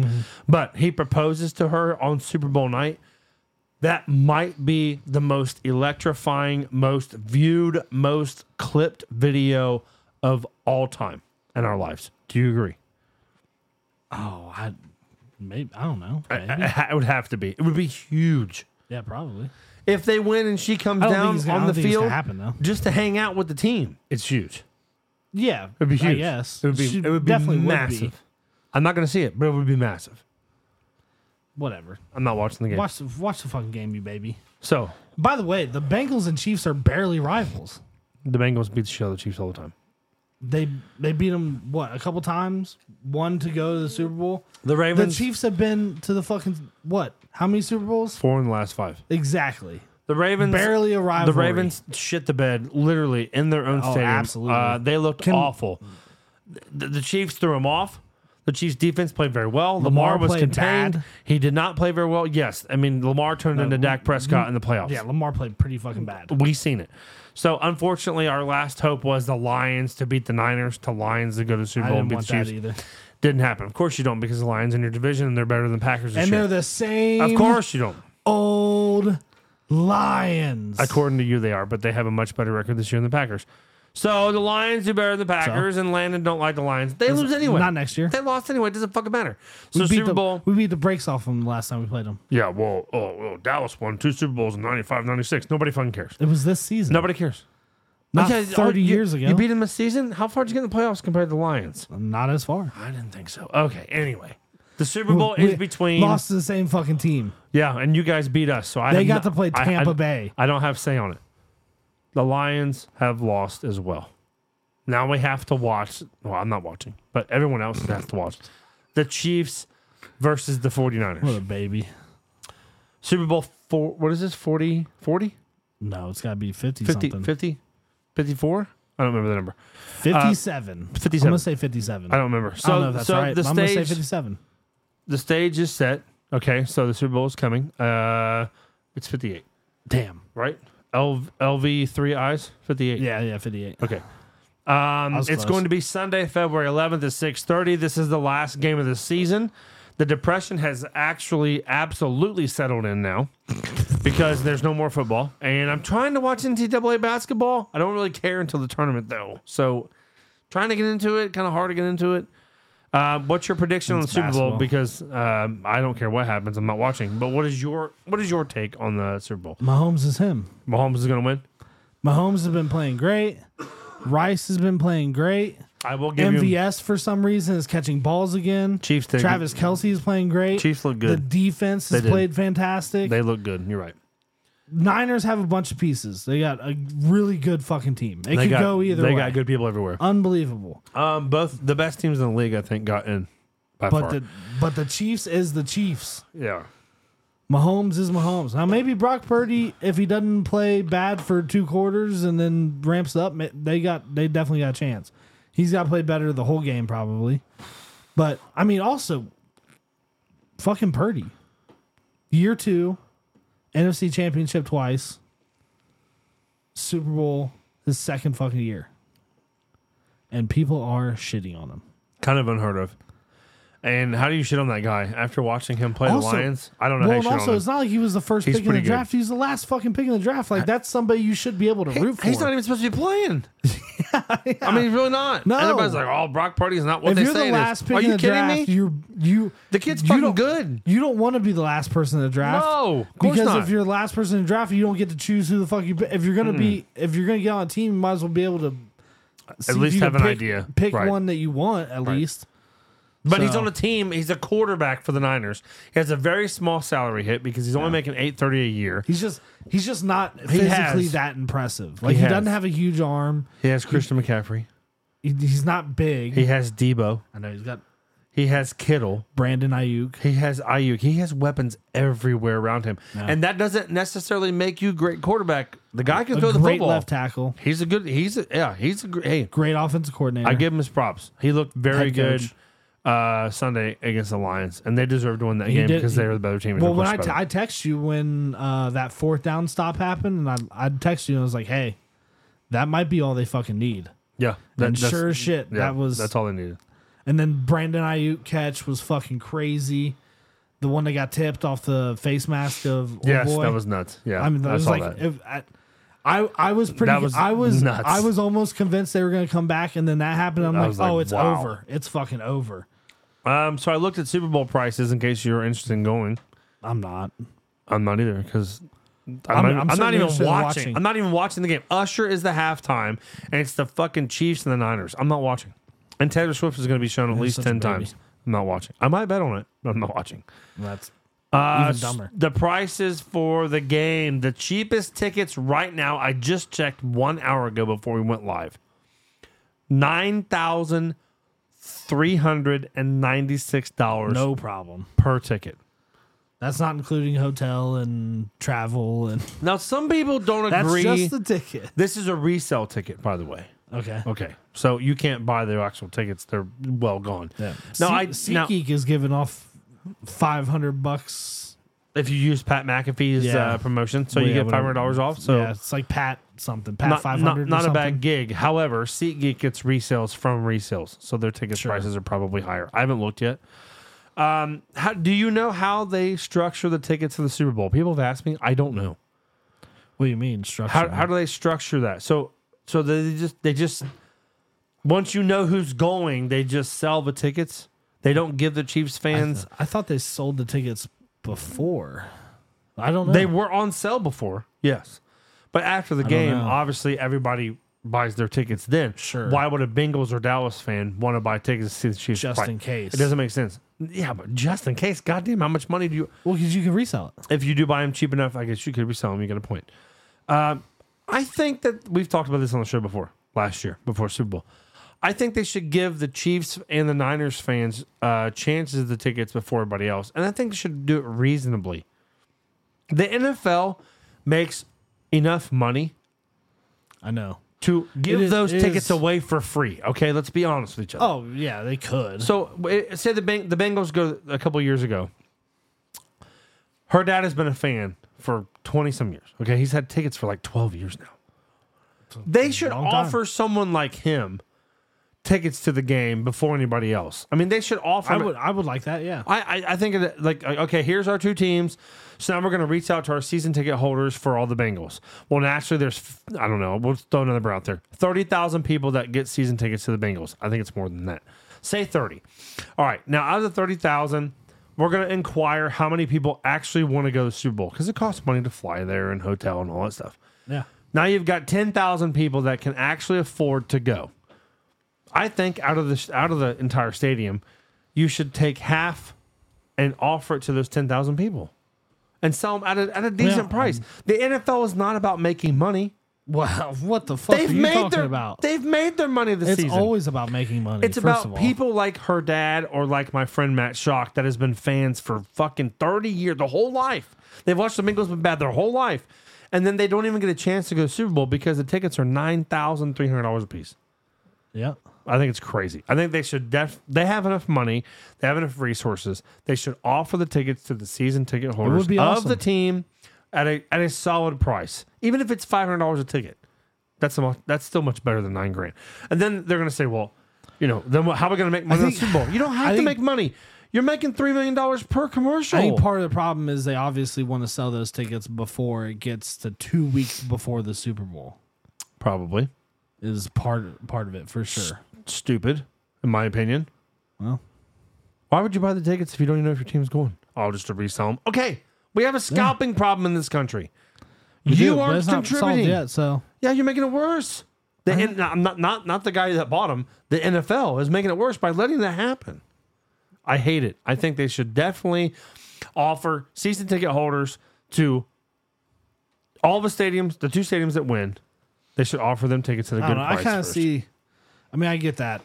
Speaker 1: But he proposes to her on Super Bowl night that might be the most electrifying, most viewed, most clipped video of all time in our lives. Do you agree?
Speaker 2: Oh, I maybe I don't know. Maybe.
Speaker 1: It would have to be. It would be huge.
Speaker 2: yeah, probably.
Speaker 1: If they win and she comes
Speaker 2: I don't think
Speaker 1: down
Speaker 2: it's gonna-
Speaker 1: on
Speaker 2: I don't
Speaker 1: the
Speaker 2: think it's gonna
Speaker 1: field
Speaker 2: happen, though.
Speaker 1: just to hang out with the team, it's huge.
Speaker 2: Yeah,
Speaker 1: It would be huge.
Speaker 2: I guess
Speaker 1: It would be,
Speaker 2: She
Speaker 1: it would be
Speaker 2: definitely
Speaker 1: massive.
Speaker 2: Would be.
Speaker 1: I'm not going to see it, but it would be massive.
Speaker 2: Whatever.
Speaker 1: I'm not watching the game.
Speaker 2: Watch the watch the fucking game, you baby.
Speaker 1: So
Speaker 2: By the way, the Bengals and Chiefs are barely rivals.
Speaker 1: the Bengals beat the shit out of the Chiefs all the time.
Speaker 2: They they beat them what a couple times. One to go to the Super Bowl.
Speaker 1: The
Speaker 2: The
Speaker 1: Ravens,
Speaker 2: Chiefs have been to the fucking what? How many Super Bowls?
Speaker 1: four in the last five.
Speaker 2: Exactly.
Speaker 1: The Ravens
Speaker 2: Barely a rivalry.
Speaker 1: The Ravens shit the bed literally in their own
Speaker 2: Oh,
Speaker 1: stadium.
Speaker 2: absolutely.
Speaker 1: Uh, they looked
Speaker 2: Can-
Speaker 1: awful. The, the Chiefs threw him off. The Chiefs defense played very well. Lamar,
Speaker 2: Lamar
Speaker 1: was
Speaker 2: played
Speaker 1: contained.
Speaker 2: bad.
Speaker 1: He did not play very well. Yes, I mean Lamar turned into Dak Prescott in the playoffs.
Speaker 2: Mm-hmm. Yeah, Lamar played pretty fucking bad.
Speaker 1: we seen it. So unfortunately, our last hope was the Lions to beat the Niners, to Lions to go to the Super
Speaker 2: I
Speaker 1: Bowl and
Speaker 2: didn't
Speaker 1: beat the
Speaker 2: want that
Speaker 1: Chiefs.
Speaker 2: either.
Speaker 1: Didn't happen. Of course you don't, because the Lions in your division and they're better than Packers and,
Speaker 2: And they're
Speaker 1: shit.
Speaker 2: the same.
Speaker 1: of course you don't.
Speaker 2: old Lions.
Speaker 1: According to you, they are, but they have a much better record this year than the Packers. So the Lions do better than the Packers, and Landon don't like the Lions. They lose anyway.
Speaker 2: not next year.
Speaker 1: They lost anyway. It doesn't fucking matter. So
Speaker 2: we beat,
Speaker 1: Super
Speaker 2: the,
Speaker 1: Bowl.
Speaker 2: we beat the brakes off them the last time we played them.
Speaker 1: Yeah, well, oh, well, Dallas won two Super Bowls in 95, 96. Nobody fucking cares.
Speaker 2: It was this season.
Speaker 1: Nobody cares.
Speaker 2: not
Speaker 1: Yeah,
Speaker 2: 30
Speaker 1: oh, you-
Speaker 2: years ago.
Speaker 1: You beat them this season? How far did you get in the playoffs compared to the Lions?
Speaker 2: not as far.
Speaker 1: I didn't think so. Okay, anyway. The Super Bowl is between.
Speaker 2: lost to the same fucking team.
Speaker 1: Yeah, and you guys beat us. So I
Speaker 2: They
Speaker 1: have
Speaker 2: got
Speaker 1: no-
Speaker 2: to play
Speaker 1: I- I-
Speaker 2: Tampa Bay.
Speaker 1: I don't have say on it. The Lions have lost as well. Now we have to watch. Well, I'm not watching, but everyone else has to watch. The Chiefs versus the 49ers.
Speaker 2: What a baby.
Speaker 1: Super Bowl four. What is this? 40, 40,
Speaker 2: No, it's got to be 50,
Speaker 1: 50,
Speaker 2: something.
Speaker 1: 50, 54? I don't remember the number.
Speaker 2: 57.
Speaker 1: 57.
Speaker 2: I'm going to say 57.
Speaker 1: uh, I don't remember.
Speaker 2: I
Speaker 1: So,
Speaker 2: don't know if that's
Speaker 1: so
Speaker 2: right.
Speaker 1: the
Speaker 2: but I'm going to say
Speaker 1: stage,
Speaker 2: 57.
Speaker 1: the stage is set. Okay, so the Super Bowl is coming. Uh, it's 58,
Speaker 2: Damn.
Speaker 1: right? L- LV three eyes, 58.
Speaker 2: Yeah, yeah, 58.
Speaker 1: Okay. Um,
Speaker 2: was
Speaker 1: it's
Speaker 2: close.
Speaker 1: going to be Sunday, February 11th at 6:30. This is the last game of the season. The depression has actually absolutely settled in now because there's no more football, and I'm trying to watch NCAA basketball. I don't really care until the tournament though, so trying to get into it, kind of hard to get into it. Uh, what's your prediction on the
Speaker 2: It's
Speaker 1: Super Bowl?
Speaker 2: basketball.
Speaker 1: Because um, I don't care what happens, I'm not watching. But what is your what is your take on the Super Bowl?
Speaker 2: Mahomes is him.
Speaker 1: Mahomes is going to win.
Speaker 2: Mahomes has been playing great. Rice has been playing great.
Speaker 1: I will give you
Speaker 2: MVS for some reason is catching balls again.
Speaker 1: Chiefs take-
Speaker 2: Travis Kelsey is playing great.
Speaker 1: Chiefs look
Speaker 2: The
Speaker 1: good.
Speaker 2: defense has
Speaker 1: They did.
Speaker 2: played fantastic.
Speaker 1: They look good. You're right.
Speaker 2: Niners have a bunch of pieces. They got a really good fucking team. It could
Speaker 1: got,
Speaker 2: go either
Speaker 1: They
Speaker 2: way.
Speaker 1: got good people everywhere.
Speaker 2: Unbelievable.
Speaker 1: Um, both the best teams in the league, I think, got in by
Speaker 2: But
Speaker 1: far.
Speaker 2: the but the Chiefs is the Chiefs.
Speaker 1: yeah,
Speaker 2: Mahomes is Mahomes. Now maybe Brock Purdy, if he doesn't play bad for two quarters and then ramps up, ma- they got they definitely got a chance. He's got to play better the whole game probably. But I mean, also, fucking Purdy, year two, NFC Championship twice, Super Bowl his second fucking year, and people are shitting on him.
Speaker 1: kind of unheard of. And how do you shit on that guy after watching him play
Speaker 2: Also-
Speaker 1: the Lions? I don't know
Speaker 2: Well,
Speaker 1: how you
Speaker 2: and
Speaker 1: shit
Speaker 2: also,
Speaker 1: on
Speaker 2: it's
Speaker 1: him.
Speaker 2: not like he was the first
Speaker 1: He's
Speaker 2: pick in the
Speaker 1: pretty good.
Speaker 2: draft. He's the last fucking pick in the draft. Like that's somebody you should be able to root for.
Speaker 1: He's not even supposed to be playing. I mean, he's really not.
Speaker 2: No.
Speaker 1: And everybody's like, "Oh, Brock Purdy's not what
Speaker 2: if
Speaker 1: they
Speaker 2: you're
Speaker 1: say."
Speaker 2: the
Speaker 1: it is."
Speaker 2: last pick
Speaker 1: Are
Speaker 2: in
Speaker 1: you
Speaker 2: the
Speaker 1: kidding
Speaker 2: draft,
Speaker 1: me?
Speaker 2: you you
Speaker 1: The kid's
Speaker 2: you
Speaker 1: fucking
Speaker 2: don't-
Speaker 1: good.
Speaker 2: You don't want to be the last person in the draft.
Speaker 1: No, of course
Speaker 2: because
Speaker 1: not.
Speaker 2: if you're the last person in the draft, you don't get to choose who the fuck you. If you're gonna be, if you're gonna get on a team, you might as well be able to see if
Speaker 1: least
Speaker 2: you can
Speaker 1: have an
Speaker 2: pick-
Speaker 1: idea.
Speaker 2: Pick
Speaker 1: Right.
Speaker 2: one that you want at least.
Speaker 1: But he's
Speaker 2: So-
Speaker 1: on a team. He's a quarterback for the Niners. He has a very small salary hit because he's only making eight thirty a year.
Speaker 2: He's just he's just not
Speaker 1: He
Speaker 2: physically
Speaker 1: has-
Speaker 2: that impressive. Like he,
Speaker 1: has.
Speaker 2: doesn't have a huge arm.
Speaker 1: He has Christian McCaffrey.
Speaker 2: He, he's not big.
Speaker 1: He has Debo.
Speaker 2: I know he's got
Speaker 1: He has Kittle.
Speaker 2: Brandon Ayuk.
Speaker 1: He has Ayuk. He has weapons everywhere around him, and that doesn't necessarily make you a great quarterback. The guy can
Speaker 2: A
Speaker 1: throw the
Speaker 2: great
Speaker 1: football.
Speaker 2: left tackle.
Speaker 1: He's a good. He's a yeah. He's a great. Hey,
Speaker 2: Great offensive coordinator.
Speaker 1: I give him his props. He looked very
Speaker 2: Head coach.
Speaker 1: good uh, Sunday against the Lions, and they deserved to win that
Speaker 2: He
Speaker 1: game
Speaker 2: did-
Speaker 1: because they were the better team. and
Speaker 2: Well,
Speaker 1: they
Speaker 2: when
Speaker 1: pushed
Speaker 2: I, t-
Speaker 1: better.
Speaker 2: I text you when uh, that fourth down stop happened, and I I text you and I was like, "Hey, that might be all they fucking need."
Speaker 1: yeah,
Speaker 2: and
Speaker 1: that's-
Speaker 2: sure as shit,
Speaker 1: yeah,
Speaker 2: that was.
Speaker 1: that's all they needed.
Speaker 2: And then Brandon Ayuk catch was fucking crazy. The one that got tipped off the face mask of old
Speaker 1: Yes,
Speaker 2: boy.
Speaker 1: that was nuts. Yeah,
Speaker 2: I mean, that
Speaker 1: I
Speaker 2: was
Speaker 1: saw
Speaker 2: like
Speaker 1: that.
Speaker 2: if- I, I I was pretty.
Speaker 1: That was
Speaker 2: I was
Speaker 1: nuts.
Speaker 2: I was almost convinced they were going to come back, and then that happened. I'm
Speaker 1: I
Speaker 2: like,
Speaker 1: was like,
Speaker 2: oh, it's
Speaker 1: wow.
Speaker 2: over. It's fucking over.
Speaker 1: Um, so I looked at Super Bowl prices in case you were interested in going.
Speaker 2: I'm not.
Speaker 1: I'm not either because I'm,
Speaker 2: I'm-
Speaker 1: not-
Speaker 2: I'm
Speaker 1: I'm not
Speaker 2: certainly
Speaker 1: even
Speaker 2: interested
Speaker 1: watching.
Speaker 2: in watching.
Speaker 1: I'm not even watching the game. Usher is the halftime, and it's the fucking Chiefs and the Niners. I'm not watching. And Taylor Swift is going to be shown at least
Speaker 2: such a
Speaker 1: ten
Speaker 2: baby.
Speaker 1: times. I'm not watching. I might bet on it, but I'm not watching.
Speaker 2: That's
Speaker 1: Uh,
Speaker 2: Even
Speaker 1: s-
Speaker 2: dumber.
Speaker 1: The prices for the game. The cheapest tickets right now, I just checked one hour ago before we went live. Nine thousand three hundred and ninety-six dollars
Speaker 2: no problem.
Speaker 1: per ticket.
Speaker 2: That's not including hotel and travel and
Speaker 1: Now, some people don't
Speaker 2: that's
Speaker 1: agree.
Speaker 2: just the ticket.
Speaker 1: this is a resale ticket, by the way.
Speaker 2: Okay.
Speaker 1: Okay, so you can't buy the actual tickets; they're well gone. No, I
Speaker 2: Se-
Speaker 1: now,
Speaker 2: SeatGeek is giving off five hundred bucks.
Speaker 1: if you use Pat McAfee's
Speaker 2: Yeah.
Speaker 1: uh, promotion, so
Speaker 2: Well,
Speaker 1: you
Speaker 2: yeah,
Speaker 1: get five
Speaker 2: whatever.
Speaker 1: hundred dollars off.
Speaker 2: So
Speaker 1: So
Speaker 2: yeah, it's like Pat something. Pat
Speaker 1: not,
Speaker 2: five
Speaker 1: not-
Speaker 2: hundred.
Speaker 1: not a bad gig. However, SeatGeek gets resales from resales, so their ticket
Speaker 2: Sure.
Speaker 1: prices are probably higher. I haven't looked yet. Um, how do you know how they structure the tickets for the Super Bowl? People have asked me. I don't know.
Speaker 2: What do you mean structure?
Speaker 1: How, how do they structure that? So so they just they just once you know who's going, they just sell the tickets. They don't give the Chiefs fans.
Speaker 2: I thought they sold the tickets before. I don't know.
Speaker 1: They were on sale before, yes, but after the game,
Speaker 2: know.
Speaker 1: obviously everybody buys their tickets. Then,
Speaker 2: Sure.
Speaker 1: why would a Bengals or Dallas fan want to buy tickets to see the Chiefs?
Speaker 2: Just
Speaker 1: fight?
Speaker 2: in case.
Speaker 1: it doesn't make sense. Yeah, but just in case, goddamn, how much money do you?
Speaker 2: well because you can resell it.
Speaker 1: if you do buy them cheap enough, I guess you could resell them. You get a point. Um, I think that we've talked about this on the show before, last year, before Super Bowl. I think they should give the Chiefs and the Niners fans uh, chances of the tickets before everybody else, and I think they should do it reasonably. The NFL makes enough money
Speaker 2: I know.
Speaker 1: to give
Speaker 2: is-
Speaker 1: those
Speaker 2: it
Speaker 1: tickets
Speaker 2: is-
Speaker 1: away for free. Okay, let's be honest with each other.
Speaker 2: Oh yeah, they could.
Speaker 1: So eh, say the Beng- the Bengals go a couple years ago. Her dad has been a fan for twenty some years. Okay, he's had tickets for like twelve years now. They should
Speaker 2: long time.
Speaker 1: offer someone like him tickets to the game before anybody else. I mean, they should offer.
Speaker 2: I
Speaker 1: him-
Speaker 2: would. I would like that. Yeah.
Speaker 1: I, I, I think that, like uh, okay, here's our two teams. So now we're going to reach out to our season ticket holders for all the Bengals. Well, naturally, there's f- I don't know. We'll just throw another number out there. Thirty thousand people that get season tickets to the Bengals. I think it's more than that. Say thirty. All right. Now out of the thirty thousand, we're going to inquire how many people actually want to go to the Super Bowl because it costs money to fly there and hotel and all that stuff.
Speaker 2: Yeah.
Speaker 1: Now you've got ten thousand people that can actually afford to go. I think out of the out of the entire stadium, you should take half and offer it to those ten thousand people, and sell them at a, at a decent
Speaker 2: Yeah,
Speaker 1: price. the NFL is not about making money.
Speaker 2: Wow. What the fuck
Speaker 1: They've
Speaker 2: are you
Speaker 1: made
Speaker 2: talking
Speaker 1: their
Speaker 2: about?
Speaker 1: they've made their money this
Speaker 2: It's
Speaker 1: season.
Speaker 2: always about making money.
Speaker 1: it's
Speaker 2: first of
Speaker 1: about
Speaker 2: all.
Speaker 1: people like her dad or like my friend Matt Shock that has been fans for fucking thirty years, the whole life. They've watched the Bengals been bad their whole life, and then they don't even get a chance to go to the Super Bowl because the tickets are nine thousand three hundred dollars a piece.
Speaker 2: Yeah.
Speaker 1: I think it's crazy. I think they should def they have enough money, they have enough resources. They should offer the tickets to the season ticket holders
Speaker 2: be
Speaker 1: of
Speaker 2: awesome.
Speaker 1: the team at a at a solid price. Even if it's five hundred dollars a ticket. That's a, mu- that's still much better than nine grand. And then they're gonna say, Well, you know, then what- how are we gonna make money on the
Speaker 2: think-
Speaker 1: Super Bowl? You don't have
Speaker 2: I
Speaker 1: to
Speaker 2: think-
Speaker 1: make money. You're making three million dollars per commercial.
Speaker 2: I think part of the problem is they obviously want to sell those tickets before it gets to two weeks before the Super Bowl.
Speaker 1: Probably.
Speaker 2: is part part of it for sure.
Speaker 1: Stupid, in my opinion.
Speaker 2: Well,
Speaker 1: Why would you buy the tickets if you don't even know if your team's going? Oh, just to resell them. Okay, we have a scalping problem in this country.
Speaker 2: we do,
Speaker 1: You
Speaker 2: but
Speaker 1: aren't
Speaker 2: it's not solved
Speaker 1: contributing.
Speaker 2: yet. So
Speaker 1: Yeah, you're making it worse. The N- I'm not not not the guy that bought him. The NFL is making it worse by letting that happen. I hate it. I think they should definitely offer season ticket holders to all the stadiums, the two stadiums that win. They should offer them tickets at a
Speaker 2: I
Speaker 1: good
Speaker 2: don't know. I
Speaker 1: price.
Speaker 2: kind of
Speaker 1: first.
Speaker 2: see. I mean, I get that,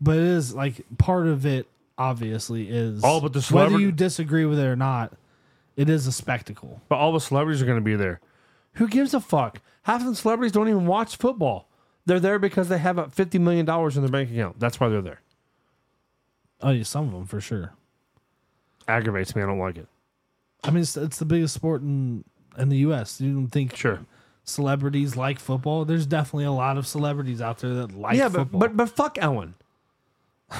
Speaker 2: but it is like part of it. Obviously, is
Speaker 1: All Oh, but the
Speaker 2: whether
Speaker 1: celebrity-
Speaker 2: you disagree with it or not, it is a spectacle.
Speaker 1: but all the celebrities are going to be there. Who gives a fuck? Half of the celebrities don't even watch football. They're there because they have uh, fifty million dollars in their bank account. That's why they're there.
Speaker 2: Oh, yeah, some of them for sure.
Speaker 1: Aggravates me. I don't like it.
Speaker 2: I mean, it's, it's the biggest sport in in the U.S. You don't think
Speaker 1: Sure.
Speaker 2: celebrities like football? There's definitely a lot of celebrities out there that like
Speaker 1: yeah,
Speaker 2: football.
Speaker 1: but but but fuck Ellen.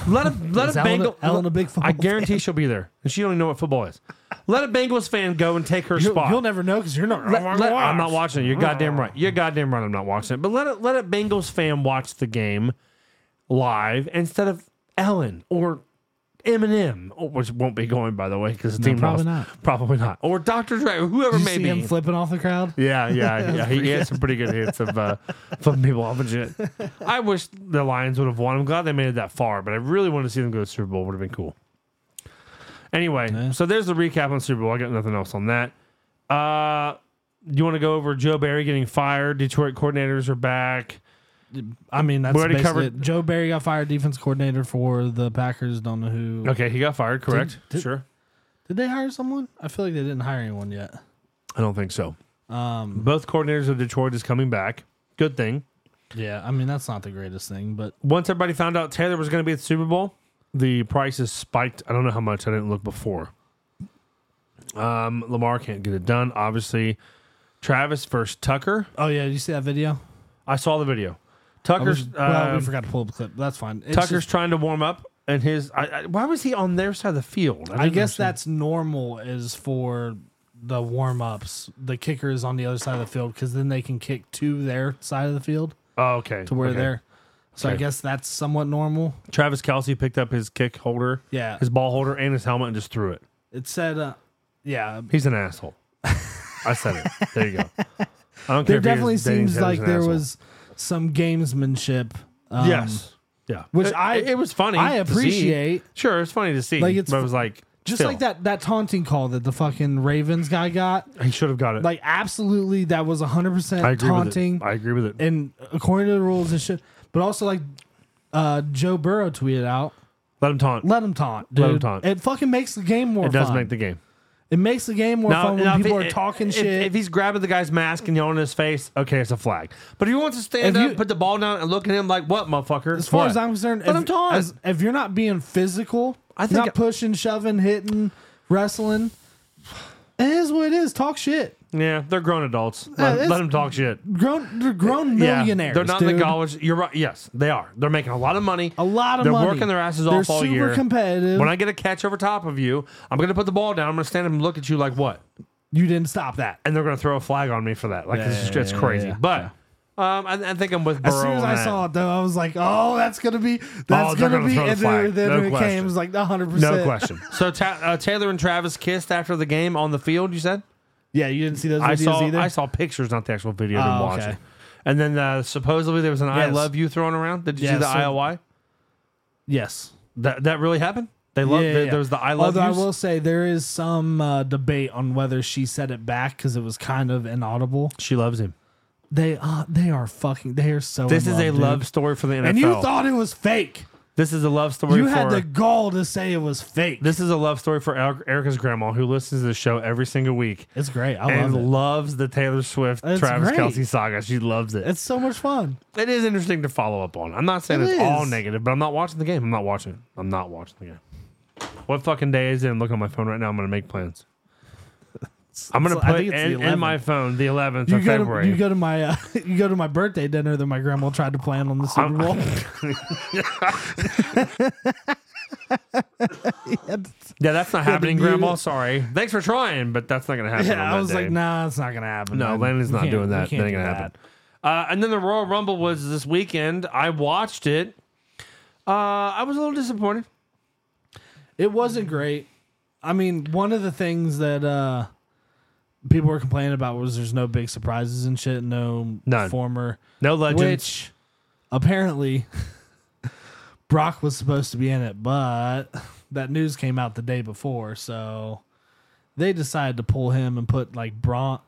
Speaker 1: Let a let
Speaker 2: Is
Speaker 1: a
Speaker 2: Ellen a-
Speaker 1: Bengal.
Speaker 2: Ellen a big football
Speaker 1: I guarantee she'll be there, and she don't even know what football is. Let a Bengals fan go and take her
Speaker 2: You'll-
Speaker 1: spot.
Speaker 2: you'll never know because you're not.
Speaker 1: Let- let- I'm not watching it. You're goddamn right. You're goddamn right. I'm not watching it. But let a, let a Bengals fan watch the game live instead of Ellen or Eminem, or- which won't be going by the way because the team
Speaker 2: probably
Speaker 1: lost.
Speaker 2: not.
Speaker 1: Probably not. Or Dr. Dre, or whoever
Speaker 2: Did you
Speaker 1: may
Speaker 2: see
Speaker 1: be.
Speaker 2: him flipping off the crowd?
Speaker 1: Yeah, yeah, yeah. He, he had some pretty good hits of uh, flipping people off and shit. I wish the Lions would have won. I'm glad they made it that far, but I really wanted to see them go to the Super Bowl. Would have been cool. Anyway, so there's the recap on Super Bowl. I got nothing else on that. Uh, you want to go over Joe Barry getting fired? Detroit coordinators are back.
Speaker 2: I mean, that's
Speaker 1: We already
Speaker 2: basically
Speaker 1: covered-
Speaker 2: it. Joe Barry got fired, defense coordinator for the Packers. Don't know who.
Speaker 1: Okay, he got fired. Correct.
Speaker 2: did-
Speaker 1: sure.
Speaker 2: Did they hire someone? I feel like they didn't hire anyone yet.
Speaker 1: I don't think so.
Speaker 2: Um,
Speaker 1: Both coordinators of Detroit is coming back. Good thing.
Speaker 2: yeah, I mean that's not the greatest thing, but
Speaker 1: once everybody found out Taylor was going to be at the Super Bowl, the prices spiked. I don't know how much. I didn't look before. Um, Lamar can't get it done. Obviously, Travis versus Tucker.
Speaker 2: oh yeah, you see that video?
Speaker 1: I saw the video.
Speaker 2: I
Speaker 1: Tucker's
Speaker 2: wish- well,
Speaker 1: um,
Speaker 2: we forgot to pull up the clip. That's fine. It's
Speaker 1: Tucker's
Speaker 2: just-
Speaker 1: trying to warm up, and his. I, I, why was he on their side of the field?
Speaker 2: I
Speaker 1: didn't
Speaker 2: guess
Speaker 1: understand.
Speaker 2: that's normal. Is for the warm ups. The kicker is on the other side of the field because then they can kick to their side of the field
Speaker 1: Oh, okay.
Speaker 2: to where
Speaker 1: okay.
Speaker 2: they're. So I
Speaker 1: Okay.
Speaker 2: guess that's somewhat normal.
Speaker 1: Travis Kelsey picked up his kick holder,
Speaker 2: Yeah,
Speaker 1: his ball holder, and his helmet, and just threw it.
Speaker 2: it said. Uh, yeah,
Speaker 1: He's an asshole. I said it. There you go. I don't care. if he
Speaker 2: there
Speaker 1: is
Speaker 2: definitely
Speaker 1: dating
Speaker 2: seems
Speaker 1: Taylor's
Speaker 2: like
Speaker 1: an
Speaker 2: there
Speaker 1: asshole.
Speaker 2: was some gamesmanship. Um,
Speaker 1: yes. Yeah.
Speaker 2: which
Speaker 1: It-
Speaker 2: I-
Speaker 1: it, it was funny.
Speaker 2: I
Speaker 1: to see.
Speaker 2: appreciate.
Speaker 1: Sure, it's funny to see.
Speaker 2: Like,
Speaker 1: Like
Speaker 2: it's
Speaker 1: it's but it was like
Speaker 2: Just
Speaker 1: still,
Speaker 2: like that that taunting call that the fucking Ravens guy got,
Speaker 1: He should have got it.
Speaker 2: like absolutely that was hundred
Speaker 1: I
Speaker 2: percent
Speaker 1: agree
Speaker 2: taunting
Speaker 1: with it. I agree with it.
Speaker 2: and according to the rules and shit. But also like uh, Joe Burrow tweeted out,
Speaker 1: Let him taunt.
Speaker 2: "Let him taunt, dude.
Speaker 1: Let 'em taunt.
Speaker 2: It fucking makes the game more.
Speaker 1: it does
Speaker 2: fun.
Speaker 1: make the game.
Speaker 2: it makes the game more fun when
Speaker 1: if
Speaker 2: people
Speaker 1: he-
Speaker 2: are talking
Speaker 1: if-
Speaker 2: shit.
Speaker 1: If he's grabbing the guy's mask and yelling in his face, okay, it's a flag. But if he wants to stand
Speaker 2: If
Speaker 1: up,
Speaker 2: you-
Speaker 1: put the ball down, and look at him like, "What, motherfucker?"
Speaker 2: as far
Speaker 1: What?
Speaker 2: as I'm concerned,
Speaker 1: let
Speaker 2: if,
Speaker 1: him taunt.
Speaker 2: as- if you're not being physical,
Speaker 1: I think-
Speaker 2: not pushing, shoving, hitting, wrestling, it is what it is. Talk shit.
Speaker 1: yeah, they're grown adults.
Speaker 2: Yeah,
Speaker 1: Let,
Speaker 2: it's-
Speaker 1: let them talk shit.
Speaker 2: Grown, they're grown millionaires.
Speaker 1: Yeah, they're not in
Speaker 2: dude.
Speaker 1: the college. You're right. Yes, they are. They're making a lot of money.
Speaker 2: A lot of
Speaker 1: they're
Speaker 2: money.
Speaker 1: working their asses
Speaker 2: They're
Speaker 1: off all
Speaker 2: super
Speaker 1: year.
Speaker 2: competitive.
Speaker 1: When I get a catch over top of you, I'm going to put the ball down. I'm going to stand up and look at you like what?
Speaker 2: You didn't stop that.
Speaker 1: and they're going to throw a flag on me for that. Like it's, just, it's crazy.
Speaker 2: yeah,
Speaker 1: but um, I, I think I'm with Burrow.
Speaker 2: As soon as
Speaker 1: on
Speaker 2: I
Speaker 1: that.
Speaker 2: saw it, though, I was like, "Oh, that's gonna be, that's
Speaker 1: they're
Speaker 2: gonna,
Speaker 1: gonna
Speaker 2: be."
Speaker 1: throw the
Speaker 2: And then,
Speaker 1: flag.
Speaker 2: then
Speaker 1: No
Speaker 2: it came,
Speaker 1: question.
Speaker 2: it was like, "100 percent."
Speaker 1: no question. So ta- uh, Taylor and Travis kissed after the game on the field. You said
Speaker 2: Yeah, you didn't see those videos
Speaker 1: I saw
Speaker 2: either.
Speaker 1: I saw pictures, not the actual video.
Speaker 2: Oh,
Speaker 1: I've
Speaker 2: okay.
Speaker 1: been watching. And then uh, supposedly there was an "I
Speaker 2: Yes.
Speaker 1: love you" thrown around. Did you
Speaker 2: Yeah,
Speaker 1: see the
Speaker 2: so-
Speaker 1: IOI?
Speaker 2: Yes,
Speaker 1: That that really happened. They love.
Speaker 2: Yeah, yeah, yeah.
Speaker 1: There was the "I love
Speaker 2: Although
Speaker 1: you."
Speaker 2: I will say there is some uh, debate on whether she said it back because it was kind of inaudible.
Speaker 1: she loves him.
Speaker 2: They uh, they are fucking. They are so.
Speaker 1: This
Speaker 2: in
Speaker 1: is a
Speaker 2: dude.
Speaker 1: love story for the NFL.
Speaker 2: and you thought it was fake.
Speaker 1: this is a love story. for,
Speaker 2: You had the gall to say it was fake.
Speaker 1: This is a love story for Er- Erica's grandma who listens to the show every single week.
Speaker 2: it's great. I
Speaker 1: and
Speaker 2: love it.
Speaker 1: loves the Taylor Swift
Speaker 2: That's
Speaker 1: Travis
Speaker 2: great.
Speaker 1: Kelsey saga. She loves it.
Speaker 2: It's so much fun.
Speaker 1: it is interesting to follow up on. I'm not saying
Speaker 2: It
Speaker 1: it's all
Speaker 2: is.
Speaker 1: negative, but I'm not watching the game. I'm not watching it. I'm not watching the game. What fucking day is it? I'm looking at my phone right now. I'm gonna make plans. I'm gonna
Speaker 2: it's- I
Speaker 1: put
Speaker 2: think it's the
Speaker 1: in, in my
Speaker 2: 11th.
Speaker 1: phone the 11th
Speaker 2: You
Speaker 1: of
Speaker 2: go, to,
Speaker 1: February.
Speaker 2: you go to my uh, you go to my birthday dinner that my grandma tried to plan on the Super
Speaker 1: I'm-
Speaker 2: Bowl.
Speaker 1: yeah, that's not happening,
Speaker 2: to mute
Speaker 1: Grandma.
Speaker 2: it.
Speaker 1: Sorry. Thanks for trying, but that's not gonna happen. on
Speaker 2: yeah, I
Speaker 1: that
Speaker 2: was
Speaker 1: day.
Speaker 2: like, nah, it's not gonna happen.
Speaker 1: No,
Speaker 2: man.
Speaker 1: Landon's
Speaker 2: We
Speaker 1: not
Speaker 2: can't-
Speaker 1: doing
Speaker 2: we
Speaker 1: that. That
Speaker 2: can't
Speaker 1: ain't
Speaker 2: do
Speaker 1: gonna
Speaker 2: that."
Speaker 1: happen. Uh, and then the Royal Rumble was this weekend. I watched it. Uh, I was a little disappointed.
Speaker 2: It wasn't great. I mean, one of the things that uh, people were complaining about was there's no big surprises and shit. No
Speaker 1: None.
Speaker 2: former,
Speaker 1: No legends.
Speaker 2: which apparently Brock was supposed to be in it, but that news came out the day before, so they decided to pull him and put like Braun.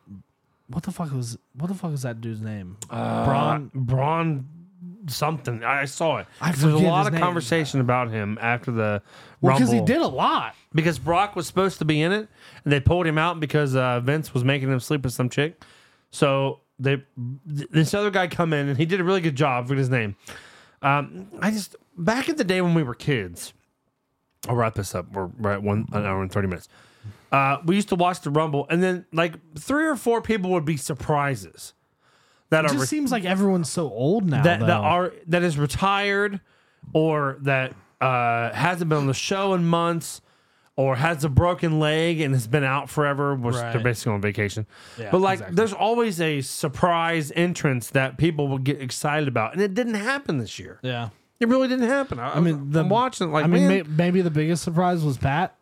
Speaker 2: What the fuck was what the fuck is that dude's name?
Speaker 1: Uh,
Speaker 2: Braun.
Speaker 1: Braun something. I I saw it.
Speaker 2: I
Speaker 1: There's a
Speaker 2: forget
Speaker 1: lot
Speaker 2: his
Speaker 1: of
Speaker 2: name.
Speaker 1: conversation about him after the
Speaker 2: Well,
Speaker 1: Rumble
Speaker 2: because he did a lot.
Speaker 1: because Brock was supposed to be in it, and they pulled him out because uh, Vince was making him sleep with some chick. So they th- this other guy come in, and he did a really good job. Forget his name. Um, I just back in the day when we were kids. I'll wrap this up. We're, we're at one an hour and thirty minutes. Uh, we used to watch the Rumble, and then like three or four people would be surprises that
Speaker 2: It
Speaker 1: are
Speaker 2: just seems like everyone's so old now.
Speaker 1: that that
Speaker 2: though.
Speaker 1: are that is retired or that uh, hasn't been on the show in months or has a broken leg and has been out forever which they're
Speaker 2: Right.
Speaker 1: basically on vacation but like
Speaker 2: exactly.
Speaker 1: there's always a surprise entrance that people will get excited about and it didn't happen this year
Speaker 2: yeah.
Speaker 1: it really didn't happen i,
Speaker 2: I mean, the,
Speaker 1: i'm watching it like
Speaker 2: I mean,
Speaker 1: man,
Speaker 2: may, maybe the biggest surprise was Pat.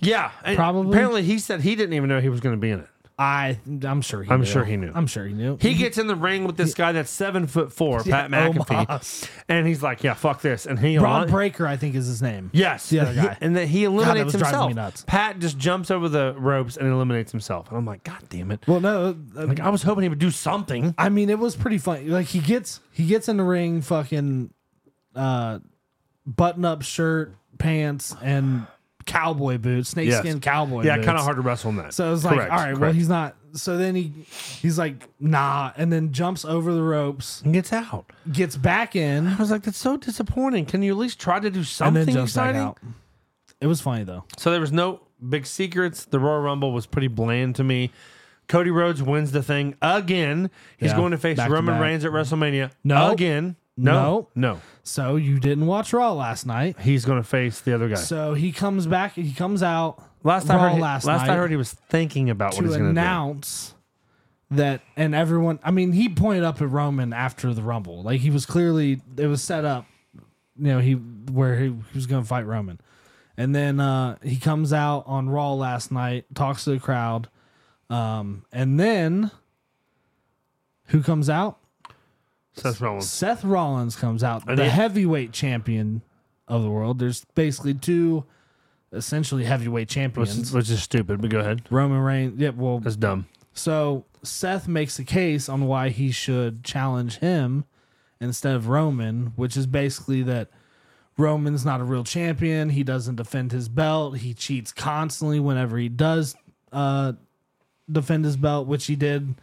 Speaker 1: yeah and
Speaker 2: probably-
Speaker 1: apparently he said he didn't even know he was going to be in it
Speaker 2: I, I'm sure he.
Speaker 1: I'm
Speaker 2: knew.
Speaker 1: sure he knew.
Speaker 2: I'm sure he knew.
Speaker 1: he gets in the ring with this guy that's seven foot four,
Speaker 2: Yeah,
Speaker 1: Pat McAfee,
Speaker 2: Omos.
Speaker 1: and he's like, "Yeah, fuck this," and he
Speaker 2: Braun
Speaker 1: elimi-
Speaker 2: Breaker, I think, is his name.
Speaker 1: Yes,
Speaker 2: the other
Speaker 1: he-
Speaker 2: guy.
Speaker 1: and then he
Speaker 2: that
Speaker 1: eliminates
Speaker 2: was driving
Speaker 1: himself.
Speaker 2: me nuts.
Speaker 1: Pat just jumps over the ropes and eliminates himself, and I'm like, God damn it!
Speaker 2: Well, no, uh,
Speaker 1: Like I was hoping he would do something.
Speaker 2: I mean, it was pretty funny. Like he gets he gets in the ring, fucking uh, button up shirt, pants, and cowboy boots, snakeskin
Speaker 1: Yes.
Speaker 2: cowboy.
Speaker 1: yeah,
Speaker 2: boots.
Speaker 1: kind of hard to wrestle in that.
Speaker 2: So it was like,
Speaker 1: Correct,
Speaker 2: all right, well,
Speaker 1: correct.
Speaker 2: he's not. So then he he's like, nah, and then jumps over the ropes,
Speaker 1: And gets out.
Speaker 2: gets back in,
Speaker 1: I was like, that's so disappointing. Can you at least try to do
Speaker 2: and
Speaker 1: something
Speaker 2: then jumps back
Speaker 1: exciting?
Speaker 2: out. It was funny though.
Speaker 1: So there was no big secrets. The Royal Rumble was pretty bland to me. Cody Rhodes wins the thing again. He's
Speaker 2: Yeah,
Speaker 1: going to face
Speaker 2: back to
Speaker 1: Roman
Speaker 2: back.
Speaker 1: Reigns at WrestleMania.
Speaker 2: No.
Speaker 1: again. No, no,
Speaker 2: So you didn't watch Raw last night.
Speaker 1: He's going to face the other guy.
Speaker 2: So he comes back. He comes out.
Speaker 1: last I
Speaker 2: Raw
Speaker 1: heard, he-
Speaker 2: last
Speaker 1: last I
Speaker 2: night
Speaker 1: heard, he was thinking about what he's
Speaker 2: to
Speaker 1: going to do.
Speaker 2: announce that, and everyone. I mean, he pointed up at Roman after the Rumble. Like he was clearly it was set up. You know, he where he, he was going to fight Roman, and then uh, he comes out on Raw last night, talks to the crowd, um, and then who comes out?
Speaker 1: Seth Rollins.
Speaker 2: Seth Rollins comes out, the
Speaker 1: they-
Speaker 2: heavyweight champion of the world. There's basically two essentially heavyweight
Speaker 1: which,
Speaker 2: champions.
Speaker 1: which is stupid. But go ahead.
Speaker 2: Roman Reigns. Yeah, well,
Speaker 1: That's dumb.
Speaker 2: so Seth makes a case on why he should challenge him instead of Roman, which is basically that Roman's not a real champion. He doesn't defend his belt. He cheats constantly whenever he does uh, defend his belt, which he did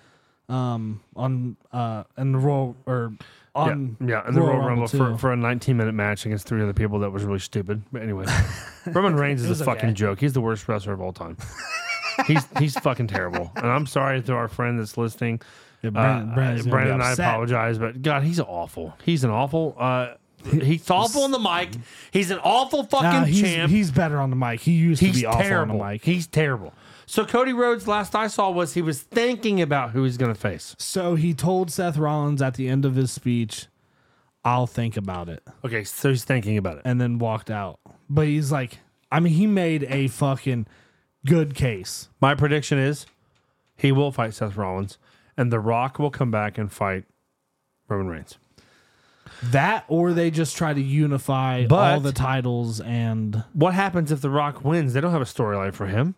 Speaker 2: um, on uh, in the Royal or on
Speaker 1: yeah, yeah, and the Royal, Rumble, for,
Speaker 2: Mm. too.
Speaker 1: for a 19 minute match against three other people that was really stupid. But anyway, Roman Reigns is a
Speaker 2: was
Speaker 1: fucking
Speaker 2: okay.
Speaker 1: joke. He's the worst wrestler of all time. he's he's fucking terrible. And I'm sorry to our friend that's listening.
Speaker 2: Yeah,
Speaker 1: Brandon,
Speaker 2: Brandon, Brandon's gonna be
Speaker 1: uh, Brandon and I
Speaker 2: upset.
Speaker 1: apologize, but God, he's awful. He's an awful. Uh, he's awful on the mic. He's an awful fucking
Speaker 2: Nah, he's,
Speaker 1: champ.
Speaker 2: he's better on the mic. He used
Speaker 1: He's
Speaker 2: to be awful
Speaker 1: terrible.
Speaker 2: on the mic.
Speaker 1: He's terrible. So Cody Rhodes, last I saw, was he was thinking about who he's going to face.
Speaker 2: So he told Seth Rollins at the end of his speech, I'll think about it,
Speaker 1: Okay, so he's thinking about it.
Speaker 2: and then walked out. But he's like, I mean, he made a fucking good case.
Speaker 1: My prediction is he will fight Seth Rollins, and The Rock will come back and fight Roman Reigns.
Speaker 2: That, or they just try to unify all
Speaker 1: But-
Speaker 2: the titles and
Speaker 1: What happens if The Rock wins? They don't have a storyline for him.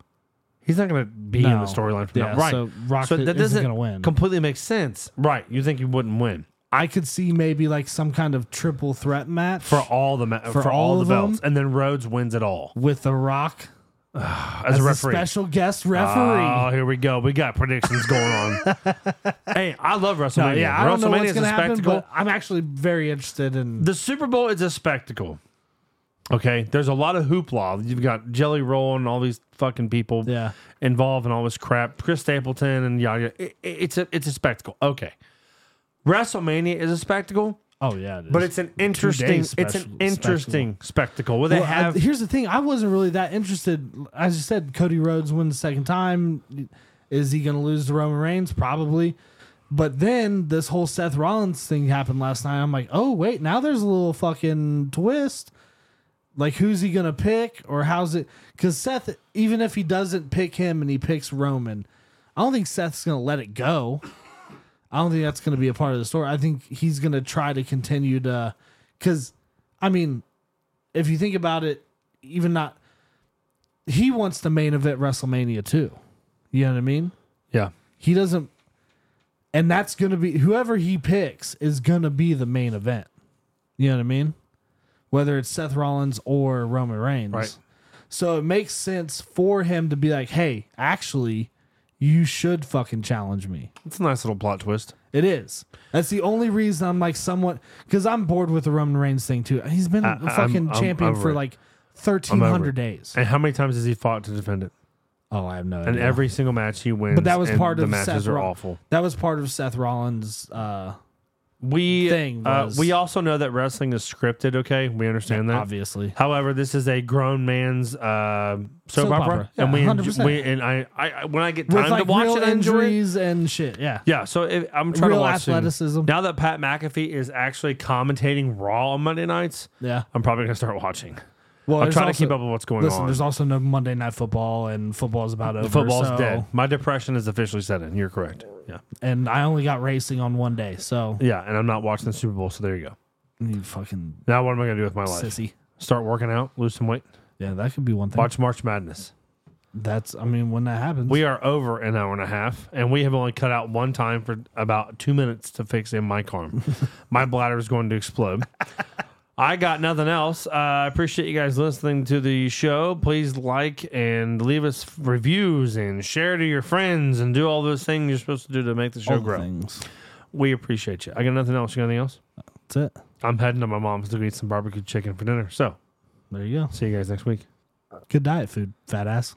Speaker 1: He's not going to be in
Speaker 2: No.
Speaker 1: the storyline for
Speaker 2: Yeah,
Speaker 1: now. Right.
Speaker 2: so Rock isn't gonna win.
Speaker 1: completely make sense. Right. You think he wouldn't win
Speaker 2: I could see maybe like some kind of triple threat match
Speaker 1: for all the ma- for,
Speaker 2: For
Speaker 1: all,
Speaker 2: all
Speaker 1: the
Speaker 2: of 'em?
Speaker 1: belts, and then Rhodes wins it all
Speaker 2: with The Rock
Speaker 1: as,
Speaker 2: as
Speaker 1: a
Speaker 2: a
Speaker 1: referee.
Speaker 2: special guest referee.
Speaker 1: Oh, here we go. We got predictions going on. hey, I love
Speaker 2: No,
Speaker 1: WrestleMania.
Speaker 2: yeah, I don't know
Speaker 1: Uh, WrestleMania is
Speaker 2: what's
Speaker 1: a
Speaker 2: going to happen,
Speaker 1: spectacle.
Speaker 2: but I'm actually very interested in.
Speaker 1: the Super Bowl is a spectacle. Okay, there's a lot of hoopla. You've got Jelly Roll and all these fucking people
Speaker 2: Yeah.
Speaker 1: involved in all this crap. Chris Stapleton and yada. yada. It- it- it's a it's a spectacle. Okay, WrestleMania is a spectacle,
Speaker 2: oh yeah, it is.
Speaker 1: but it's an interesting it's
Speaker 2: special-
Speaker 1: an interesting spectacle, where they
Speaker 2: Well, I-
Speaker 1: have
Speaker 2: here's the thing. I wasn't really that interested. As you said, Cody Rhodes won the second time. Is he going to lose to Roman Reigns? Probably. But then this whole Seth Rollins thing happened last night. I'm like, oh wait, now there's a little fucking twist. Like who's he gonna pick or how's it? Because Seth, even if he doesn't pick him and he picks Roman, I don't think Seth's gonna let it go. I don't think that's gonna be a part of the story. I think he's gonna try to continue to, because, I mean, if you think about it, even not, he wants the main event WrestleMania too. You know what I mean?
Speaker 1: Yeah.
Speaker 2: He doesn't, and that's gonna be whoever he picks is gonna be the main event. You know what I mean? Whether it's Seth Rollins or Roman Reigns,
Speaker 1: Right.
Speaker 2: so it makes sense for him to be like, "Hey, actually, you should fucking challenge me."
Speaker 1: It's a nice little plot twist.
Speaker 2: It is. That's the only reason I'm like somewhat because I'm bored with the Roman Reigns thing too. He's been
Speaker 1: I-
Speaker 2: a
Speaker 1: I'm-
Speaker 2: fucking
Speaker 1: I'm
Speaker 2: champion
Speaker 1: over
Speaker 2: for
Speaker 1: it.
Speaker 2: like
Speaker 1: I'm
Speaker 2: thirteen
Speaker 1: over
Speaker 2: hundred
Speaker 1: it.
Speaker 2: days.
Speaker 1: And how many times has he fought to defend it?
Speaker 2: Oh, I have no.
Speaker 1: And
Speaker 2: idea.
Speaker 1: every single match he wins.
Speaker 2: but that was
Speaker 1: and
Speaker 2: part
Speaker 1: the
Speaker 2: of
Speaker 1: matches
Speaker 2: Seth
Speaker 1: are
Speaker 2: Roll-
Speaker 1: awful.
Speaker 2: That was part of Seth Rollins. Uh,
Speaker 1: We
Speaker 2: Thing
Speaker 1: uh,
Speaker 2: was-
Speaker 1: we also know that wrestling is scripted. Okay, we understand that.
Speaker 2: obviously,
Speaker 1: However, this is a grown man's uh, soap,
Speaker 2: Soap
Speaker 1: opera,
Speaker 2: opera.
Speaker 1: and
Speaker 2: Yeah,
Speaker 1: we, enj-
Speaker 2: 100%.
Speaker 1: we and I, I I- when I get
Speaker 2: with
Speaker 1: time
Speaker 2: like
Speaker 1: to watch
Speaker 2: real
Speaker 1: it, I enjoy it.
Speaker 2: injuries and shit. Yeah,
Speaker 1: Yeah, so if, I'm trying
Speaker 2: Real
Speaker 1: to watch soon.
Speaker 2: athleticism.
Speaker 1: Now that Pat McAfee is actually commentating Raw on Monday nights,
Speaker 2: yeah.
Speaker 1: I'm probably gonna start watching.
Speaker 2: Well,
Speaker 1: I'm
Speaker 2: there's
Speaker 1: trying to
Speaker 2: also-
Speaker 1: keep up with what's going
Speaker 2: Listen,
Speaker 1: on.
Speaker 2: there's also no Monday Night Football, and football's about over.
Speaker 1: Football's
Speaker 2: so-
Speaker 1: dead. My depression is officially set in. You're correct. Yeah,
Speaker 2: and I only got racing on one day. So
Speaker 1: yeah, and I'm not watching the Super Bowl, so there you go.
Speaker 2: you fucking
Speaker 1: Now what am I gonna do with my life?
Speaker 2: sissy.
Speaker 1: Start working out, lose some weight,
Speaker 2: Yeah, that could be one thing.
Speaker 1: watch March Madness.
Speaker 2: That's I mean, when that happens,
Speaker 1: We are over an hour and a half, and we have only cut out one time for about two minutes to fix in my arm. my bladder is going to explode. I got nothing else. Uh, I appreciate you guys listening to the show. Please like and leave us reviews and share to your friends and do all those things you're supposed to do to make the show
Speaker 2: all the
Speaker 1: grow.
Speaker 2: things.
Speaker 1: We appreciate you. I got nothing else. You got anything else?
Speaker 2: That's it.
Speaker 1: I'm heading to my mom's to go eat some barbecue chicken for dinner. So,
Speaker 2: There you go.
Speaker 1: see you guys next week.
Speaker 2: Good diet food, fat ass.